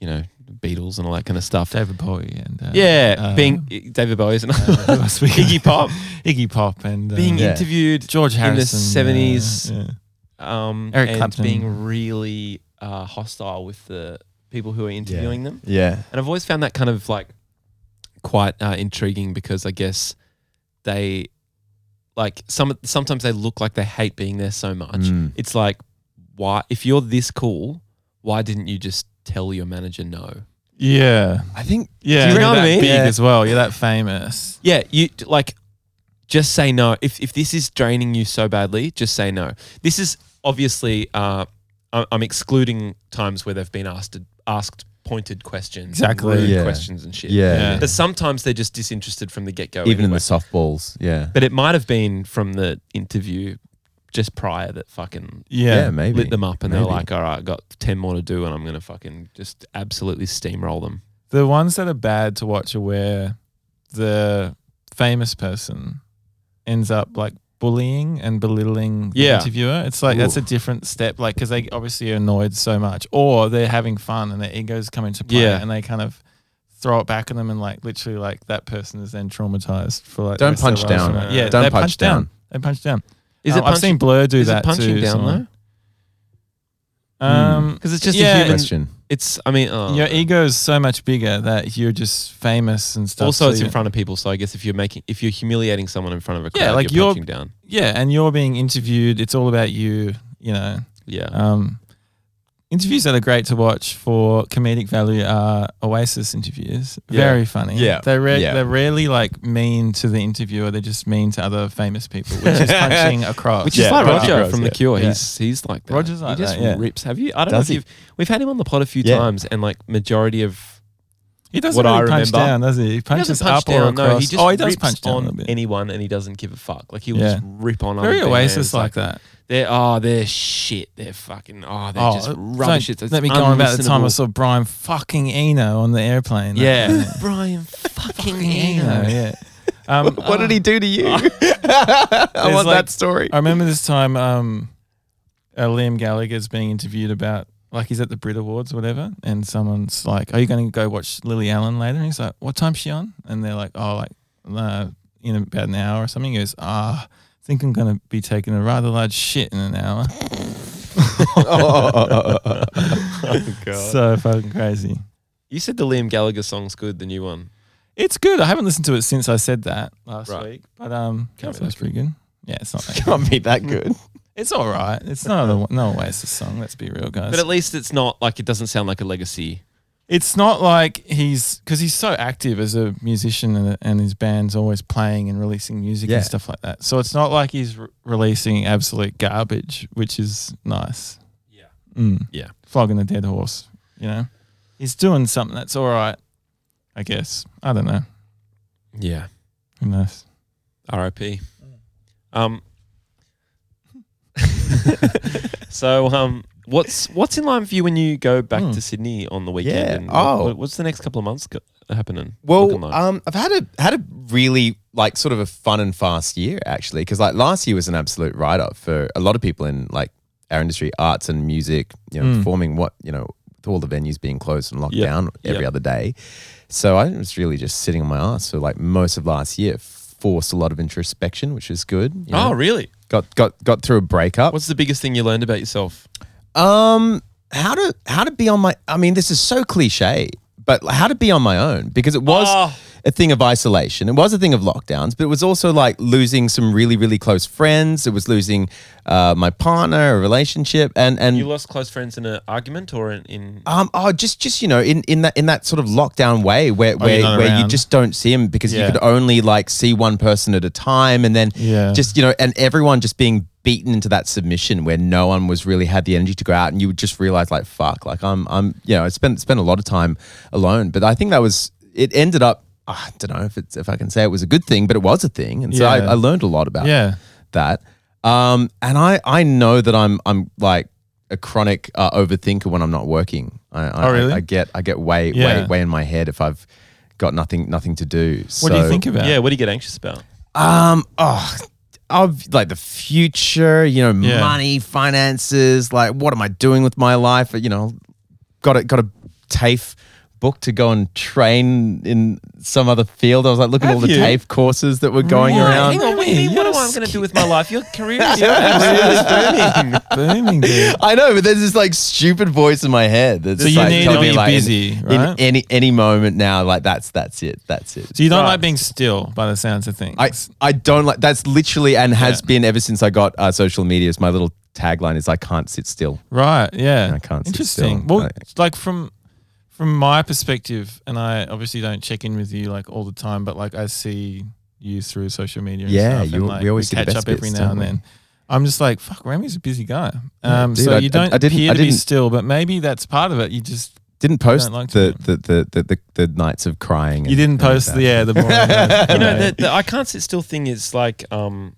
[SPEAKER 1] you know Beatles and all that kind of stuff.
[SPEAKER 3] David Bowie and uh,
[SPEAKER 1] yeah,
[SPEAKER 3] um,
[SPEAKER 1] being David Bowie and
[SPEAKER 3] last week.
[SPEAKER 1] Iggy Pop
[SPEAKER 3] Iggy Pop and uh,
[SPEAKER 1] being
[SPEAKER 4] Yeah.
[SPEAKER 1] interviewed,
[SPEAKER 3] George
[SPEAKER 1] in the
[SPEAKER 3] Harrison
[SPEAKER 1] 70s.
[SPEAKER 3] yeah, yeah.
[SPEAKER 1] um,
[SPEAKER 3] Eric
[SPEAKER 1] and
[SPEAKER 3] Clapton.
[SPEAKER 1] being really uh, hostile with the people who are interviewing them.
[SPEAKER 4] Yeah.
[SPEAKER 1] And I've always found that kind of like quite uh, intriguing because I guess they like some sometimes they look like they hate being there so much.
[SPEAKER 4] Mm.
[SPEAKER 1] It's like why if you're this cool, why didn't you just tell your manager no?
[SPEAKER 3] Yeah,
[SPEAKER 4] I think.
[SPEAKER 3] yeah.
[SPEAKER 1] you
[SPEAKER 3] and
[SPEAKER 1] know what I
[SPEAKER 3] that
[SPEAKER 1] mean?
[SPEAKER 3] Big
[SPEAKER 1] Yeah.
[SPEAKER 3] as well. You're that famous.
[SPEAKER 1] Yeah, you like just say no. If if this is draining you so badly, just say no. This is obviously uh, I- I'm excluding times where they've been asked asked pointed questions,
[SPEAKER 3] Exactly.
[SPEAKER 1] rude
[SPEAKER 4] Yeah.
[SPEAKER 1] questions and shit.
[SPEAKER 4] Yeah.
[SPEAKER 3] Yeah.
[SPEAKER 1] But sometimes they're just disinterested from the get go.
[SPEAKER 4] Even in the
[SPEAKER 1] anyway.
[SPEAKER 4] softballs. Yeah.
[SPEAKER 1] But it might have been from the interview just prior that fucking
[SPEAKER 4] Yeah,
[SPEAKER 3] Yeah,
[SPEAKER 4] maybe.
[SPEAKER 1] lit them up and they're
[SPEAKER 4] Maybe.
[SPEAKER 1] like, all right, I've got 10 more to do and I'm going to fucking just absolutely steamroll them.
[SPEAKER 3] the ones that are bad to watch are where the famous person ends up like bullying and belittling the
[SPEAKER 1] Yeah.
[SPEAKER 3] interviewer. It's like that's a different step, like because they obviously are annoyed so much, or they're having fun and their egos come into play,
[SPEAKER 1] Yeah.
[SPEAKER 3] and they kind of throw it back at them, and like literally, like that person is then traumatized for like. the
[SPEAKER 4] Don't
[SPEAKER 3] rest of their
[SPEAKER 4] punch
[SPEAKER 3] lives
[SPEAKER 4] down.
[SPEAKER 3] from it. Yeah,
[SPEAKER 4] Don't
[SPEAKER 3] they
[SPEAKER 4] punch down.
[SPEAKER 3] They punch down.
[SPEAKER 1] Is
[SPEAKER 3] Um,
[SPEAKER 1] it punching,
[SPEAKER 3] I've seen Blur do
[SPEAKER 1] is
[SPEAKER 3] that
[SPEAKER 1] it punching
[SPEAKER 3] to
[SPEAKER 1] down
[SPEAKER 3] someone.
[SPEAKER 4] though?
[SPEAKER 3] Um,
[SPEAKER 1] Because it's just
[SPEAKER 3] Yeah.
[SPEAKER 1] a human.
[SPEAKER 4] Question.
[SPEAKER 1] It's, I mean, uh,
[SPEAKER 3] your ego is so much bigger that you're just famous and stuff.
[SPEAKER 1] also
[SPEAKER 3] so
[SPEAKER 1] it's in
[SPEAKER 3] you-
[SPEAKER 1] front of people. So I guess if you're making, if you're humiliating someone in front of a crowd,
[SPEAKER 3] Yeah, like
[SPEAKER 1] you're,
[SPEAKER 3] you're-
[SPEAKER 1] punching down.
[SPEAKER 3] Uh, Yeah, and you're being interviewed. It's all about you. You know.
[SPEAKER 1] Yeah.
[SPEAKER 3] Um, Interviews that are great to watch for comedic value are Oasis interviews. Very funny.
[SPEAKER 4] Yeah.
[SPEAKER 3] They're, rare
[SPEAKER 4] Yeah.
[SPEAKER 3] they're rarely like mean to the interviewer. They're just mean to other famous people, which is punching across.
[SPEAKER 1] Which
[SPEAKER 4] Yeah,
[SPEAKER 1] is like
[SPEAKER 4] Roger
[SPEAKER 1] Roger
[SPEAKER 4] Gross,
[SPEAKER 1] from
[SPEAKER 4] yeah.
[SPEAKER 1] The Cure.
[SPEAKER 3] Yeah.
[SPEAKER 1] He's he's like that.
[SPEAKER 3] Roger's like
[SPEAKER 1] he just
[SPEAKER 3] that, yeah.
[SPEAKER 1] rips. Have you? I don't know
[SPEAKER 4] Does
[SPEAKER 1] if
[SPEAKER 4] he?
[SPEAKER 1] you've. We've had him on the pod a few
[SPEAKER 4] Yeah.
[SPEAKER 1] times, and like majority of
[SPEAKER 3] He doesn't
[SPEAKER 1] what I
[SPEAKER 3] really punch
[SPEAKER 1] remember-
[SPEAKER 3] down, does he? He
[SPEAKER 1] he
[SPEAKER 3] punches
[SPEAKER 1] doesn't punch
[SPEAKER 3] up or
[SPEAKER 1] down.
[SPEAKER 3] across.
[SPEAKER 1] No, he just
[SPEAKER 3] oh, he does
[SPEAKER 1] rips
[SPEAKER 3] punch down a
[SPEAKER 1] on
[SPEAKER 3] bit.
[SPEAKER 1] anyone, and he doesn't give a fuck. Like he'll
[SPEAKER 3] Yeah.
[SPEAKER 1] just rip on.
[SPEAKER 3] Very
[SPEAKER 1] other
[SPEAKER 3] Oasis
[SPEAKER 1] bands,
[SPEAKER 3] like, that.
[SPEAKER 1] They're oh, they're shit. They're fucking oh, they're
[SPEAKER 3] Oh,
[SPEAKER 1] just
[SPEAKER 3] don't
[SPEAKER 1] rubbish. It's, it's
[SPEAKER 3] let me go on about the time I
[SPEAKER 1] unlistenable.
[SPEAKER 3] saw Brian fucking Eno on the airplane. That-
[SPEAKER 1] Yeah, Brian fucking
[SPEAKER 3] Eno,
[SPEAKER 1] Eno.
[SPEAKER 3] yeah. Um,
[SPEAKER 4] What did he do to you? I
[SPEAKER 3] There's
[SPEAKER 4] want
[SPEAKER 3] like-
[SPEAKER 4] that story.
[SPEAKER 3] I remember this time um, uh, Liam Gallagher's being interviewed about, like, he's at the Brit Awards or whatever, and someone's like, Are you going to go watch Lily Allen later? And he's like, What time's she on? And they're like, Oh, like, uh, in about an hour or something. He goes, Ah, I think I'm going to be taking a rather large shit in an hour.
[SPEAKER 4] Oh,
[SPEAKER 3] so fucking crazy.
[SPEAKER 1] You said the Liam Gallagher song's good, the new one.
[SPEAKER 3] It's good. I haven't listened to it since I said that last
[SPEAKER 1] Right.
[SPEAKER 3] week, but um,
[SPEAKER 1] Can't
[SPEAKER 3] that
[SPEAKER 1] be
[SPEAKER 3] was
[SPEAKER 1] that
[SPEAKER 3] pretty good. Yeah, it's not. That good.
[SPEAKER 4] Can't be that good.
[SPEAKER 3] It's all right. It's not a, no Oasis song. Let's be real, guys.
[SPEAKER 1] But at least it's not like it doesn't sound like a legacy.
[SPEAKER 3] It's not like he's because he's so active as a musician and, and his band's always playing and releasing music
[SPEAKER 4] Yeah.
[SPEAKER 3] and stuff like that. So it's not like he's re- releasing absolute garbage, which is nice. Yeah. Mm.
[SPEAKER 1] Yeah.
[SPEAKER 3] Flogging a dead horse, you know? He's doing something that's all right, I guess. I don't know.
[SPEAKER 1] Yeah.
[SPEAKER 3] Who knows?
[SPEAKER 1] R.I.P. Um. so, um, what's what's in line for you when you go back
[SPEAKER 3] Hmm.
[SPEAKER 1] to Sydney on the weekend?
[SPEAKER 4] Yeah.
[SPEAKER 1] And what-
[SPEAKER 4] Oh.
[SPEAKER 1] what- what's the next couple of months go- happening? looking
[SPEAKER 4] Well,
[SPEAKER 1] like?
[SPEAKER 4] um, I've had a had a really like sort of a fun and fast year actually, because like last year was an absolute write off for a lot of people in like our industry, arts and music, you know,
[SPEAKER 1] Hmm.
[SPEAKER 4] performing what you know, with all the venues being closed and locked
[SPEAKER 1] Yep.
[SPEAKER 4] down every
[SPEAKER 1] Yep.
[SPEAKER 4] other day. So I was really just sitting on my ass for like most of last year. Forced a lot of introspection, which is good. you know.
[SPEAKER 1] oh, really?
[SPEAKER 4] got got got through a breakup.
[SPEAKER 1] What's the biggest thing you learned about yourself?
[SPEAKER 4] Um, how to how to be on my? I mean, this is so cliche, but how to be on my own because it was
[SPEAKER 1] Ah.
[SPEAKER 4] a thing of isolation. It was a thing of lockdowns, but it was also like losing some really really close friends. It was losing uh, my partner, a relationship, and and
[SPEAKER 1] You lost close friends in an argument or in, in
[SPEAKER 4] um, oh, just just you know, in, in that in that sort of lockdown way, where where,
[SPEAKER 3] Oh, not
[SPEAKER 4] where you
[SPEAKER 3] around.
[SPEAKER 4] just don't see him because
[SPEAKER 3] Yeah.
[SPEAKER 4] you could only like see one person at a time, and then
[SPEAKER 3] Yeah.
[SPEAKER 4] just you know, and everyone just being beaten into that submission where no one was really had the energy to go out, and you would just realize like fuck, like I'm I'm you know, I spent spent a lot of time alone, but I think that was it ended up. I don't know if it's if I can say it was a good thing, but it was a thing, and so I,
[SPEAKER 3] Yeah.
[SPEAKER 4] I learned a lot about
[SPEAKER 3] Yeah.
[SPEAKER 4] that. Um, and I I know that I'm I'm like a chronic uh, overthinker when I'm not working. I, I,
[SPEAKER 3] Oh, really?
[SPEAKER 4] I, I get I get way way
[SPEAKER 3] Yeah.
[SPEAKER 4] way in my head if I've got nothing nothing to do.
[SPEAKER 3] What do you think about?
[SPEAKER 1] yeah. What do you get anxious about?
[SPEAKER 4] Um. Oh. Of like the future, you know,
[SPEAKER 3] Yeah.
[SPEAKER 4] money, finances, like what am I doing with my life? You know, got a got a TAFE book to go and train in some other field. I was like looking at all the
[SPEAKER 3] you?
[SPEAKER 4] TAFE courses that were going around.
[SPEAKER 1] Hang on, what do you
[SPEAKER 3] Really?
[SPEAKER 1] mean? What am
[SPEAKER 3] You're
[SPEAKER 1] I going to do with my life? Your career is
[SPEAKER 3] Booming. Booming, dude.
[SPEAKER 4] I know, but there's this like stupid voice in my head that's
[SPEAKER 3] So
[SPEAKER 4] just,
[SPEAKER 3] you
[SPEAKER 4] like,
[SPEAKER 3] need to
[SPEAKER 4] telling me
[SPEAKER 3] be
[SPEAKER 4] like in-
[SPEAKER 3] busy,
[SPEAKER 4] in,
[SPEAKER 3] right?
[SPEAKER 4] any any moment now. Like that's that's it, that's it.
[SPEAKER 3] So you don't
[SPEAKER 1] Right.
[SPEAKER 3] like being still by the sounds of things.
[SPEAKER 4] I I don't like that's literally and has been ever since I got uh, social media. Is my little tagline is I can't sit still.
[SPEAKER 3] Right. Yeah.
[SPEAKER 4] I can't sit
[SPEAKER 3] Interesting.
[SPEAKER 4] still.
[SPEAKER 3] Well,
[SPEAKER 4] I-
[SPEAKER 3] like from from my perspective, and I obviously don't check in with you like all the time, but like I see you through social media. And
[SPEAKER 4] Yeah,
[SPEAKER 3] stuff,
[SPEAKER 4] you-
[SPEAKER 3] and, like,
[SPEAKER 4] we always see the
[SPEAKER 3] catch
[SPEAKER 4] best
[SPEAKER 3] up every
[SPEAKER 4] bits,
[SPEAKER 3] now
[SPEAKER 4] don't
[SPEAKER 3] and
[SPEAKER 4] we?
[SPEAKER 3] then. I'm just like, fuck, Remy's a busy guy.
[SPEAKER 4] Yeah,
[SPEAKER 3] Um,
[SPEAKER 4] dude,
[SPEAKER 3] so
[SPEAKER 4] I-
[SPEAKER 3] you
[SPEAKER 4] I-
[SPEAKER 3] don't
[SPEAKER 4] I didn't-
[SPEAKER 3] appear
[SPEAKER 4] I
[SPEAKER 3] to be
[SPEAKER 4] didn't-
[SPEAKER 3] still, but maybe that's part of it. You just
[SPEAKER 4] Didn't post
[SPEAKER 3] Don't like
[SPEAKER 4] the,
[SPEAKER 3] to
[SPEAKER 4] the, the, the, the the nights of crying.
[SPEAKER 3] you didn't post the yeah the boring guys.
[SPEAKER 1] you know,
[SPEAKER 3] Right.
[SPEAKER 1] the, the I can't sit still thing is like, um,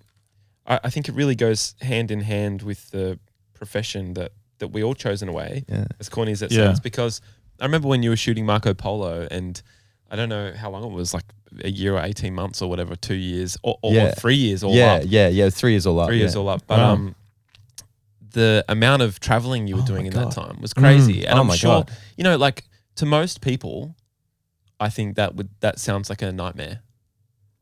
[SPEAKER 1] I, I think it really goes hand in hand with the profession that that we all chose in a way.
[SPEAKER 4] Yeah.
[SPEAKER 1] As corny as that
[SPEAKER 3] Yeah.
[SPEAKER 1] sounds, because I remember when you were shooting Marco Polo, and I don't know how long it was, like a year or eighteen months or whatever, two years or, or,
[SPEAKER 4] Yeah.
[SPEAKER 1] three years all
[SPEAKER 4] yeah
[SPEAKER 1] up,
[SPEAKER 4] yeah yeah three years all up
[SPEAKER 1] three years
[SPEAKER 4] yeah.
[SPEAKER 1] all up. But
[SPEAKER 3] Wow.
[SPEAKER 1] um, the amount of traveling you were
[SPEAKER 4] Oh
[SPEAKER 1] doing
[SPEAKER 4] my
[SPEAKER 1] in
[SPEAKER 4] God.
[SPEAKER 1] that time was crazy, and
[SPEAKER 4] Oh
[SPEAKER 1] I'm
[SPEAKER 4] my
[SPEAKER 1] sure
[SPEAKER 4] God.
[SPEAKER 1] you know, like to most people. I think that would that sounds like a nightmare.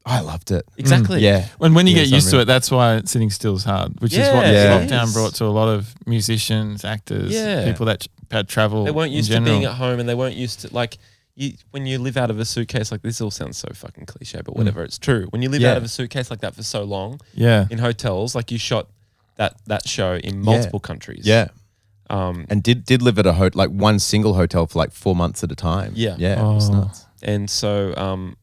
[SPEAKER 4] I loved it.
[SPEAKER 1] Exactly.
[SPEAKER 4] Mm, Yeah.
[SPEAKER 3] When when you get
[SPEAKER 4] Yeah, it's not
[SPEAKER 3] used to
[SPEAKER 4] really-
[SPEAKER 3] it, that's why sitting still is hard, which is what
[SPEAKER 1] Yeah,
[SPEAKER 4] it
[SPEAKER 3] lockdown
[SPEAKER 1] is.
[SPEAKER 3] brought to a lot of musicians, actors,
[SPEAKER 1] Yeah.
[SPEAKER 3] people that had travel.
[SPEAKER 1] They weren't
[SPEAKER 3] in
[SPEAKER 1] used to
[SPEAKER 3] general.
[SPEAKER 1] being at home, and they weren't used to like you when you live out of a suitcase. Like this all sounds so fucking cliche,
[SPEAKER 3] Mm.
[SPEAKER 1] but whatever, it's true. When you live
[SPEAKER 4] Yeah.
[SPEAKER 1] out of a suitcase like that for so long
[SPEAKER 3] Yeah.
[SPEAKER 1] in hotels, like you shot that that show in multiple countries.
[SPEAKER 4] Yeah.
[SPEAKER 1] Um,
[SPEAKER 4] and did did live at a hotel, like one single hotel for like four months at a time.
[SPEAKER 1] Yeah.
[SPEAKER 4] yeah, it was
[SPEAKER 3] Oh.
[SPEAKER 4] nuts.
[SPEAKER 1] and so um,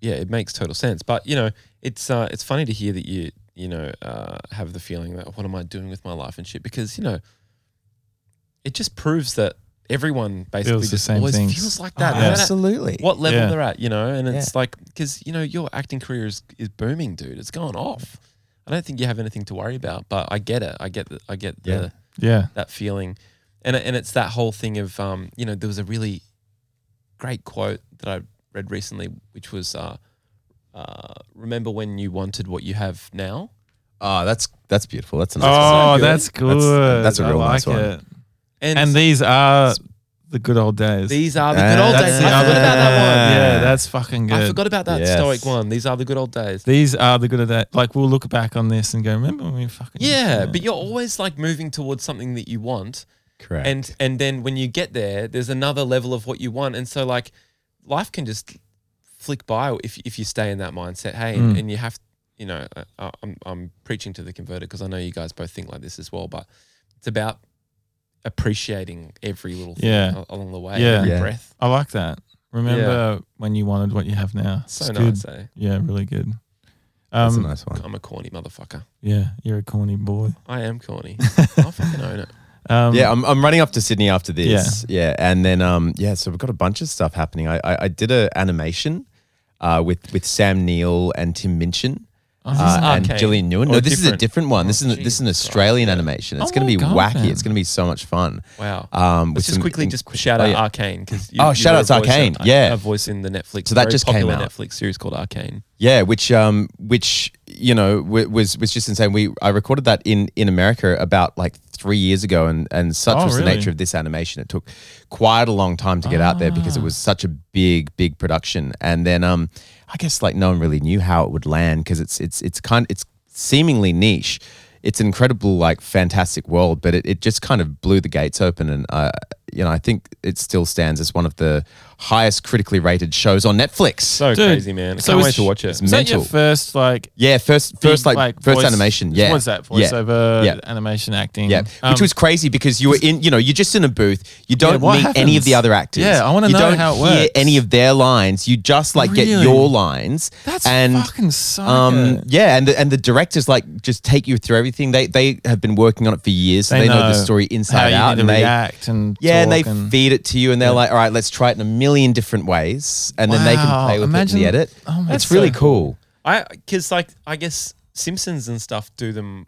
[SPEAKER 1] yeah, it makes total sense. But you know, it's uh, it's funny to hear that you you know uh, have the feeling that what am I doing with my life and shit because you know it just proves that everyone basically
[SPEAKER 3] the
[SPEAKER 1] just
[SPEAKER 3] same
[SPEAKER 1] always
[SPEAKER 3] things.
[SPEAKER 1] feels like that.
[SPEAKER 3] Oh,
[SPEAKER 1] no matter
[SPEAKER 4] Absolutely.
[SPEAKER 1] What level
[SPEAKER 3] Yeah.
[SPEAKER 1] they're at, you know, and it's
[SPEAKER 4] Yeah.
[SPEAKER 1] like because you know your acting career is is booming, dude. It's going off. I don't think you have anything to worry about, but I get it. I get the, I get the
[SPEAKER 4] Yeah.
[SPEAKER 3] Yeah.
[SPEAKER 1] that feeling. And and it's that whole thing of um, you know, there was a really great quote that I read recently, which was uh, uh, remember when you wanted what you have now.
[SPEAKER 4] Ah, that's that's beautiful. That's a nice. one.
[SPEAKER 3] Oh,
[SPEAKER 1] good.
[SPEAKER 3] that's good.
[SPEAKER 4] That's- that's a real
[SPEAKER 3] I like
[SPEAKER 4] nice one.
[SPEAKER 3] it.
[SPEAKER 1] And,
[SPEAKER 3] And these are the good old days.
[SPEAKER 1] these are the good old
[SPEAKER 4] That's
[SPEAKER 1] days.
[SPEAKER 4] the
[SPEAKER 1] I forgot
[SPEAKER 4] other-
[SPEAKER 1] about that one.
[SPEAKER 3] Yeah, that's fucking good.
[SPEAKER 1] I forgot about that
[SPEAKER 4] Yes.
[SPEAKER 1] stoic one. These are the good old days.
[SPEAKER 3] These are the good of that. Like we'll look back on this and go, remember when we fucking used to
[SPEAKER 1] Yeah,
[SPEAKER 3] do
[SPEAKER 1] but you're always like moving towards something that you want.
[SPEAKER 4] Correct.
[SPEAKER 1] and and then when you get there there's another level of what you want and so like life can just flick by if, if you stay in that mindset hey
[SPEAKER 3] Mm.
[SPEAKER 1] and, and you have you know I- I, I'm, I'm preaching to the converted because i know you guys both think like this as well but it's about appreciating every little thing
[SPEAKER 3] Yeah.
[SPEAKER 1] al- along the way
[SPEAKER 3] Yeah.
[SPEAKER 1] every
[SPEAKER 4] Yeah.
[SPEAKER 1] breath
[SPEAKER 3] I like that. Remember when you wanted what you have now.
[SPEAKER 1] so
[SPEAKER 3] It's
[SPEAKER 1] nice
[SPEAKER 3] good.
[SPEAKER 1] eh?
[SPEAKER 3] Yeah, really good.
[SPEAKER 4] that's a
[SPEAKER 3] Um,
[SPEAKER 4] nice one.
[SPEAKER 1] i'm a corny motherfucker
[SPEAKER 3] yeah, you're a corny boy.
[SPEAKER 1] i am corny i fucking own it
[SPEAKER 3] Um,
[SPEAKER 4] yeah, I'm, I'm running up to Sydney after this. Yeah. and then um, yeah, so we've got a bunch of stuff happening. I I, I did a animation uh, with with Sam Neill and Tim Minchin.
[SPEAKER 1] Ah,
[SPEAKER 4] Uh, and
[SPEAKER 1] arcade
[SPEAKER 4] Gillian
[SPEAKER 1] or
[SPEAKER 4] Newen. No, this is a
[SPEAKER 1] different?
[SPEAKER 4] different one. this is an,
[SPEAKER 1] Jesus
[SPEAKER 4] this is an Australian animation. It's
[SPEAKER 3] Oh
[SPEAKER 4] going
[SPEAKER 3] my
[SPEAKER 4] to be
[SPEAKER 3] God,
[SPEAKER 4] wacky.
[SPEAKER 3] man.
[SPEAKER 4] It's going to be so much fun.
[SPEAKER 1] Wow.
[SPEAKER 4] Um, with
[SPEAKER 1] Let's just
[SPEAKER 4] some
[SPEAKER 1] quickly
[SPEAKER 4] in-
[SPEAKER 1] just shout out
[SPEAKER 4] yeah.
[SPEAKER 1] Arcane because
[SPEAKER 4] Oh, shout out to Arcane, yeah.
[SPEAKER 1] a voice in the Netflix.
[SPEAKER 4] So that
[SPEAKER 1] very
[SPEAKER 4] just came
[SPEAKER 1] popular
[SPEAKER 4] out.
[SPEAKER 1] Netflix series called Arcane.
[SPEAKER 4] Yeah, which um, which you know w- was was just insane. We I recorded that in in America about like three years ago, and and such
[SPEAKER 3] Oh,
[SPEAKER 4] was the
[SPEAKER 3] really?
[SPEAKER 4] nature of this animation. It took quite a long time to get out there
[SPEAKER 3] Ah.
[SPEAKER 4] because it was such a big big production, and then um, I guess like no one really knew how it would land because it's it's it's kind it's seemingly niche. It's an incredible, like, fantastic world, but it, it just kind of blew the gates open. And, uh, you know, I think it still stands as one of the highest critically rated shows on Netflix.
[SPEAKER 1] So
[SPEAKER 3] Dude,
[SPEAKER 1] crazy, man! I
[SPEAKER 3] so
[SPEAKER 1] can't wait
[SPEAKER 3] it's-
[SPEAKER 1] to watch it.
[SPEAKER 3] Is that your
[SPEAKER 4] mental.
[SPEAKER 3] first like
[SPEAKER 4] Yeah, first first
[SPEAKER 3] big,
[SPEAKER 4] like, first
[SPEAKER 3] voice-
[SPEAKER 4] animation. Yeah,
[SPEAKER 3] What's that?
[SPEAKER 4] Yeah.
[SPEAKER 3] Voiceover
[SPEAKER 4] Yeah.
[SPEAKER 3] animation acting.
[SPEAKER 4] Yeah, which
[SPEAKER 3] Um,
[SPEAKER 4] was crazy because you were in, you know, you're just in a booth. You don't
[SPEAKER 3] what
[SPEAKER 4] meet any of
[SPEAKER 3] happens?
[SPEAKER 4] the other actors.
[SPEAKER 3] Yeah, I wanna
[SPEAKER 4] You
[SPEAKER 3] know
[SPEAKER 4] don't
[SPEAKER 3] how it
[SPEAKER 4] hear
[SPEAKER 3] works.
[SPEAKER 4] any of their lines. You just like get
[SPEAKER 3] Really?
[SPEAKER 4] your lines.
[SPEAKER 3] that's
[SPEAKER 4] and
[SPEAKER 3] fucking so
[SPEAKER 4] um,
[SPEAKER 3] good.
[SPEAKER 4] yeah, and the, and the directors like just take you through everything. They they have been working on it for years, so they, know, the story
[SPEAKER 3] how
[SPEAKER 4] inside
[SPEAKER 3] you
[SPEAKER 4] out,
[SPEAKER 3] need to
[SPEAKER 4] and they
[SPEAKER 3] react and
[SPEAKER 4] yeah, and they
[SPEAKER 3] talk and-
[SPEAKER 4] feed it to you, and they're like, all right, let's try it in a million different ways, and then they can
[SPEAKER 3] Wow,
[SPEAKER 4] play with
[SPEAKER 3] imagine-
[SPEAKER 4] it in the edit.
[SPEAKER 3] Oh my-
[SPEAKER 4] it's
[SPEAKER 3] that's
[SPEAKER 4] really
[SPEAKER 3] so
[SPEAKER 4] cool.
[SPEAKER 1] I because like I guess Simpsons and stuff do them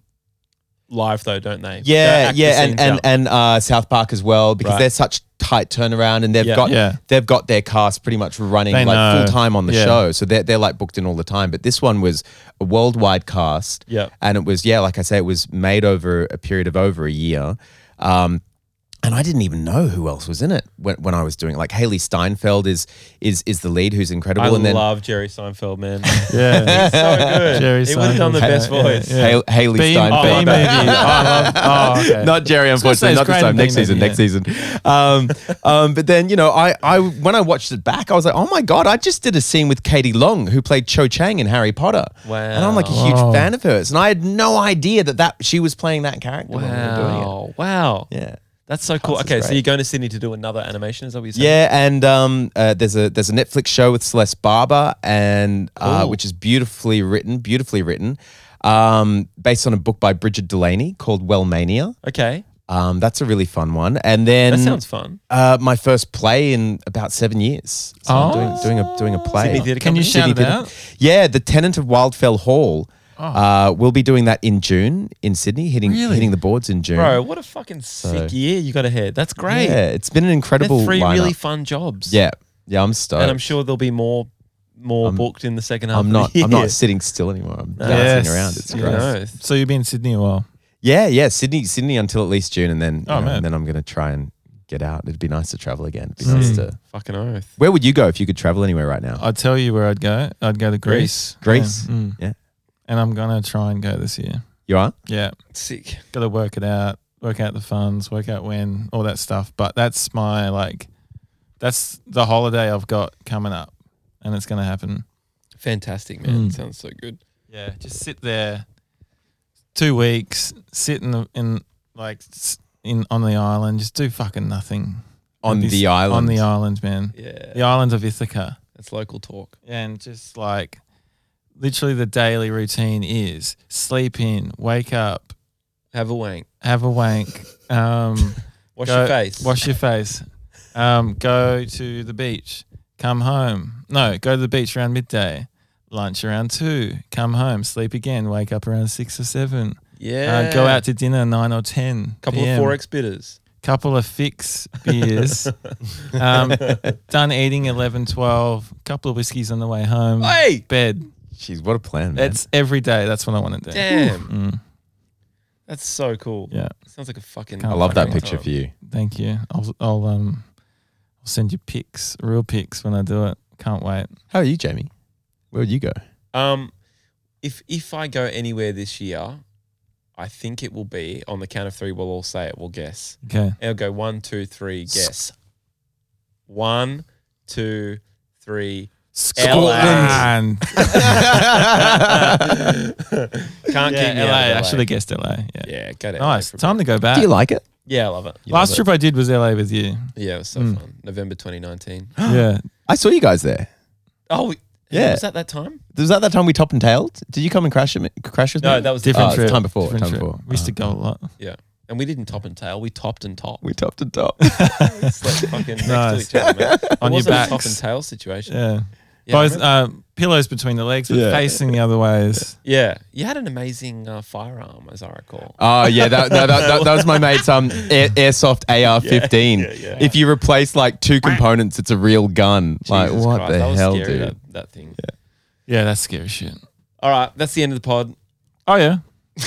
[SPEAKER 1] live though, don't they? They
[SPEAKER 4] Yeah,
[SPEAKER 1] act the
[SPEAKER 4] yeah, and
[SPEAKER 1] scenes
[SPEAKER 4] and,
[SPEAKER 1] out.
[SPEAKER 4] and uh, South Park as well because
[SPEAKER 1] Right.
[SPEAKER 4] they're such tight turnaround and they've
[SPEAKER 1] Yeah.
[SPEAKER 4] got
[SPEAKER 3] Yeah.
[SPEAKER 4] they've got their cast pretty much running
[SPEAKER 3] They
[SPEAKER 4] like
[SPEAKER 3] know.
[SPEAKER 4] full time on the
[SPEAKER 3] Yeah.
[SPEAKER 4] show, so they're they're like booked in all the time. But this one was a worldwide cast,
[SPEAKER 1] Yeah.
[SPEAKER 4] and it was yeah, like I say, it was made over a period of over a year. Um, and I didn't even know who else was in it when, when I was doing it. Like Haley Steinfeld is is is the lead, who's incredible.
[SPEAKER 1] I
[SPEAKER 4] and then
[SPEAKER 1] love Jerry Seinfeld, man.
[SPEAKER 3] yeah.
[SPEAKER 1] so good.
[SPEAKER 3] Jerry
[SPEAKER 1] he would have done the
[SPEAKER 3] Seinfeld.
[SPEAKER 1] best
[SPEAKER 3] Yeah,
[SPEAKER 1] voice.
[SPEAKER 3] yeah, yeah.
[SPEAKER 4] Hal- Haley
[SPEAKER 3] Beam,
[SPEAKER 4] Steinfeld.
[SPEAKER 3] B movie. I love. Oh, okay.
[SPEAKER 4] Not Jerry,
[SPEAKER 3] gonna say
[SPEAKER 4] unfortunately.
[SPEAKER 3] it's
[SPEAKER 4] Not this
[SPEAKER 3] great
[SPEAKER 4] time.
[SPEAKER 3] in
[SPEAKER 4] Next
[SPEAKER 3] Beam
[SPEAKER 4] season.
[SPEAKER 3] Maybe,
[SPEAKER 4] Next season. Um, um, but then you know, I, I when I watched it back, I was like, oh my god, I just did a scene with Katie Long, who played Cho Chang in Harry Potter.
[SPEAKER 1] Wow.
[SPEAKER 4] And I'm like a huge
[SPEAKER 3] Wow.
[SPEAKER 4] fan of hers, and I had no idea that that she was playing that character when we were doing it.
[SPEAKER 1] Wow, wow,
[SPEAKER 4] Yeah.
[SPEAKER 1] that's so cool.
[SPEAKER 4] Cast is
[SPEAKER 1] Okay, so
[SPEAKER 4] great.
[SPEAKER 1] you're going to Sydney to do another animation? Is that what you said?
[SPEAKER 4] Yeah, and um, uh, there's a there's a Netflix show with Celeste Barber, and uh,
[SPEAKER 1] Cool.
[SPEAKER 4] which is beautifully written, beautifully written, um, based on a book by Bridget Delaney called Wellmania.
[SPEAKER 1] Okay,
[SPEAKER 4] Um, that's a really fun one. And then
[SPEAKER 1] that sounds fun.
[SPEAKER 4] uh, my first play in about seven years. So I'm doing, doing a doing a play.
[SPEAKER 1] Sydney Theatre
[SPEAKER 3] Oh. Can
[SPEAKER 1] Company.
[SPEAKER 3] you shout it
[SPEAKER 4] Theatre-
[SPEAKER 3] out? Oh.
[SPEAKER 4] Yeah, the tenant of Wildfell Hall. Uh, we'll be doing that in June in Sydney, hitting
[SPEAKER 3] Really?
[SPEAKER 4] hitting the boards in June.
[SPEAKER 1] Bro, what a fucking sick year you got ahead. That's great.
[SPEAKER 4] Yeah, it's been an
[SPEAKER 1] They're
[SPEAKER 4] incredible
[SPEAKER 1] three
[SPEAKER 4] lineup.
[SPEAKER 1] really fun jobs.
[SPEAKER 4] yeah, yeah, I'm stoked.
[SPEAKER 1] and I'm sure there'll be more more booked in the second half.
[SPEAKER 4] I'm
[SPEAKER 1] of
[SPEAKER 4] not.
[SPEAKER 1] the
[SPEAKER 4] I'm
[SPEAKER 1] year.
[SPEAKER 4] not sitting still anymore. I'm dancing
[SPEAKER 3] Yes.
[SPEAKER 4] around. It's
[SPEAKER 1] You
[SPEAKER 4] great. Yeah.
[SPEAKER 1] know,
[SPEAKER 3] So you've been in Sydney a while.
[SPEAKER 4] yeah, Sydney, Sydney until at least June, and then you
[SPEAKER 3] Oh,
[SPEAKER 4] know,
[SPEAKER 3] man. Hmm.
[SPEAKER 4] and then I'm gonna try and get out. It'd be nice to travel again. It'd be nice to.
[SPEAKER 1] fucking oath.
[SPEAKER 4] Where would you go if you could travel anywhere right
[SPEAKER 1] Uh,
[SPEAKER 4] now?
[SPEAKER 3] I'd tell you where I'd go. I'd go to Greece.
[SPEAKER 4] Greece?
[SPEAKER 3] Yeah. Mm.
[SPEAKER 4] Yeah.
[SPEAKER 3] And I'm gonna try and go this year.
[SPEAKER 4] You are.
[SPEAKER 3] Yeah.
[SPEAKER 1] Sick.
[SPEAKER 3] Got to work it out. Work out the funds. Work out when. All that stuff. But that's my like. That's the holiday I've got coming up, and it's gonna happen.
[SPEAKER 1] Fantastic, man.
[SPEAKER 3] Mm.
[SPEAKER 1] Sounds so good.
[SPEAKER 3] Yeah, just sit there two weeks, sit in the in like s- in on the island. Just do fucking nothing
[SPEAKER 4] On
[SPEAKER 3] Be-
[SPEAKER 4] the island.
[SPEAKER 3] On the island, man.
[SPEAKER 1] Yeah.
[SPEAKER 3] The island of Ithaca,
[SPEAKER 1] That's local talk.
[SPEAKER 3] and just like literally the daily routine is sleep in, wake up,
[SPEAKER 1] Have a wank.
[SPEAKER 3] have a wank, um,
[SPEAKER 1] Wash
[SPEAKER 3] go-
[SPEAKER 1] your face.
[SPEAKER 3] wash your face, um, go to the beach, come home. No, go to the beach around midday. Lunch around two, come home, sleep again, wake up around six or seven.
[SPEAKER 1] yeah.
[SPEAKER 3] Uh, go out to dinner nine or ten.
[SPEAKER 1] Couple
[SPEAKER 3] PM.
[SPEAKER 1] of forex bitters.
[SPEAKER 3] couple of fix beers, um, done eating 11, 12, couple of whiskeys on the way home,
[SPEAKER 1] Hey.
[SPEAKER 3] bed.
[SPEAKER 4] Jeez, what a plan, man.
[SPEAKER 3] That's every day. That's what I want to do.
[SPEAKER 1] Damn.
[SPEAKER 3] Mm,
[SPEAKER 1] That's so cool.
[SPEAKER 3] yeah,
[SPEAKER 1] Sounds like a fucking.
[SPEAKER 4] I love that
[SPEAKER 1] fucking
[SPEAKER 4] picture
[SPEAKER 1] time.
[SPEAKER 4] for you.
[SPEAKER 3] thank you. I'll, I'll um, I'll send you pics, real pics when I do it. Can't wait.
[SPEAKER 4] How are you, Jamie? Where would you go?
[SPEAKER 1] Um, if if I go anywhere this year, I think it will be on the count of three. We'll all say it. We'll guess.
[SPEAKER 3] Okay.
[SPEAKER 1] I'll go one, two, three. Guess. One, two, three.
[SPEAKER 3] Scotland.
[SPEAKER 1] Can't
[SPEAKER 3] yeah,
[SPEAKER 1] keep me out of
[SPEAKER 3] LA.
[SPEAKER 1] LA.
[SPEAKER 3] I should have guessed LA. Yeah.
[SPEAKER 1] Yeah, go to LA
[SPEAKER 3] Nice.
[SPEAKER 1] for a
[SPEAKER 3] Time
[SPEAKER 1] bit.
[SPEAKER 3] to go back.
[SPEAKER 4] Do you like it?
[SPEAKER 1] Yeah, I love it.
[SPEAKER 3] Last trip I did was LA with you.
[SPEAKER 1] Yeah, it was so
[SPEAKER 3] Mm.
[SPEAKER 1] fun. November 2019.
[SPEAKER 3] yeah.
[SPEAKER 4] I saw you guys there.
[SPEAKER 1] Oh, we-
[SPEAKER 4] Yeah.
[SPEAKER 1] Was that that time?
[SPEAKER 4] Was that that time we top and tailed? Did you come and crash, it- crash with me?
[SPEAKER 1] No, that was
[SPEAKER 4] Oh,
[SPEAKER 3] Different
[SPEAKER 4] it's
[SPEAKER 3] trip.
[SPEAKER 4] time before,
[SPEAKER 3] Different
[SPEAKER 4] time
[SPEAKER 3] trip.
[SPEAKER 4] before.
[SPEAKER 3] We used to go a lot.
[SPEAKER 1] Yeah. And we didn't top and tail. We topped and top.
[SPEAKER 4] We topped and top.
[SPEAKER 1] Slept fucking next
[SPEAKER 3] Nice.
[SPEAKER 1] to each other, man. It
[SPEAKER 3] On your
[SPEAKER 1] wasn't a top
[SPEAKER 3] backs.
[SPEAKER 1] and tail situation.
[SPEAKER 3] Yeah.
[SPEAKER 1] Yeah, I
[SPEAKER 3] Both
[SPEAKER 1] remember-
[SPEAKER 3] uh, pillows between the legs, but
[SPEAKER 4] Yeah.
[SPEAKER 3] facing the other ways.
[SPEAKER 1] yeah. You had an amazing uh, firearm, as I recall.
[SPEAKER 4] Oh yeah, that, that, that, that, that was my mate's um air, airsoft AR fifteen. If you replace like two components, it's a real gun. like
[SPEAKER 1] Jesus
[SPEAKER 4] what
[SPEAKER 1] Christ,
[SPEAKER 4] the
[SPEAKER 1] that was
[SPEAKER 4] hell,
[SPEAKER 1] scary,
[SPEAKER 4] dude?
[SPEAKER 1] That, that thing.
[SPEAKER 3] Yeah, that's scary shit.
[SPEAKER 1] All right. That's the end of the pod.
[SPEAKER 3] Oh yeah.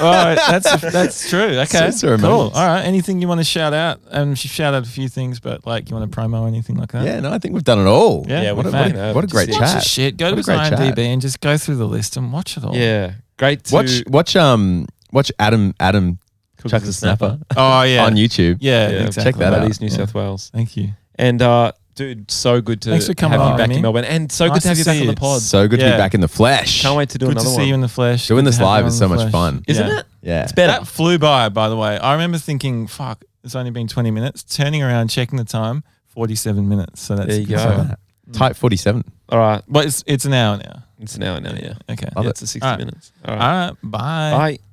[SPEAKER 3] All right, that's that's true. Okay,
[SPEAKER 4] it's a remembrance.
[SPEAKER 3] cool. All right, anything you want to shout out? Um, she shout out a few things, but like you want to promo or anything like that?
[SPEAKER 4] Yeah, no, I think we've done it all.
[SPEAKER 3] Yeah,
[SPEAKER 4] what, a,
[SPEAKER 1] we've
[SPEAKER 4] what,
[SPEAKER 1] done
[SPEAKER 4] a,
[SPEAKER 1] it.
[SPEAKER 4] what a great
[SPEAKER 1] Just
[SPEAKER 3] Watch the
[SPEAKER 4] chat.
[SPEAKER 3] shit. Go
[SPEAKER 4] What
[SPEAKER 3] to
[SPEAKER 4] a
[SPEAKER 3] his
[SPEAKER 4] great chat.
[SPEAKER 3] IMDb and just go through the list and watch it all.
[SPEAKER 1] Yeah. Great to
[SPEAKER 4] Watch watch um watch Adam Adam chucks
[SPEAKER 1] and
[SPEAKER 4] a snapper
[SPEAKER 3] Oh yeah.
[SPEAKER 4] on YouTube.
[SPEAKER 3] Yeah,
[SPEAKER 1] Yeah,
[SPEAKER 3] exactly.
[SPEAKER 4] check that out.
[SPEAKER 1] East New
[SPEAKER 4] Yeah.
[SPEAKER 1] South Wales.
[SPEAKER 3] Thank you.
[SPEAKER 1] And uh, dude, so good to
[SPEAKER 3] Thanks for coming
[SPEAKER 1] have
[SPEAKER 3] on,
[SPEAKER 1] you back
[SPEAKER 3] Remy.
[SPEAKER 1] in Melbourne, and so
[SPEAKER 3] Nice
[SPEAKER 1] good to have
[SPEAKER 3] to
[SPEAKER 1] you back
[SPEAKER 3] see
[SPEAKER 1] on the
[SPEAKER 3] you.
[SPEAKER 1] pod.
[SPEAKER 4] So good to
[SPEAKER 3] Yeah.
[SPEAKER 4] be back in the flesh.
[SPEAKER 1] Can't wait to do
[SPEAKER 3] Good
[SPEAKER 1] another
[SPEAKER 3] to see
[SPEAKER 1] one.
[SPEAKER 3] you in the flesh.
[SPEAKER 4] Doing
[SPEAKER 3] Good
[SPEAKER 4] this
[SPEAKER 3] to have
[SPEAKER 4] live
[SPEAKER 3] you
[SPEAKER 4] is
[SPEAKER 3] on
[SPEAKER 4] so
[SPEAKER 3] the
[SPEAKER 4] much
[SPEAKER 3] flesh.
[SPEAKER 4] fun.
[SPEAKER 1] Isn't
[SPEAKER 3] Yeah.
[SPEAKER 1] it?
[SPEAKER 4] Yeah.
[SPEAKER 1] It's better.
[SPEAKER 3] That flew by, by the way. I remember thinking, fuck, it's only been 20 minutes. Turning around, checking the time, 47 minutes. So that's
[SPEAKER 1] There you
[SPEAKER 3] good
[SPEAKER 1] go.
[SPEAKER 3] sign.
[SPEAKER 4] Type forty seven.
[SPEAKER 1] All right,
[SPEAKER 3] But it's, it's an hour now.
[SPEAKER 1] it's an hour now. Yeah,
[SPEAKER 3] Okay.
[SPEAKER 4] Love
[SPEAKER 1] yeah
[SPEAKER 4] it.
[SPEAKER 1] it's a sixty
[SPEAKER 3] All right.
[SPEAKER 1] minutes. All
[SPEAKER 3] All
[SPEAKER 1] right,
[SPEAKER 3] right. Bye.
[SPEAKER 1] bye.